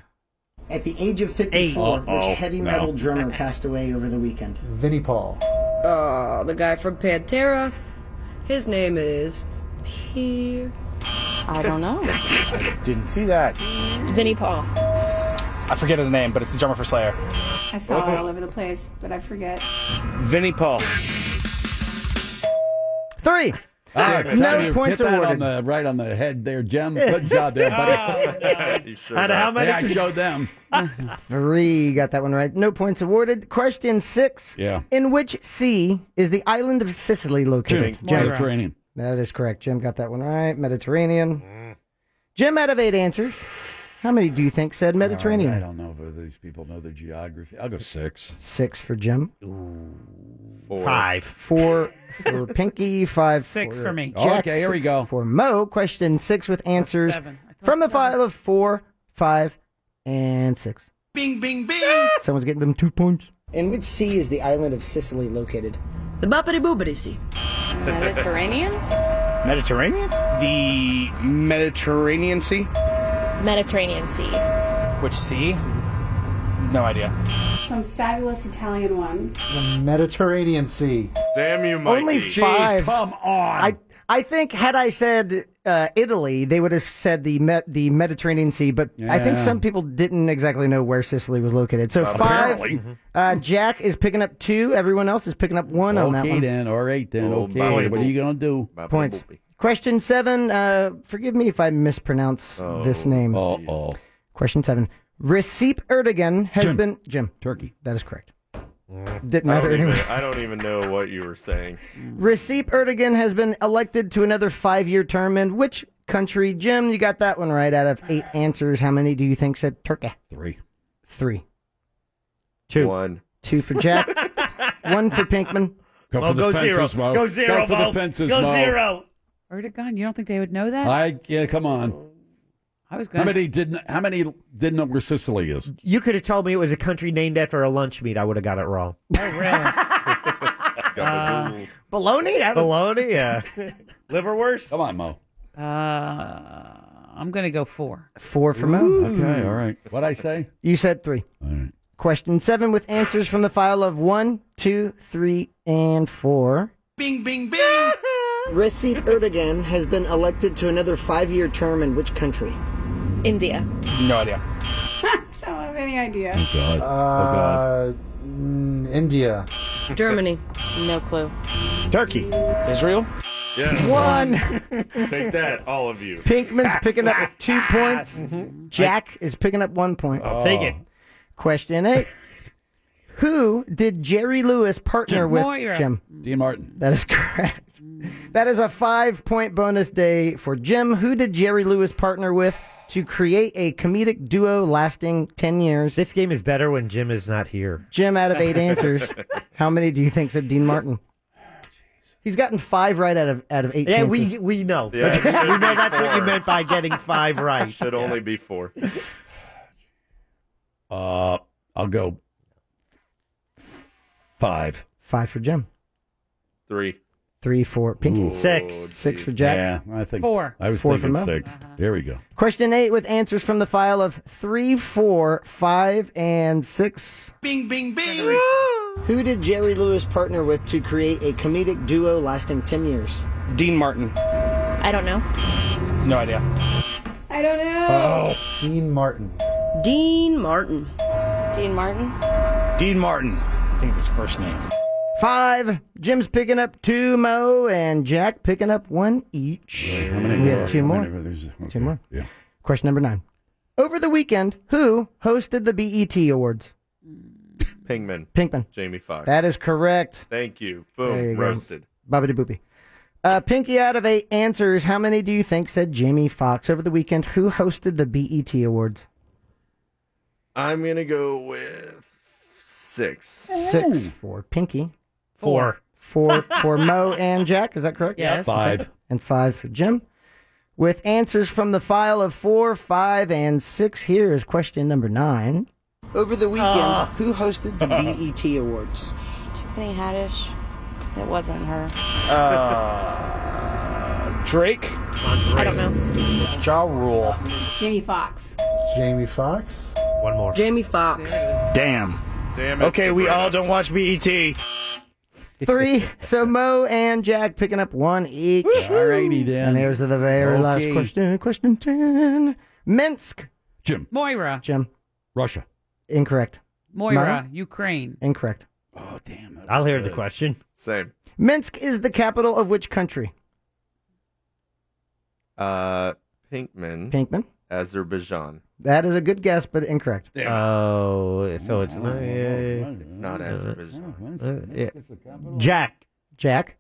Speaker 14: At the age of
Speaker 19: 54, which Uh-oh. heavy No. metal drummer
Speaker 14: passed away over the weekend? Vinnie Paul.
Speaker 15: Uh, the guy from Pantera. His name is Pierre.
Speaker 23: I don't know.
Speaker 21: Didn't see that.
Speaker 23: Vinnie Paul.
Speaker 21: I forget his name, but it's the drummer for Slayer.
Speaker 17: I saw
Speaker 21: Oh.
Speaker 17: it all over the place, but I forget.
Speaker 21: Vinnie Paul.
Speaker 14: Three.
Speaker 5: Ah,
Speaker 14: No points
Speaker 5: hit that
Speaker 14: awarded.
Speaker 5: On the, right on the head there, Jim. Good job there,
Speaker 6: Oh,
Speaker 5: Oh, buddy.
Speaker 14: Out of how many?
Speaker 5: Yeah, I showed them.
Speaker 14: Three. Got that one right. No points awarded. Question six.
Speaker 5: Yeah.
Speaker 14: In which sea is the island of Sicily located?
Speaker 5: Jim, Mediterranean.
Speaker 14: That is correct. Jim got that one right. Mediterranean. Jim out of eight answers. How many do you think said Mediterranean?
Speaker 5: I don't know if these people know their geography. I'll go six.
Speaker 14: Six for Jim.
Speaker 5: Four.
Speaker 14: Four for Pinky. Five.
Speaker 6: Six
Speaker 14: for,
Speaker 6: for me.
Speaker 14: Jack,
Speaker 5: Okay, here we
Speaker 14: six
Speaker 5: go.
Speaker 14: For Mo, question six with answers
Speaker 6: seven.
Speaker 14: from the file of four, five, and six.
Speaker 1: Bing, bing, bing.
Speaker 14: Someone's getting them two points. In which sea is the island of Sicily located?
Speaker 15: The Boppity Boopity Sea.
Speaker 23: Mediterranean?
Speaker 21: Mediterranean? The Mediterranean Sea?
Speaker 23: Mediterranean Sea.
Speaker 21: Which sea? No idea.
Speaker 17: Some fabulous Italian one.
Speaker 25: The Mediterranean Sea.
Speaker 11: Damn you, Mikey.
Speaker 14: Only five.
Speaker 5: Oh come on.
Speaker 14: I I think had I said uh, Italy, they would have said the Met, the Mediterranean Sea. But I think
Speaker 5: Yeah.
Speaker 14: some people didn't exactly know where Sicily was located. So five.
Speaker 5: Apparently.
Speaker 6: Mm-hmm.
Speaker 14: Uh, Jack is picking up two. Everyone else is picking up one on Oh, that
Speaker 5: Okay,
Speaker 14: one.
Speaker 5: then. All right, then.
Speaker 21: Oh,
Speaker 5: Okay.
Speaker 21: points.
Speaker 5: What are you going to do?
Speaker 14: Points. Question seven. Uh, forgive me if I mispronounce this name.
Speaker 5: Oh, oh.
Speaker 14: Question seven. Recep Erdogan has
Speaker 5: Jim.
Speaker 14: been Jim
Speaker 5: Turkey.
Speaker 14: That is correct.
Speaker 11: I
Speaker 14: Didn't
Speaker 11: don't
Speaker 14: matter
Speaker 11: even-
Speaker 14: anyway.
Speaker 11: I don't even know what you were saying.
Speaker 14: Recep Erdogan has been elected to another five-year term in which country? Jim, you got that one right. Out of eight answers, how many do you think said Turkey?
Speaker 5: Three.
Speaker 14: Three.
Speaker 11: Two. One.
Speaker 14: Two for Jack. one for Pinkman.
Speaker 5: Go
Speaker 6: Well,
Speaker 5: for the
Speaker 6: go zero.
Speaker 5: fences, Mo.
Speaker 6: Go zero,
Speaker 5: Go for
Speaker 6: Mo.
Speaker 5: the fences,
Speaker 6: Go
Speaker 5: Mo.
Speaker 6: zero. Erdogan, you don't think they would know that?
Speaker 5: I yeah, come on.
Speaker 6: I was
Speaker 5: How
Speaker 6: going
Speaker 5: many didn't? How many didn't know where Sicily is?
Speaker 8: You could have told me it was a country named after a lunch meat. I would have got it wrong.
Speaker 14: Baloney? I don't-
Speaker 8: Bologna? Yeah.
Speaker 5: Liverwurst. Come on, Mo.
Speaker 6: Uh, I'm going to go four.
Speaker 14: Four for Mo.
Speaker 5: Okay, all right. What'd I say?
Speaker 14: You said three.
Speaker 5: All right.
Speaker 14: Question seven with answers from the file of one, two, three, and four.
Speaker 1: Bing, bing, bing.
Speaker 7: Recep Erdogan has been elected to another five year term in which country? India.
Speaker 21: No idea.
Speaker 17: I don't have any idea.
Speaker 5: God.
Speaker 25: Uh,
Speaker 21: Oh,
Speaker 25: mm, India.
Speaker 15: Germany.
Speaker 7: No clue.
Speaker 21: Turkey. Israel.
Speaker 11: Yes.
Speaker 14: One.
Speaker 11: Take that, all of you.
Speaker 14: Pinkman's picking up two points. Jack is picking up one point.
Speaker 11: Mm-hmm. I'll take it.
Speaker 14: Question eight. Who did Jerry Lewis partner
Speaker 5: Jim
Speaker 14: with
Speaker 5: Moira.
Speaker 14: Jim?
Speaker 5: Dean Martin.
Speaker 14: That is correct. That is a five point bonus day for Jim. Who did Jerry Lewis partner with to create a comedic duo lasting 10 years?
Speaker 8: This game is better when Jim is not here.
Speaker 14: Jim, out of eight answers, how many do you think said Dean Martin? He's gotten five right out of out of eight.
Speaker 8: Yeah,
Speaker 14: chances.
Speaker 8: we we know.
Speaker 11: Yeah, it should
Speaker 8: we know
Speaker 11: be
Speaker 8: that's what you
Speaker 11: four.
Speaker 8: meant by getting five right.
Speaker 11: Should only be four.
Speaker 5: Uh, I'll go five.
Speaker 14: Five for Jim.
Speaker 11: Three.
Speaker 14: Three for Pinky.
Speaker 5: Ooh,
Speaker 8: Six.
Speaker 14: Six for Jack.
Speaker 5: Yeah, I think
Speaker 6: Four. Uh-huh.
Speaker 5: I was
Speaker 14: Four
Speaker 5: thinking
Speaker 14: for Mo.
Speaker 5: six. There we go.
Speaker 14: Question eight with answers from the file of three, four, five, and six.
Speaker 1: Bing, bing, bing.
Speaker 7: Who did Jerry Lewis partner with to create a comedic duo lasting 10 years?
Speaker 21: Dean Martin.
Speaker 16: I don't know.
Speaker 21: No idea.
Speaker 17: I don't know.
Speaker 25: Dean Martin.
Speaker 21: Oh.
Speaker 15: Dean Martin.
Speaker 16: Dean Martin?
Speaker 21: Dean Martin. I think his first name.
Speaker 14: Five. Jim's picking up two, Mo and Jack picking up one each. we have two more. Two more.
Speaker 5: Yeah.
Speaker 14: Question number nine. Over the weekend, who hosted the BET Awards?
Speaker 11: Pingman.
Speaker 14: Pinkman.
Speaker 11: Jamie Foxx.
Speaker 14: That is correct.
Speaker 11: Thank you.
Speaker 14: There
Speaker 11: Boom.
Speaker 14: you go.
Speaker 11: Roasted.
Speaker 14: Bobbity boopy. Uh, Pinky out of eight answers. How many do you think said Jamie Foxx over the weekend? Who hosted the BET Awards?
Speaker 11: I'm gonna go with six.
Speaker 14: Six for Pinky.
Speaker 8: Four.
Speaker 14: Four for Mo and Jack. Is that correct?
Speaker 6: Yes.
Speaker 5: Five.
Speaker 14: And five for Jim. With answers from the file of four, five, and six, here is question number nine.
Speaker 7: Over the weekend, who hosted the BET Awards?
Speaker 16: Penny Haddish. It wasn't her.
Speaker 21: Uh, Drake.
Speaker 16: I don't know.
Speaker 21: Ja Rule.
Speaker 17: Jamie Foxx.
Speaker 25: Jamie Fox.
Speaker 8: One more.
Speaker 15: Jamie Foxx.
Speaker 21: Damn.
Speaker 11: Damn it.
Speaker 21: Okay, we
Speaker 11: Sabrina.
Speaker 21: all don't watch E BET.
Speaker 14: Three. so Mo and Jack picking up one each.
Speaker 5: All righty
Speaker 14: And
Speaker 5: then.
Speaker 14: there's the very last
Speaker 5: Okay.
Speaker 14: question. Question 10. Minsk.
Speaker 5: Jim.
Speaker 6: Moira.
Speaker 14: Jim.
Speaker 5: Russia.
Speaker 14: Incorrect.
Speaker 6: Moira, Ukraine.
Speaker 14: Incorrect.
Speaker 5: Oh damn. that
Speaker 8: I'll
Speaker 5: was
Speaker 8: hear the
Speaker 5: good.
Speaker 8: question.
Speaker 11: Same.
Speaker 14: Minsk is the capital of which country?
Speaker 11: Uh, Pinkman.
Speaker 14: Pinkman.
Speaker 11: Azerbaijan.
Speaker 14: That is a good guess, but incorrect.
Speaker 8: Oh, so it's not.
Speaker 11: It's not Azerbaijan.
Speaker 8: uh, yeah. Jack,
Speaker 14: Jack.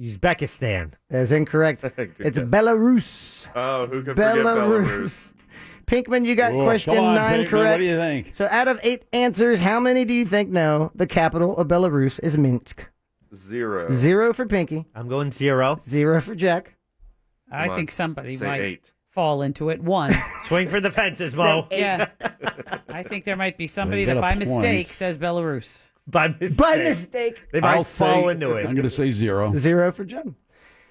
Speaker 8: Uzbekistan.
Speaker 14: That is incorrect.
Speaker 11: Good
Speaker 14: it's
Speaker 11: guess.
Speaker 14: Belarus.
Speaker 11: Oh, who could forget Belarus?
Speaker 14: Belarus. Pinkman, you got
Speaker 5: Whoa,
Speaker 14: question
Speaker 5: come on,
Speaker 14: nine
Speaker 5: Pinkman,
Speaker 14: correct.
Speaker 5: What do you think?
Speaker 14: So out of eight answers, how many do you think know the capital of Belarus is Minsk?
Speaker 11: Zero.
Speaker 14: Zero for Pinky,
Speaker 8: I'm going zero.
Speaker 14: zero for Jack.
Speaker 6: I
Speaker 11: One.
Speaker 6: think somebody
Speaker 11: Say
Speaker 6: might
Speaker 11: eight.
Speaker 6: fall into it. One.
Speaker 8: Swing for the fences, Mo.
Speaker 6: yeah. I think there might be somebody
Speaker 5: you got
Speaker 6: that
Speaker 5: a
Speaker 6: by
Speaker 5: point.
Speaker 6: mistake says Belarus.
Speaker 8: By mistake.
Speaker 14: By mistake,
Speaker 8: They might
Speaker 5: I'll
Speaker 8: fall
Speaker 5: say-
Speaker 8: into
Speaker 5: I'm
Speaker 8: it.
Speaker 5: going to say zero.
Speaker 14: zero for Jim.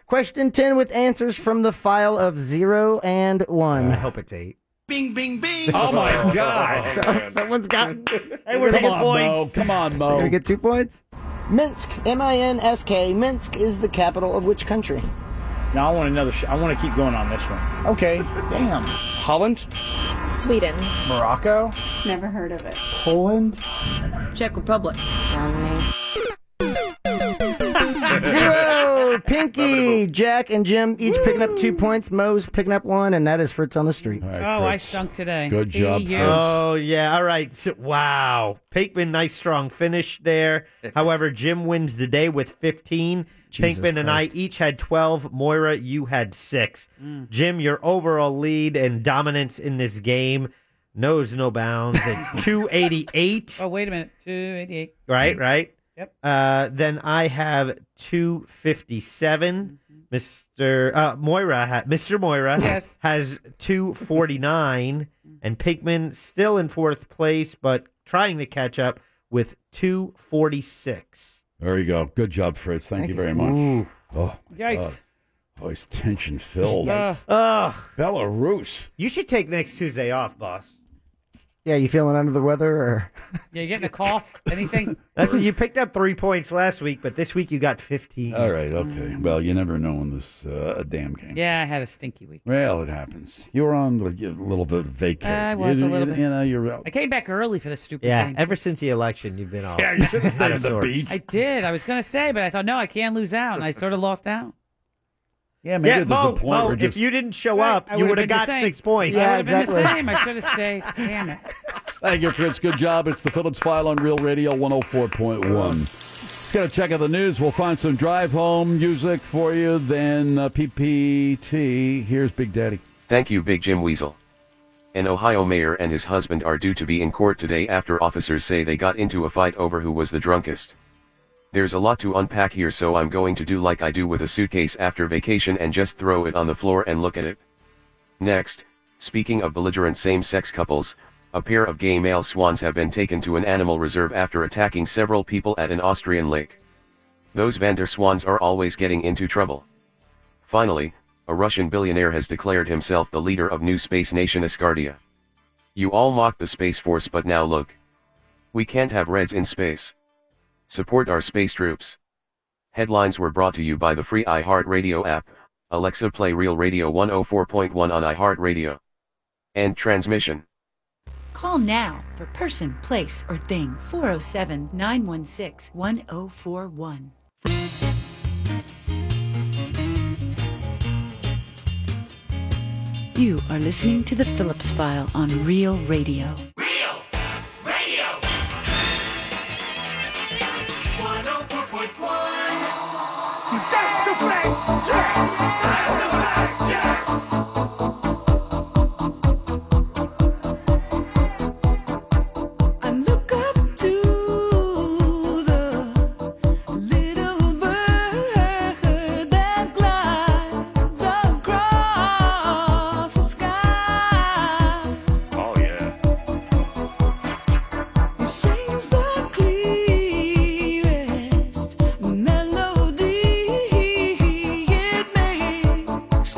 Speaker 14: Question 10 with answers from the file of zero and one.
Speaker 8: I hope it's eight.
Speaker 1: Bing, bing, bing.
Speaker 11: Oh my
Speaker 14: So-
Speaker 11: God.
Speaker 14: someone's got.
Speaker 8: Hey, we're
Speaker 5: Come
Speaker 8: making
Speaker 5: on, Mo.
Speaker 8: points.
Speaker 5: Come on,
Speaker 14: You're
Speaker 5: Mo.
Speaker 14: gonna get two points.
Speaker 7: Minsk, M I N S K. Minsk is the capital of which country?
Speaker 21: Now I want another. Sh- I want to keep going on this one. Okay. Damn. Holland.
Speaker 16: Sweden.
Speaker 21: Morocco.
Speaker 17: Never heard of it.
Speaker 25: Poland.
Speaker 15: Czech Republic.
Speaker 14: Zero. Pinky, Jack, and Jim each picking up two points. Moe's picking up one, and that is Fritz on the street.
Speaker 5: All right,
Speaker 6: Oh, I
Speaker 5: Fritz.
Speaker 6: stunk today.
Speaker 5: Good
Speaker 6: Be
Speaker 5: job,
Speaker 6: you.
Speaker 5: Fritz.
Speaker 8: Oh yeah, all right. So- wow, Pinkman, nice strong finish there. However, Jim wins the day with fifteen.
Speaker 14: Jesus
Speaker 8: Pinkman and I
Speaker 14: Christ.
Speaker 8: each had twelve. Moira, you had six.
Speaker 6: Mm.
Speaker 8: Jim, your overall lead and dominance in this game knows no bounds. It's two eighty eight.
Speaker 6: Oh, wait a minute. 288.
Speaker 8: Right, right.
Speaker 6: Yep.
Speaker 8: Uh, then I have two fifty seven. Mr. Uh, Moira, ha- Mr. Moira
Speaker 6: Mm-hmm. Yes. Mm-hmm.
Speaker 8: has 249, and Pinkman still in fourth place, but trying to catch up with 246.
Speaker 5: There you go. Good job, Fritz. Thank, you very much. Oh, my
Speaker 6: Yikes.
Speaker 5: God. Always tension filled.
Speaker 8: Yikes.
Speaker 5: Ugh. Belarus.
Speaker 8: You should take next Tuesday off, boss.
Speaker 14: Yeah, you feeling under the weather or
Speaker 6: Yeah, you getting a cough? Anything?
Speaker 8: That's you picked up three points last week, but this week you got fifteen.
Speaker 5: All right, okay. Well, you never know in this uh, a damn game.
Speaker 6: Yeah, I had a stinky week.
Speaker 5: Well, it happens. You were on a little bit of vacay.
Speaker 6: I was
Speaker 5: you,
Speaker 6: a little
Speaker 5: you,
Speaker 6: bit.
Speaker 5: You uh, know, you're out.
Speaker 6: I came back early for the stupid
Speaker 8: Yeah,
Speaker 6: thing.
Speaker 8: ever since the election, you've been off.
Speaker 5: Yeah, you should have
Speaker 8: Out of sorts.
Speaker 6: I did. I was going to stay, but I thought, no, I can't lose out. And I sort of lost out.
Speaker 5: Yeah,
Speaker 8: maybe Yeah, there's a Mo, point Mo, where if just- you didn't show up, you would've got six points.
Speaker 6: Yeah,
Speaker 8: Yeah,
Speaker 6: I would have
Speaker 8: exactly.
Speaker 6: been the same. I should have stayed. Damn it.
Speaker 5: Thank you, Fritz. Good job. It's the Phillips File on Real Radio 104.1. Let's get a check of the news. We'll find some drive home music for you, then uh, PPT. Here's Big Daddy.
Speaker 22: Thank you, Big Jim Weasel. An Ohio mayor and his husband are due to be in court today after officers say they got into a fight over who was the drunkest. There's a lot to unpack here, so I'm going to do like I do with a suitcase after vacation and just throw it on the floor and look at it. Next, speaking of belligerent same sex couples, a pair of gay male swans have been taken to an animal reserve after attacking several people at an Austrian lake. Those Vander swans are always getting into trouble. Finally, a Russian billionaire has declared himself the leader of new space nation Asgardia. You all mocked the Space Force, but now look. We can't have Reds in space. Support our space troops. Headlines were brought to you by the free iHeartRadio app. Alexa, play Real Radio 104.1 on iHeartRadio. End transmission.
Speaker 24: Call now for person, place, or thing 407 916 1041. You are listening to The Phillips File on Real Radio.
Speaker 26: Radio. 104.1. That's the black jack. That's the black jack.
Speaker 4: I look up to the little bird that glides across the sky.
Speaker 26: Oh yeah.
Speaker 4: He sings the clearest melody. It makes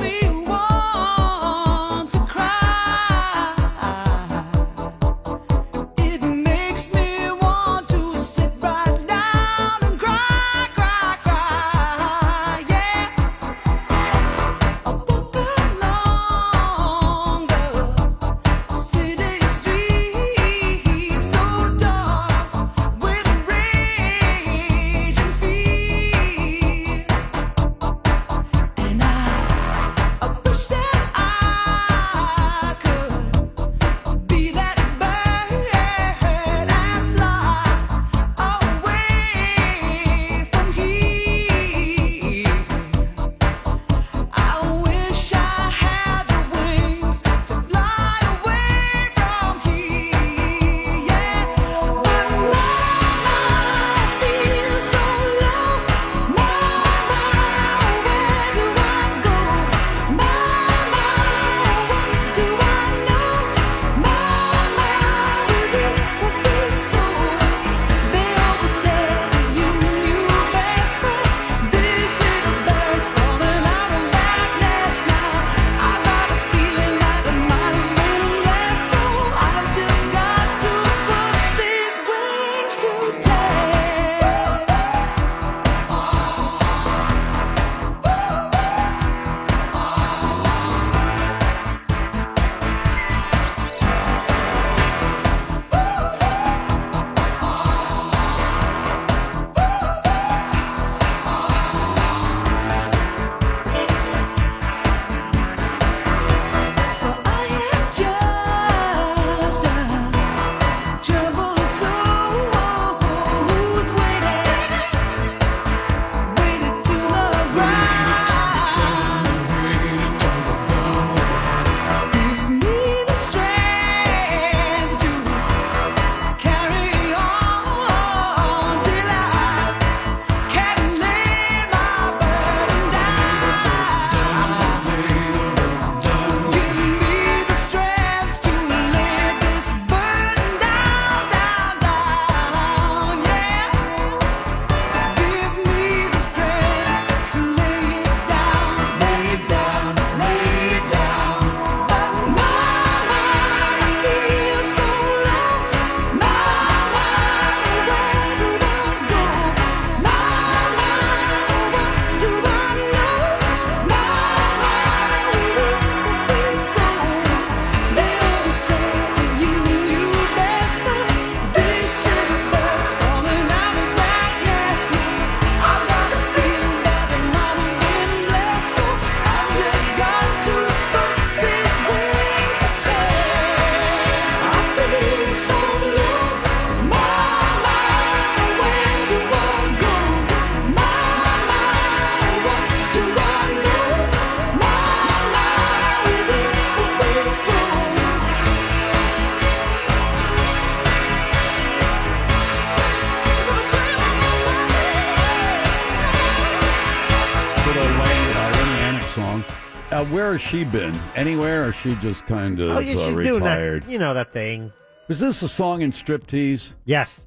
Speaker 5: Uh, where has she been? Anywhere, or is she just kind of
Speaker 8: Oh, yeah,
Speaker 5: uh,
Speaker 8: she's doing that-
Speaker 5: retired?
Speaker 8: you know that thing.
Speaker 5: Was this a song in striptease?
Speaker 8: Yes.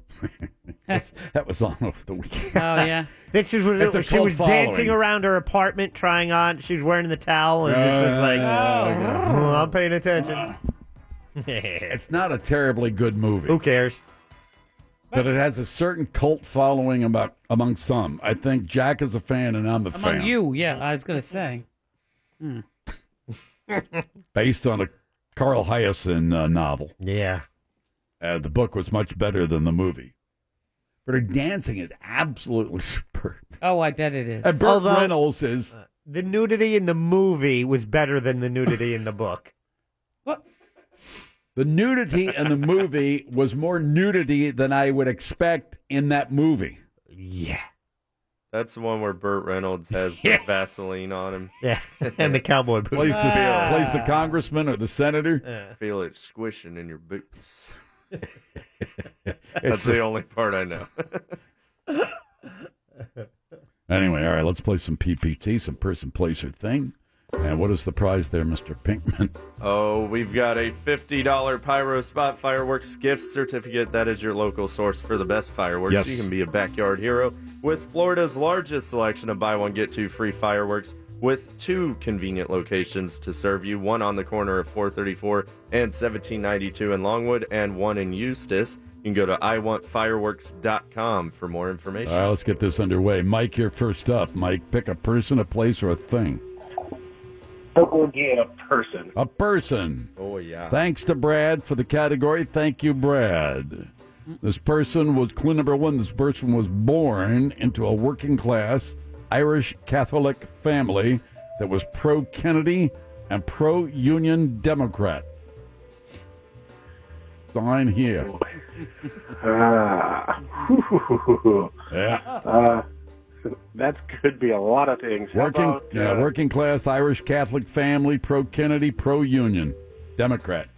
Speaker 5: that was on over the weekend.
Speaker 6: Oh yeah.
Speaker 8: This is
Speaker 5: It's a
Speaker 8: what she
Speaker 5: cult
Speaker 8: was
Speaker 5: following.
Speaker 8: dancing around her apartment, trying on. She was wearing the towel, and it's just like,
Speaker 5: Oh.
Speaker 8: "Oh, I'm paying attention.
Speaker 5: it's not a terribly good movie. Who
Speaker 8: cares?
Speaker 5: But it has a certain cult following about among some. I think Jack is a fan, and I'm the
Speaker 6: Among
Speaker 5: fan.
Speaker 6: you, yeah, I was gonna say. Hmm.
Speaker 5: Based on a Carl Hyacin uh, novel.
Speaker 8: Yeah.
Speaker 5: Uh, the book was much better than the movie. But her dancing is absolutely superb.
Speaker 6: Oh, I bet it is.
Speaker 5: And Burt Reynolds is.
Speaker 8: uh, The nudity in the movie was better than the nudity in the book.
Speaker 5: The nudity in the movie was more nudity than I would expect in that movie.
Speaker 8: Yeah.
Speaker 11: That's the one where Burt Reynolds has the Vaseline on him.
Speaker 8: Yeah, and the cowboy boots.
Speaker 5: Plays the,
Speaker 11: Ah.
Speaker 5: plays the congressman or the
Speaker 8: uh.
Speaker 5: senator.
Speaker 11: Feel it squishing in your boots.
Speaker 5: It's
Speaker 11: That's
Speaker 5: just-
Speaker 11: the only part I know.
Speaker 5: Anyway, all right, let's play some PPT, some person, place, or thing. And what is the prize there, Mr. Pinkman?
Speaker 11: Oh, we've got a $50 Pyro Spot Fireworks gift certificate. That is your local source for the best fireworks.
Speaker 5: Yes.
Speaker 11: You can be a backyard hero with Florida's largest selection of buy one, get two free fireworks with two convenient locations to serve you one on the corner of 434 and 1792 in Longwood, and one in Eustis. You can go to iwantfireworks.com for more information.
Speaker 5: All right, let's get this underway. Mike, you're first up. Mike, pick a person, a place, or a thing.
Speaker 2: Purple Gate, a person.
Speaker 5: A person.
Speaker 11: Oh, yeah.
Speaker 5: Thanks to Brad for the category. Thank you, Brad. This person was clue number one. This person was born into a working class Irish Catholic family that was pro Kennedy and pro Union Democrat. Sign here.
Speaker 2: Ah.
Speaker 5: yeah.
Speaker 2: Uh, that could be a lot of things. How
Speaker 5: Working,
Speaker 2: about,
Speaker 5: yeah,
Speaker 2: uh,
Speaker 5: working class Irish Catholic family, pro Kennedy, pro Union Democrat.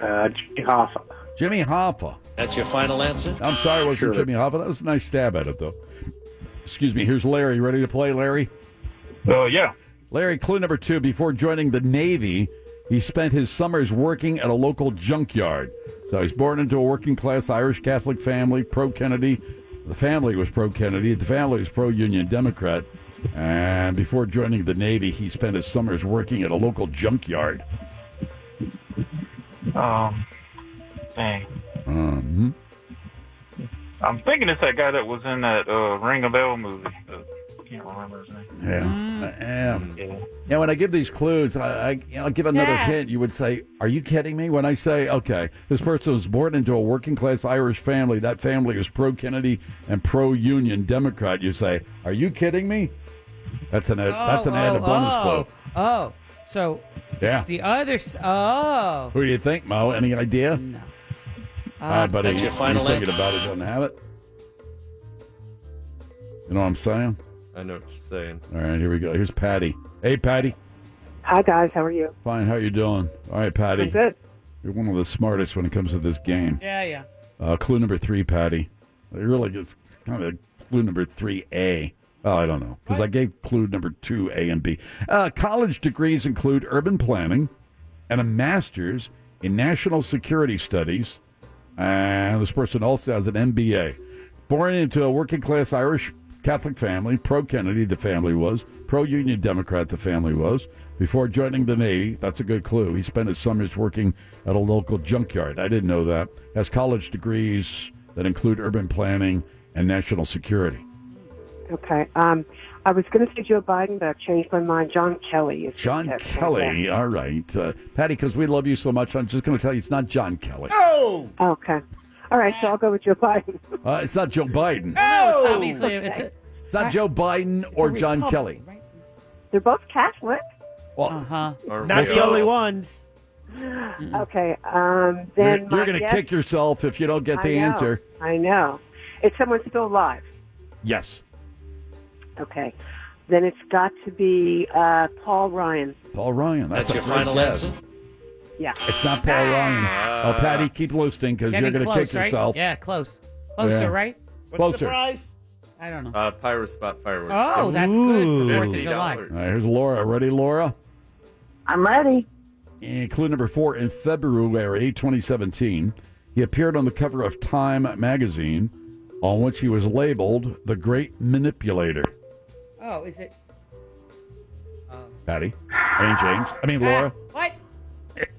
Speaker 2: Uh, Jimmy Hoffa.
Speaker 5: Jimmy Hoffa.
Speaker 2: That's your final answer?
Speaker 5: I'm sorry, it wasn't
Speaker 2: Sure.
Speaker 5: Jimmy Hoffa. That was a nice stab at it, though. Excuse me. Here's Larry. You ready to play, Larry?
Speaker 2: Oh, yeah.
Speaker 5: Larry, clue number two. Before joining the Navy, he spent his summers working at a local junkyard. So he's born into a working class Irish Catholic family, pro Kennedy. The family was pro Kennedy. The family was pro Union Democrat. And before joining the Navy, he spent his summers working at a local junkyard.
Speaker 2: Um, dang.
Speaker 5: Um,
Speaker 2: I'm thinking it's that guy that was in that uh, Ring of Bell movie. Uh, can't remember his name.
Speaker 5: yeah.
Speaker 4: Mm.
Speaker 5: Yeah.
Speaker 2: Yeah.
Speaker 5: Now, when I give these clues, I, I you know, I'll give another
Speaker 2: Yeah.
Speaker 5: hint. You would say, "Are you kidding me?" When I say, "Okay, this person was born into a working-class Irish family. That family was pro-Kennedy and pro-Union Democrat," you say, "Are you kidding me?" That's an ad, that's an
Speaker 6: Oh,
Speaker 5: added
Speaker 6: oh,
Speaker 5: bonus
Speaker 6: oh,
Speaker 5: clue.
Speaker 6: Oh, so
Speaker 5: Yeah.
Speaker 6: it's the other. s- Oh,
Speaker 5: Who do you think, Mo? Any idea? No.
Speaker 6: Uh,
Speaker 5: buddy,
Speaker 6: That's your
Speaker 5: he's
Speaker 6: final
Speaker 5: thinking
Speaker 6: answer.
Speaker 5: about it. Doesn't have it. You know what I'm saying?
Speaker 11: I know what you're saying.
Speaker 5: All right, here we go. Here's Patty. Hey, Patty.
Speaker 9: Hi guys, how are you?
Speaker 5: Fine. How you doing? All right, Patty.
Speaker 9: I'm good.
Speaker 5: You're one of the smartest when it comes to this game.
Speaker 6: yeah, yeah.
Speaker 5: Uh, clue number three, Patty. It really just kind of clue number three A. Oh, I don't know because I gave clue number two A and B. Uh, college degrees include urban planning and a master's in national security studies. And this person also has an MBA. Born into a working class Irish Catholic family, pro Kennedy, the family was, pro Union Democrat, the family was. Before joining the Navy, that's a good clue. He spent his summers working at a local junkyard. I didn't know that. Has college degrees that include urban planning and national security.
Speaker 9: Okay. Um, I was going to say Joe Biden, but I've changed my mind. John Kelly is
Speaker 5: John Kelly, all right. Uh, Patty, because we love you so much, I'm just going to tell you it's not John Kelly.
Speaker 9: Oh. Okay. All right, so I'll go with Joe Biden.
Speaker 5: Uh, it's not Joe Biden.
Speaker 6: No, it's obviously it's a,
Speaker 5: It's not Joe Biden or John
Speaker 9: Republican,
Speaker 5: Kelly.
Speaker 9: They're both Catholic.
Speaker 5: Well,
Speaker 6: uh-huh.
Speaker 8: Not the only ones.
Speaker 9: Okay. Um,
Speaker 5: You're,
Speaker 9: then
Speaker 5: you're
Speaker 9: my
Speaker 5: going to
Speaker 9: guess-
Speaker 5: kick yourself if you don't get
Speaker 9: I
Speaker 5: the
Speaker 9: know,
Speaker 5: answer.
Speaker 9: I know. Is someone still alive?
Speaker 5: Yes.
Speaker 9: Okay. Then it's got to be uh, Paul Ryan.
Speaker 5: Paul Ryan.
Speaker 2: That's
Speaker 5: That's, a
Speaker 2: your
Speaker 5: great
Speaker 2: final
Speaker 5: guess.
Speaker 2: answer?
Speaker 9: Yeah.
Speaker 5: It's not Paul Ryan. Oh, Patty, keep listening because you're
Speaker 6: Getting
Speaker 5: going to
Speaker 6: Ah. close,
Speaker 5: kick
Speaker 6: right?
Speaker 5: yourself.
Speaker 6: Yeah, close. Closer,
Speaker 5: Yeah.
Speaker 6: right?
Speaker 5: What's the Closer.
Speaker 8: prize?
Speaker 6: I don't know.
Speaker 11: Uh, Pyro Spot Fireworks.
Speaker 6: Oh, that's good for
Speaker 11: Ooh.
Speaker 6: Fourth of July.
Speaker 11: $50.
Speaker 5: All right, here's Laura. Ready, Laura?
Speaker 9: I'm ready.
Speaker 5: In clue number four, in February 2017, he appeared on the cover of Time magazine, on which he was labeled the Great Manipulator.
Speaker 6: Oh, is it?
Speaker 5: Patty and James. I mean, Laura.
Speaker 6: Ah, what?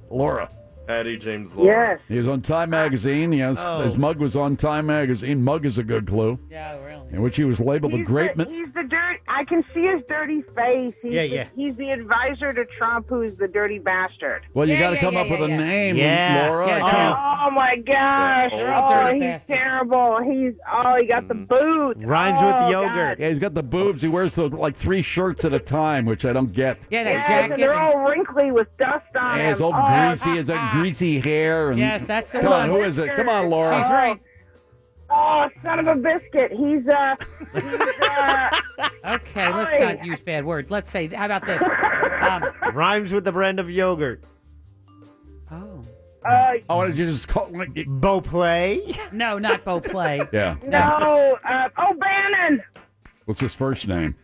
Speaker 5: Laura.
Speaker 11: Patty James
Speaker 5: Laura.
Speaker 11: Laura.
Speaker 5: He was on Time magazine. Yes,
Speaker 11: Oh.
Speaker 5: his mug was on Time magazine. Mug is a good clue.
Speaker 6: Yeah, "Mm, really.
Speaker 5: In which he was labeled the
Speaker 3: He's
Speaker 5: Great.
Speaker 3: the,
Speaker 5: Man-
Speaker 3: he's the dirt. I can see his dirty face. He's
Speaker 5: Yeah,
Speaker 3: the,
Speaker 5: yeah.
Speaker 3: He's the advisor to Trump, who's the dirty bastard.
Speaker 5: well, you got to come up with a name,
Speaker 8: Yeah.
Speaker 5: Laura. I
Speaker 8: Yeah.
Speaker 5: can't-
Speaker 3: Oh my gosh!
Speaker 5: Yeah, old
Speaker 3: Oh,
Speaker 5: dirty
Speaker 3: he's
Speaker 5: bastard.
Speaker 3: terrible. He's oh, he got the
Speaker 6: Mm.
Speaker 3: boot. Oh, God.
Speaker 5: Yeah, he's got the boobs. He wears the, like three shirts at a time, which I don't get.
Speaker 6: Yeah, that
Speaker 3: Yes,
Speaker 6: jacket.
Speaker 3: and they're all wrinkly with dust on
Speaker 5: Yeah,
Speaker 3: him.
Speaker 5: his old
Speaker 3: oh,
Speaker 5: greasy, his uh, greasy hair. And
Speaker 6: Yes, that's the
Speaker 5: come
Speaker 6: one.
Speaker 5: on. Who is it? Come on, Laura.
Speaker 6: She's right.
Speaker 3: Oh, son of a biscuit. He's uh,
Speaker 6: Okay, let's
Speaker 3: Hi.
Speaker 6: not use bad words. Let's say, how about this? Um,
Speaker 8: Rhymes with the brand of yogurt.
Speaker 6: Oh.
Speaker 3: uh,
Speaker 5: Oh, did you just call like,
Speaker 8: Bow play?
Speaker 6: no, not Bo Play.
Speaker 5: Yeah.
Speaker 3: no, uh, oh Bannon,
Speaker 5: What's his first name?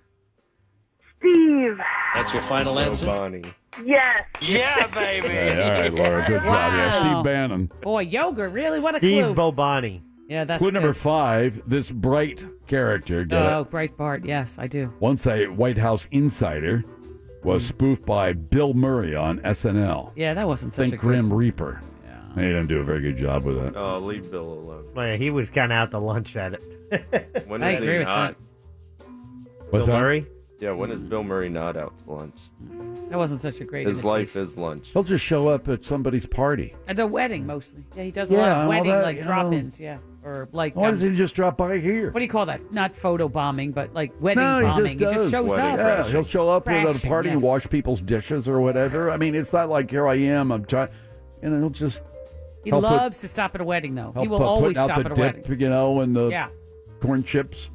Speaker 3: Steve.
Speaker 11: That's your final answer. Bonnie.
Speaker 3: Yes.
Speaker 11: Yeah, baby.
Speaker 5: All right, all right, Laura. Good job. Yeah,
Speaker 6: Wow.
Speaker 5: Steve Bannon.
Speaker 6: Boy, yoga, really? What a
Speaker 8: Steve
Speaker 6: clue.
Speaker 8: Bobani.
Speaker 6: yeah, that's
Speaker 5: Clue
Speaker 6: good.
Speaker 5: number five this bright character. Get
Speaker 6: Oh,
Speaker 5: it?
Speaker 6: Breitbart. Yes, I do.
Speaker 5: Once a White House insider was spoofed by Bill Murray on SNL.
Speaker 6: Mm-hmm. Yeah, that wasn't such
Speaker 5: Think
Speaker 6: a good-
Speaker 5: Grim Reaper. He didn't do a very good job with it.
Speaker 11: Oh, leave Bill alone.
Speaker 8: Well, yeah, he was kind of out to lunch at it.
Speaker 11: When
Speaker 8: I
Speaker 11: is
Speaker 8: agree
Speaker 11: he
Speaker 8: with
Speaker 11: not?
Speaker 5: What's
Speaker 8: Bill
Speaker 5: that?
Speaker 8: Murray?
Speaker 11: Yeah, when is Bill Murray not out to lunch?
Speaker 6: That wasn't such a great
Speaker 11: His life is lunch.
Speaker 5: He'll just show up at somebody's party.
Speaker 6: At the wedding, mostly. Yeah, he does a
Speaker 5: Mm. Yeah,
Speaker 6: lot of
Speaker 5: all
Speaker 6: wedding,
Speaker 5: that,
Speaker 6: like
Speaker 5: you know.
Speaker 6: drop ins, yeah. Or like.
Speaker 5: Why
Speaker 6: um,
Speaker 5: does he just drop by here?
Speaker 6: What do you call that? Not photo bombing, but like wedding
Speaker 5: no,
Speaker 6: bombing.
Speaker 5: he just does.
Speaker 6: shows up.
Speaker 5: Yeah, he'll show up at a
Speaker 6: Crashing,
Speaker 5: party and
Speaker 6: yes.
Speaker 5: wash people's dishes or whatever. I mean, it's not like here I am. I'm trying, and he'll just
Speaker 6: He
Speaker 5: help put-
Speaker 6: loves to stop at a wedding, though.
Speaker 5: help
Speaker 6: He will
Speaker 5: put- putting
Speaker 6: always
Speaker 5: out
Speaker 6: stop
Speaker 5: the
Speaker 6: at a
Speaker 5: dip,
Speaker 6: wedding.
Speaker 5: you know, and the
Speaker 6: Yeah.
Speaker 5: corn chips.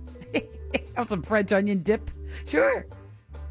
Speaker 6: Have some French onion dip. Sure.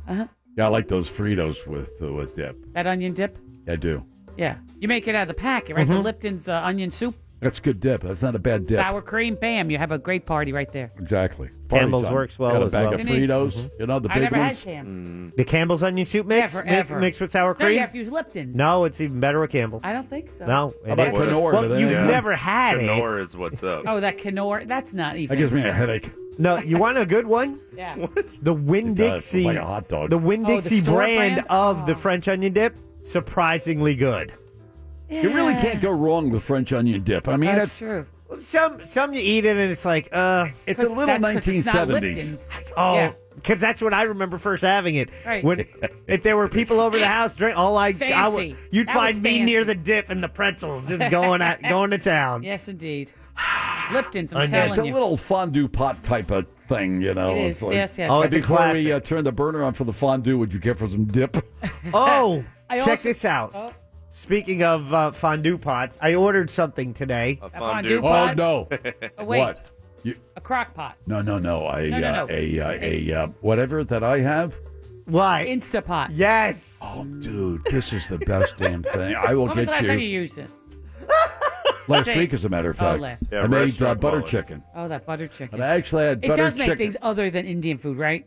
Speaker 6: Uh huh.
Speaker 5: Yeah, I like those Fritos with uh, with dip.
Speaker 6: That onion dip.
Speaker 5: I do.
Speaker 6: Yeah. You make it out of the packet, right? The
Speaker 5: Mhm.
Speaker 6: Lipton's uh, onion soup,
Speaker 5: That's good dip. That's not a bad dip.
Speaker 6: sour cream, bam. You have a great party right there.
Speaker 5: Exactly. Party
Speaker 8: Campbell's
Speaker 5: time.
Speaker 8: works well
Speaker 5: Got a
Speaker 8: as
Speaker 5: bag
Speaker 8: well.
Speaker 5: of Fritos. You know the
Speaker 6: I
Speaker 5: big
Speaker 6: never
Speaker 5: ones.
Speaker 6: had
Speaker 11: Mm.
Speaker 6: Campbell's.
Speaker 8: The Campbell's onion soup mix?
Speaker 6: Yeah,
Speaker 8: Mi-
Speaker 6: forever.
Speaker 8: Mixed with sour
Speaker 6: No,
Speaker 8: cream?
Speaker 6: you have to use Lipton's.
Speaker 8: No, it's even better with Campbell's.
Speaker 6: I don't think so.
Speaker 8: No,
Speaker 5: How about
Speaker 8: is.
Speaker 5: Knorr? Do
Speaker 8: Well,
Speaker 5: they
Speaker 8: you've
Speaker 5: have-
Speaker 8: never had it.
Speaker 11: Kenora is what's up.
Speaker 6: Oh, that canor. That's not even.
Speaker 5: That gives me a headache.
Speaker 8: No, you want a good one?
Speaker 6: Yeah.
Speaker 8: The Winn
Speaker 5: does.
Speaker 8: Dixie,
Speaker 5: Like a hot dog.
Speaker 8: the Winn
Speaker 6: Oh, the
Speaker 8: Dixie
Speaker 6: store
Speaker 8: brand,
Speaker 6: brand?
Speaker 8: of the French onion dip, surprisingly good.
Speaker 5: You really can't go wrong with French onion dip. I mean, that's,
Speaker 6: true.
Speaker 8: Some some you eat it and it's like, uh,
Speaker 5: it's a little 1970s.
Speaker 8: Oh,
Speaker 6: Yeah.
Speaker 8: because that's when I remember first having it.
Speaker 6: Right.
Speaker 8: When if there were people over the house, drink all I, I would,
Speaker 6: Fancy.
Speaker 8: you'd
Speaker 6: That was
Speaker 8: find me
Speaker 6: fancy.
Speaker 8: near the dip and the pretzels, just going at, going to town.
Speaker 6: Yes, indeed. Lipton's.
Speaker 5: I
Speaker 6: I'm
Speaker 5: know. It's a
Speaker 6: telling you.
Speaker 5: little fondue pot type of thing, you know.
Speaker 6: It
Speaker 5: It's
Speaker 6: is. Yes, yes,
Speaker 5: Hey,
Speaker 6: Oh, it's a
Speaker 5: before we uh, turn the burner on for the fondue, would you care for some dip?
Speaker 8: Oh,
Speaker 6: I
Speaker 8: check
Speaker 6: also-
Speaker 8: this out.
Speaker 6: Oh.
Speaker 8: Speaking of uh, fondue pots, I ordered something today.
Speaker 11: A
Speaker 6: fondue
Speaker 11: fondue.
Speaker 5: oh
Speaker 6: pot?
Speaker 5: no!
Speaker 6: Oh, wait.
Speaker 5: What? You,
Speaker 6: A crock pot.
Speaker 5: no, no, no! A
Speaker 6: No, no,
Speaker 5: uh,
Speaker 6: no.
Speaker 5: a uh, a uh, whatever that I have.
Speaker 8: Why?
Speaker 6: Instapot.
Speaker 8: Yes.
Speaker 5: Oh, dude, this is the best damn thing. I will
Speaker 6: When
Speaker 5: get
Speaker 6: was the last
Speaker 5: you
Speaker 6: time you used it?
Speaker 5: last
Speaker 6: Say-
Speaker 5: week, as a matter of
Speaker 6: Oh,
Speaker 5: fact.
Speaker 6: last-
Speaker 11: Yeah,
Speaker 5: I made uh,
Speaker 11: restaurant
Speaker 5: butter
Speaker 11: wallet.
Speaker 5: chicken,
Speaker 6: Oh, that butter chicken.
Speaker 5: and I actually had
Speaker 6: It
Speaker 5: butter
Speaker 6: does make
Speaker 5: chicken.
Speaker 6: things other than Indian food, right?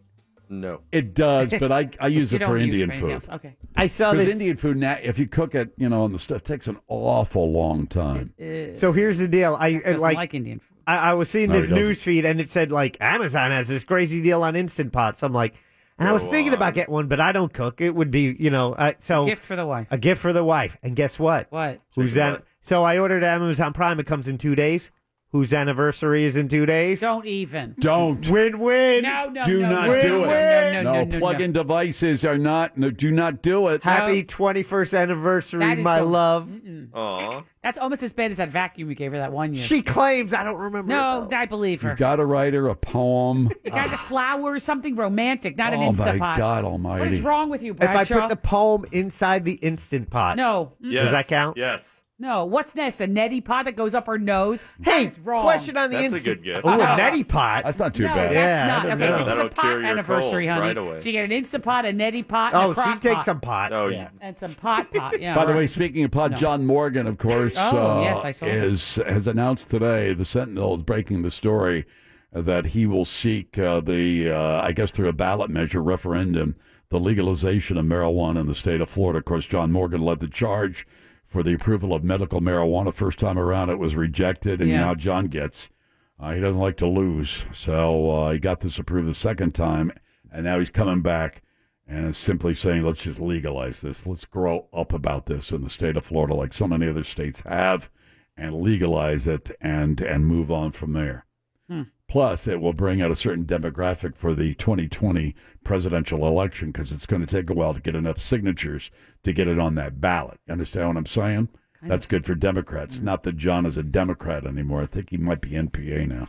Speaker 11: No.
Speaker 5: It does, but I I use
Speaker 6: You
Speaker 5: it
Speaker 6: don't
Speaker 5: for Indian
Speaker 6: anything
Speaker 5: food.
Speaker 6: else. Okay.
Speaker 8: I saw
Speaker 5: Because
Speaker 8: this.
Speaker 5: Indian food, na- if you cook it, you know, on the stove, takes an awful long time.
Speaker 6: Uh,
Speaker 8: so here's the deal. I
Speaker 6: Doesn't
Speaker 8: like.
Speaker 6: like, Indian food.
Speaker 8: I, I was seeing
Speaker 5: No,
Speaker 8: this
Speaker 5: he doesn't.
Speaker 8: news feed and it said like Amazon has this crazy deal on instant pots. I'm like, and I was
Speaker 11: Go
Speaker 8: thinking about getting one, but I don't cook. It would be you know. Uh, so
Speaker 6: Gift for the wife.
Speaker 8: a gift for the wife. And guess what?
Speaker 6: What?
Speaker 8: Who's
Speaker 11: Chicken
Speaker 8: that? So I ordered Amazon Prime. It comes in two days. Whose anniversary is in two days?
Speaker 6: Don't even.
Speaker 5: Don't.
Speaker 8: Win win.
Speaker 6: No, no,
Speaker 5: do
Speaker 6: no,
Speaker 5: not
Speaker 6: no,
Speaker 5: do
Speaker 6: no,
Speaker 5: it.
Speaker 6: No, no, no, no, no,
Speaker 5: plug-in devices are not. No, do not do it.
Speaker 8: Happy 21st anniversary,
Speaker 6: That is
Speaker 8: my
Speaker 6: so-
Speaker 8: love.
Speaker 6: Mm.
Speaker 11: Aw.
Speaker 6: That's almost as bad as that vacuum you gave her that one year.
Speaker 8: She claims I don't remember.
Speaker 6: no, I believe her.
Speaker 5: You've got to write her a poem.
Speaker 6: You got the flowers, something romantic, not
Speaker 5: oh
Speaker 6: an
Speaker 5: my
Speaker 6: Instapot.
Speaker 5: God
Speaker 6: What
Speaker 5: Almighty!
Speaker 6: is wrong with you,
Speaker 8: If I
Speaker 6: Bradshaw?
Speaker 8: put the poem inside the instant pot,
Speaker 6: no, Mm-mm.
Speaker 11: Yes.
Speaker 8: does that count?
Speaker 11: Yes.
Speaker 6: no. What's next? A neti pot that goes up her nose?
Speaker 8: Hey,
Speaker 6: That's wrong.
Speaker 8: question on the
Speaker 11: That's a
Speaker 8: instant.
Speaker 11: good guess.
Speaker 8: Oh, a
Speaker 6: No.
Speaker 8: neti pot.
Speaker 5: That's not too
Speaker 6: no,
Speaker 8: Yeah, I
Speaker 5: bad.
Speaker 6: that's
Speaker 8: don't
Speaker 6: not. Okay,
Speaker 8: know.
Speaker 6: this is a
Speaker 11: That'll
Speaker 6: pot
Speaker 11: cure your
Speaker 6: anniversary,
Speaker 11: cold
Speaker 6: honey.
Speaker 11: right away.
Speaker 6: So you get an Instapot, a neti pot, and
Speaker 8: oh,
Speaker 6: a
Speaker 8: she
Speaker 6: crock
Speaker 8: takes
Speaker 6: pot.
Speaker 8: some pot.
Speaker 11: Oh,
Speaker 8: yeah.
Speaker 6: And some pot pot, yeah.
Speaker 5: By the
Speaker 6: right.
Speaker 5: way, speaking of pot, John Morgan, of course,
Speaker 6: Oh,
Speaker 5: uh,
Speaker 6: yes, I saw that.
Speaker 5: is has announced today the Sentinel is breaking the story that he will seek uh, the, uh, I guess through a ballot measure referendum, the legalization of marijuana in the state of Florida. Of course, John Morgan led the charge for the approval of medical marijuana. First time around, it was rejected, and
Speaker 10: Yeah.
Speaker 5: now John gets. Uh, he doesn't like to lose, so uh, he got disapproved the second time, and now he's coming back and is simply saying, "Let's just legalize this. Let's grow up about this in the state of Florida, like so many other states have, and legalize it and and move on from there."
Speaker 18: Hmm.
Speaker 5: Plus, it will bring out a certain demographic for the 2020 presidential election because it's going to take a while to get enough signatures to get it on that ballot. You understand what I'm saying?
Speaker 6: Kind
Speaker 5: That's good for Democrats.
Speaker 6: Mm.
Speaker 5: Not that John is a Democrat anymore. I think he might be NPA now,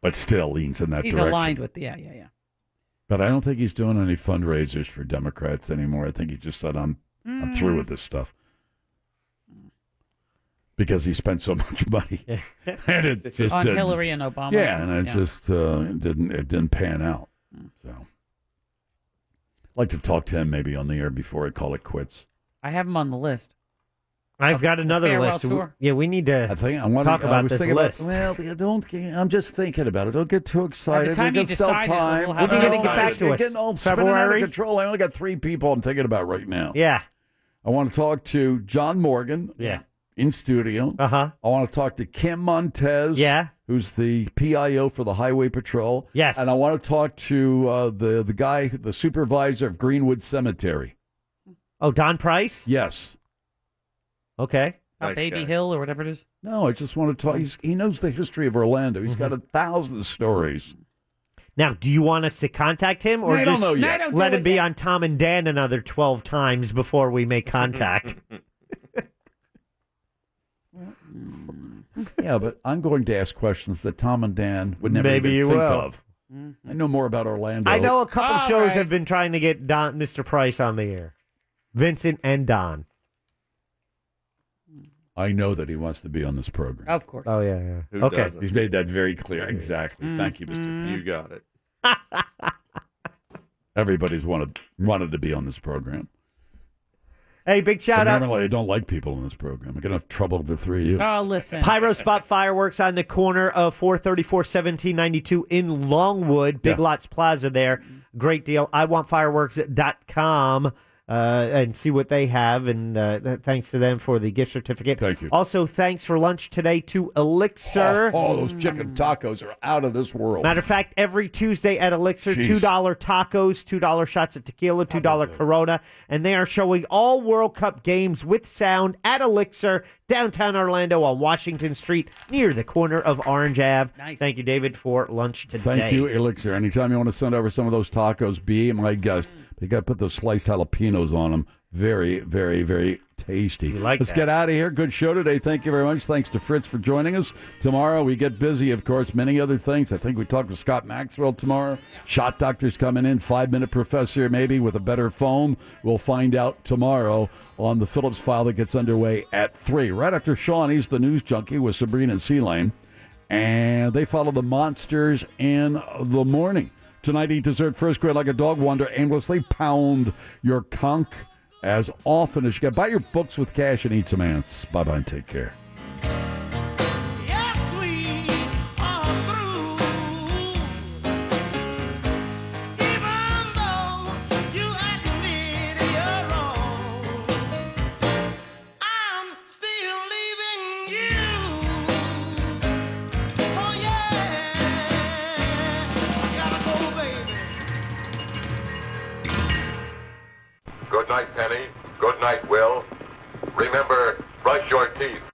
Speaker 5: but still leans in that
Speaker 6: Mm. He's
Speaker 5: direction.
Speaker 6: aligned with, yeah, yeah, yeah.
Speaker 5: But I don't think he's doing any fundraisers for Democrats anymore. I think he just said, "I'm I'm through
Speaker 6: Mm.
Speaker 5: with this stuff," because he spent so much money and it just
Speaker 6: On
Speaker 5: didn't-
Speaker 6: Hillary and Obama.
Speaker 5: Yeah, and it
Speaker 6: Yeah.
Speaker 5: just uh, it didn't it didn't pan out. So, I'd like to talk to him maybe on the air before I call it quits.
Speaker 6: I have him on the list.
Speaker 8: I've got
Speaker 6: A
Speaker 8: another
Speaker 6: farewell
Speaker 8: list.
Speaker 6: tour.
Speaker 8: Yeah, we need to
Speaker 5: I think I want
Speaker 8: talk
Speaker 5: to
Speaker 8: about
Speaker 5: I was
Speaker 8: this
Speaker 5: thinking
Speaker 8: list.
Speaker 5: About, well, don't. get- I'm just thinking about it. Don't get too excited.
Speaker 6: time
Speaker 5: We
Speaker 6: you
Speaker 5: got still
Speaker 6: decide it,
Speaker 5: time.
Speaker 6: we'll have
Speaker 5: We're
Speaker 6: it
Speaker 5: getting
Speaker 6: all
Speaker 5: back
Speaker 6: decided.
Speaker 5: to us. Getting all spinning out of
Speaker 6: February?
Speaker 5: control. I only got three people I'm thinking about right now.
Speaker 8: Yeah.
Speaker 5: I want to talk to John Morgan.
Speaker 8: Yeah. Uh-huh.
Speaker 5: In studio. Uh huh. I want to talk to Kim Montez.
Speaker 8: Yeah.
Speaker 5: Who's the PIO for the Highway Patrol?
Speaker 8: Yes.
Speaker 5: And I want to talk to uh, the the guy, the supervisor of Greenwood Cemetery.
Speaker 8: Oh, Don Price.
Speaker 5: Yes.
Speaker 8: Okay.
Speaker 6: Uh, Baby Hill or whatever it is.
Speaker 5: No, I just want to talk. He's, he knows the history of Orlando. He's got a thousand stories.
Speaker 8: Now, do you want us to contact him, or
Speaker 5: I don't
Speaker 8: just
Speaker 5: know yet. I don't
Speaker 8: let
Speaker 5: do
Speaker 8: him
Speaker 5: it
Speaker 8: be on Tom and Dan another twelve times before we make contact?
Speaker 5: yeah, but I'm going to ask questions that Tom and Dan would never
Speaker 8: Maybe
Speaker 5: even
Speaker 8: you
Speaker 5: think
Speaker 8: will.
Speaker 5: of.
Speaker 6: Mm-hmm.
Speaker 5: I know more about Orlando.
Speaker 8: I know a couple shows
Speaker 5: have
Speaker 8: have been trying to get Don, Mr. Price on the air, Vincent and Don.
Speaker 5: I know that he wants to be on this program.
Speaker 6: Of course.
Speaker 8: Oh yeah, yeah.
Speaker 11: Who
Speaker 8: okay.
Speaker 11: doesn't? Mm-hmm.
Speaker 5: He's made that very clear. Exactly. Thank you, Mr. P.
Speaker 11: You got it.
Speaker 5: Everybody's wanted wanted to be on this program.
Speaker 8: Hey, big shout
Speaker 5: But
Speaker 8: out.
Speaker 5: normally, I don't like people in this program. I get enough trouble with the three of you.
Speaker 6: Oh, listen.
Speaker 8: Pyro Spot Fireworks on the corner of 434 1792 in Longwood, Big
Speaker 5: Yeah.
Speaker 8: Lots Plaza there. Great deal. I want fireworks.com uh, and see what they have. And uh, th- thanks to them for the gift certificate. Thank you. Also, thanks for lunch today to Elixir.
Speaker 5: Oh, those chicken tacos are out of this world.
Speaker 8: Matter of fact, every Tuesday at Elixir,
Speaker 5: Jeez.
Speaker 8: two dollar tacos, two dollar shots of tequila, two dollar Corona, and they are showing all World Cup games with sound at Elixir downtown Orlando on Washington Street near the corner of Orange Ave.
Speaker 6: Nice.
Speaker 8: Thank you, David, for lunch today.
Speaker 5: Thank you, Elixir. Anytime you want to send over some of those tacos, be my guest.
Speaker 8: Mm.
Speaker 5: But you got to put those sliced jalapenos on them. Very, very, very tasty.
Speaker 8: like
Speaker 5: Let's
Speaker 8: that.
Speaker 5: get out of here. Good show today. Thank you very much. Thanks to Fritz for joining us. Tomorrow we get busy, of course, many other things. I think we talk with Scott Maxwell tomorrow. Shot doctor's coming in. Five minute professor, maybe with a better phone. We'll find out tomorrow on the Phillips file that gets underway at three. Right after Sean, he's the news junkie with Sabrina and C Lane and they follow the monsters in the morning. Tonight, eat dessert first grade like a dog, wander aimlessly, pound your conch as often as you can. Buy your books with cash and eat some ants. Bye bye and take care.
Speaker 18: Yes, we are through. Even though you admit you're wrong, I'm still leaving you. Oh yeah, I gotta go, baby.
Speaker 19: Good night, Penny. Good night, Will. Remember, brush your teeth.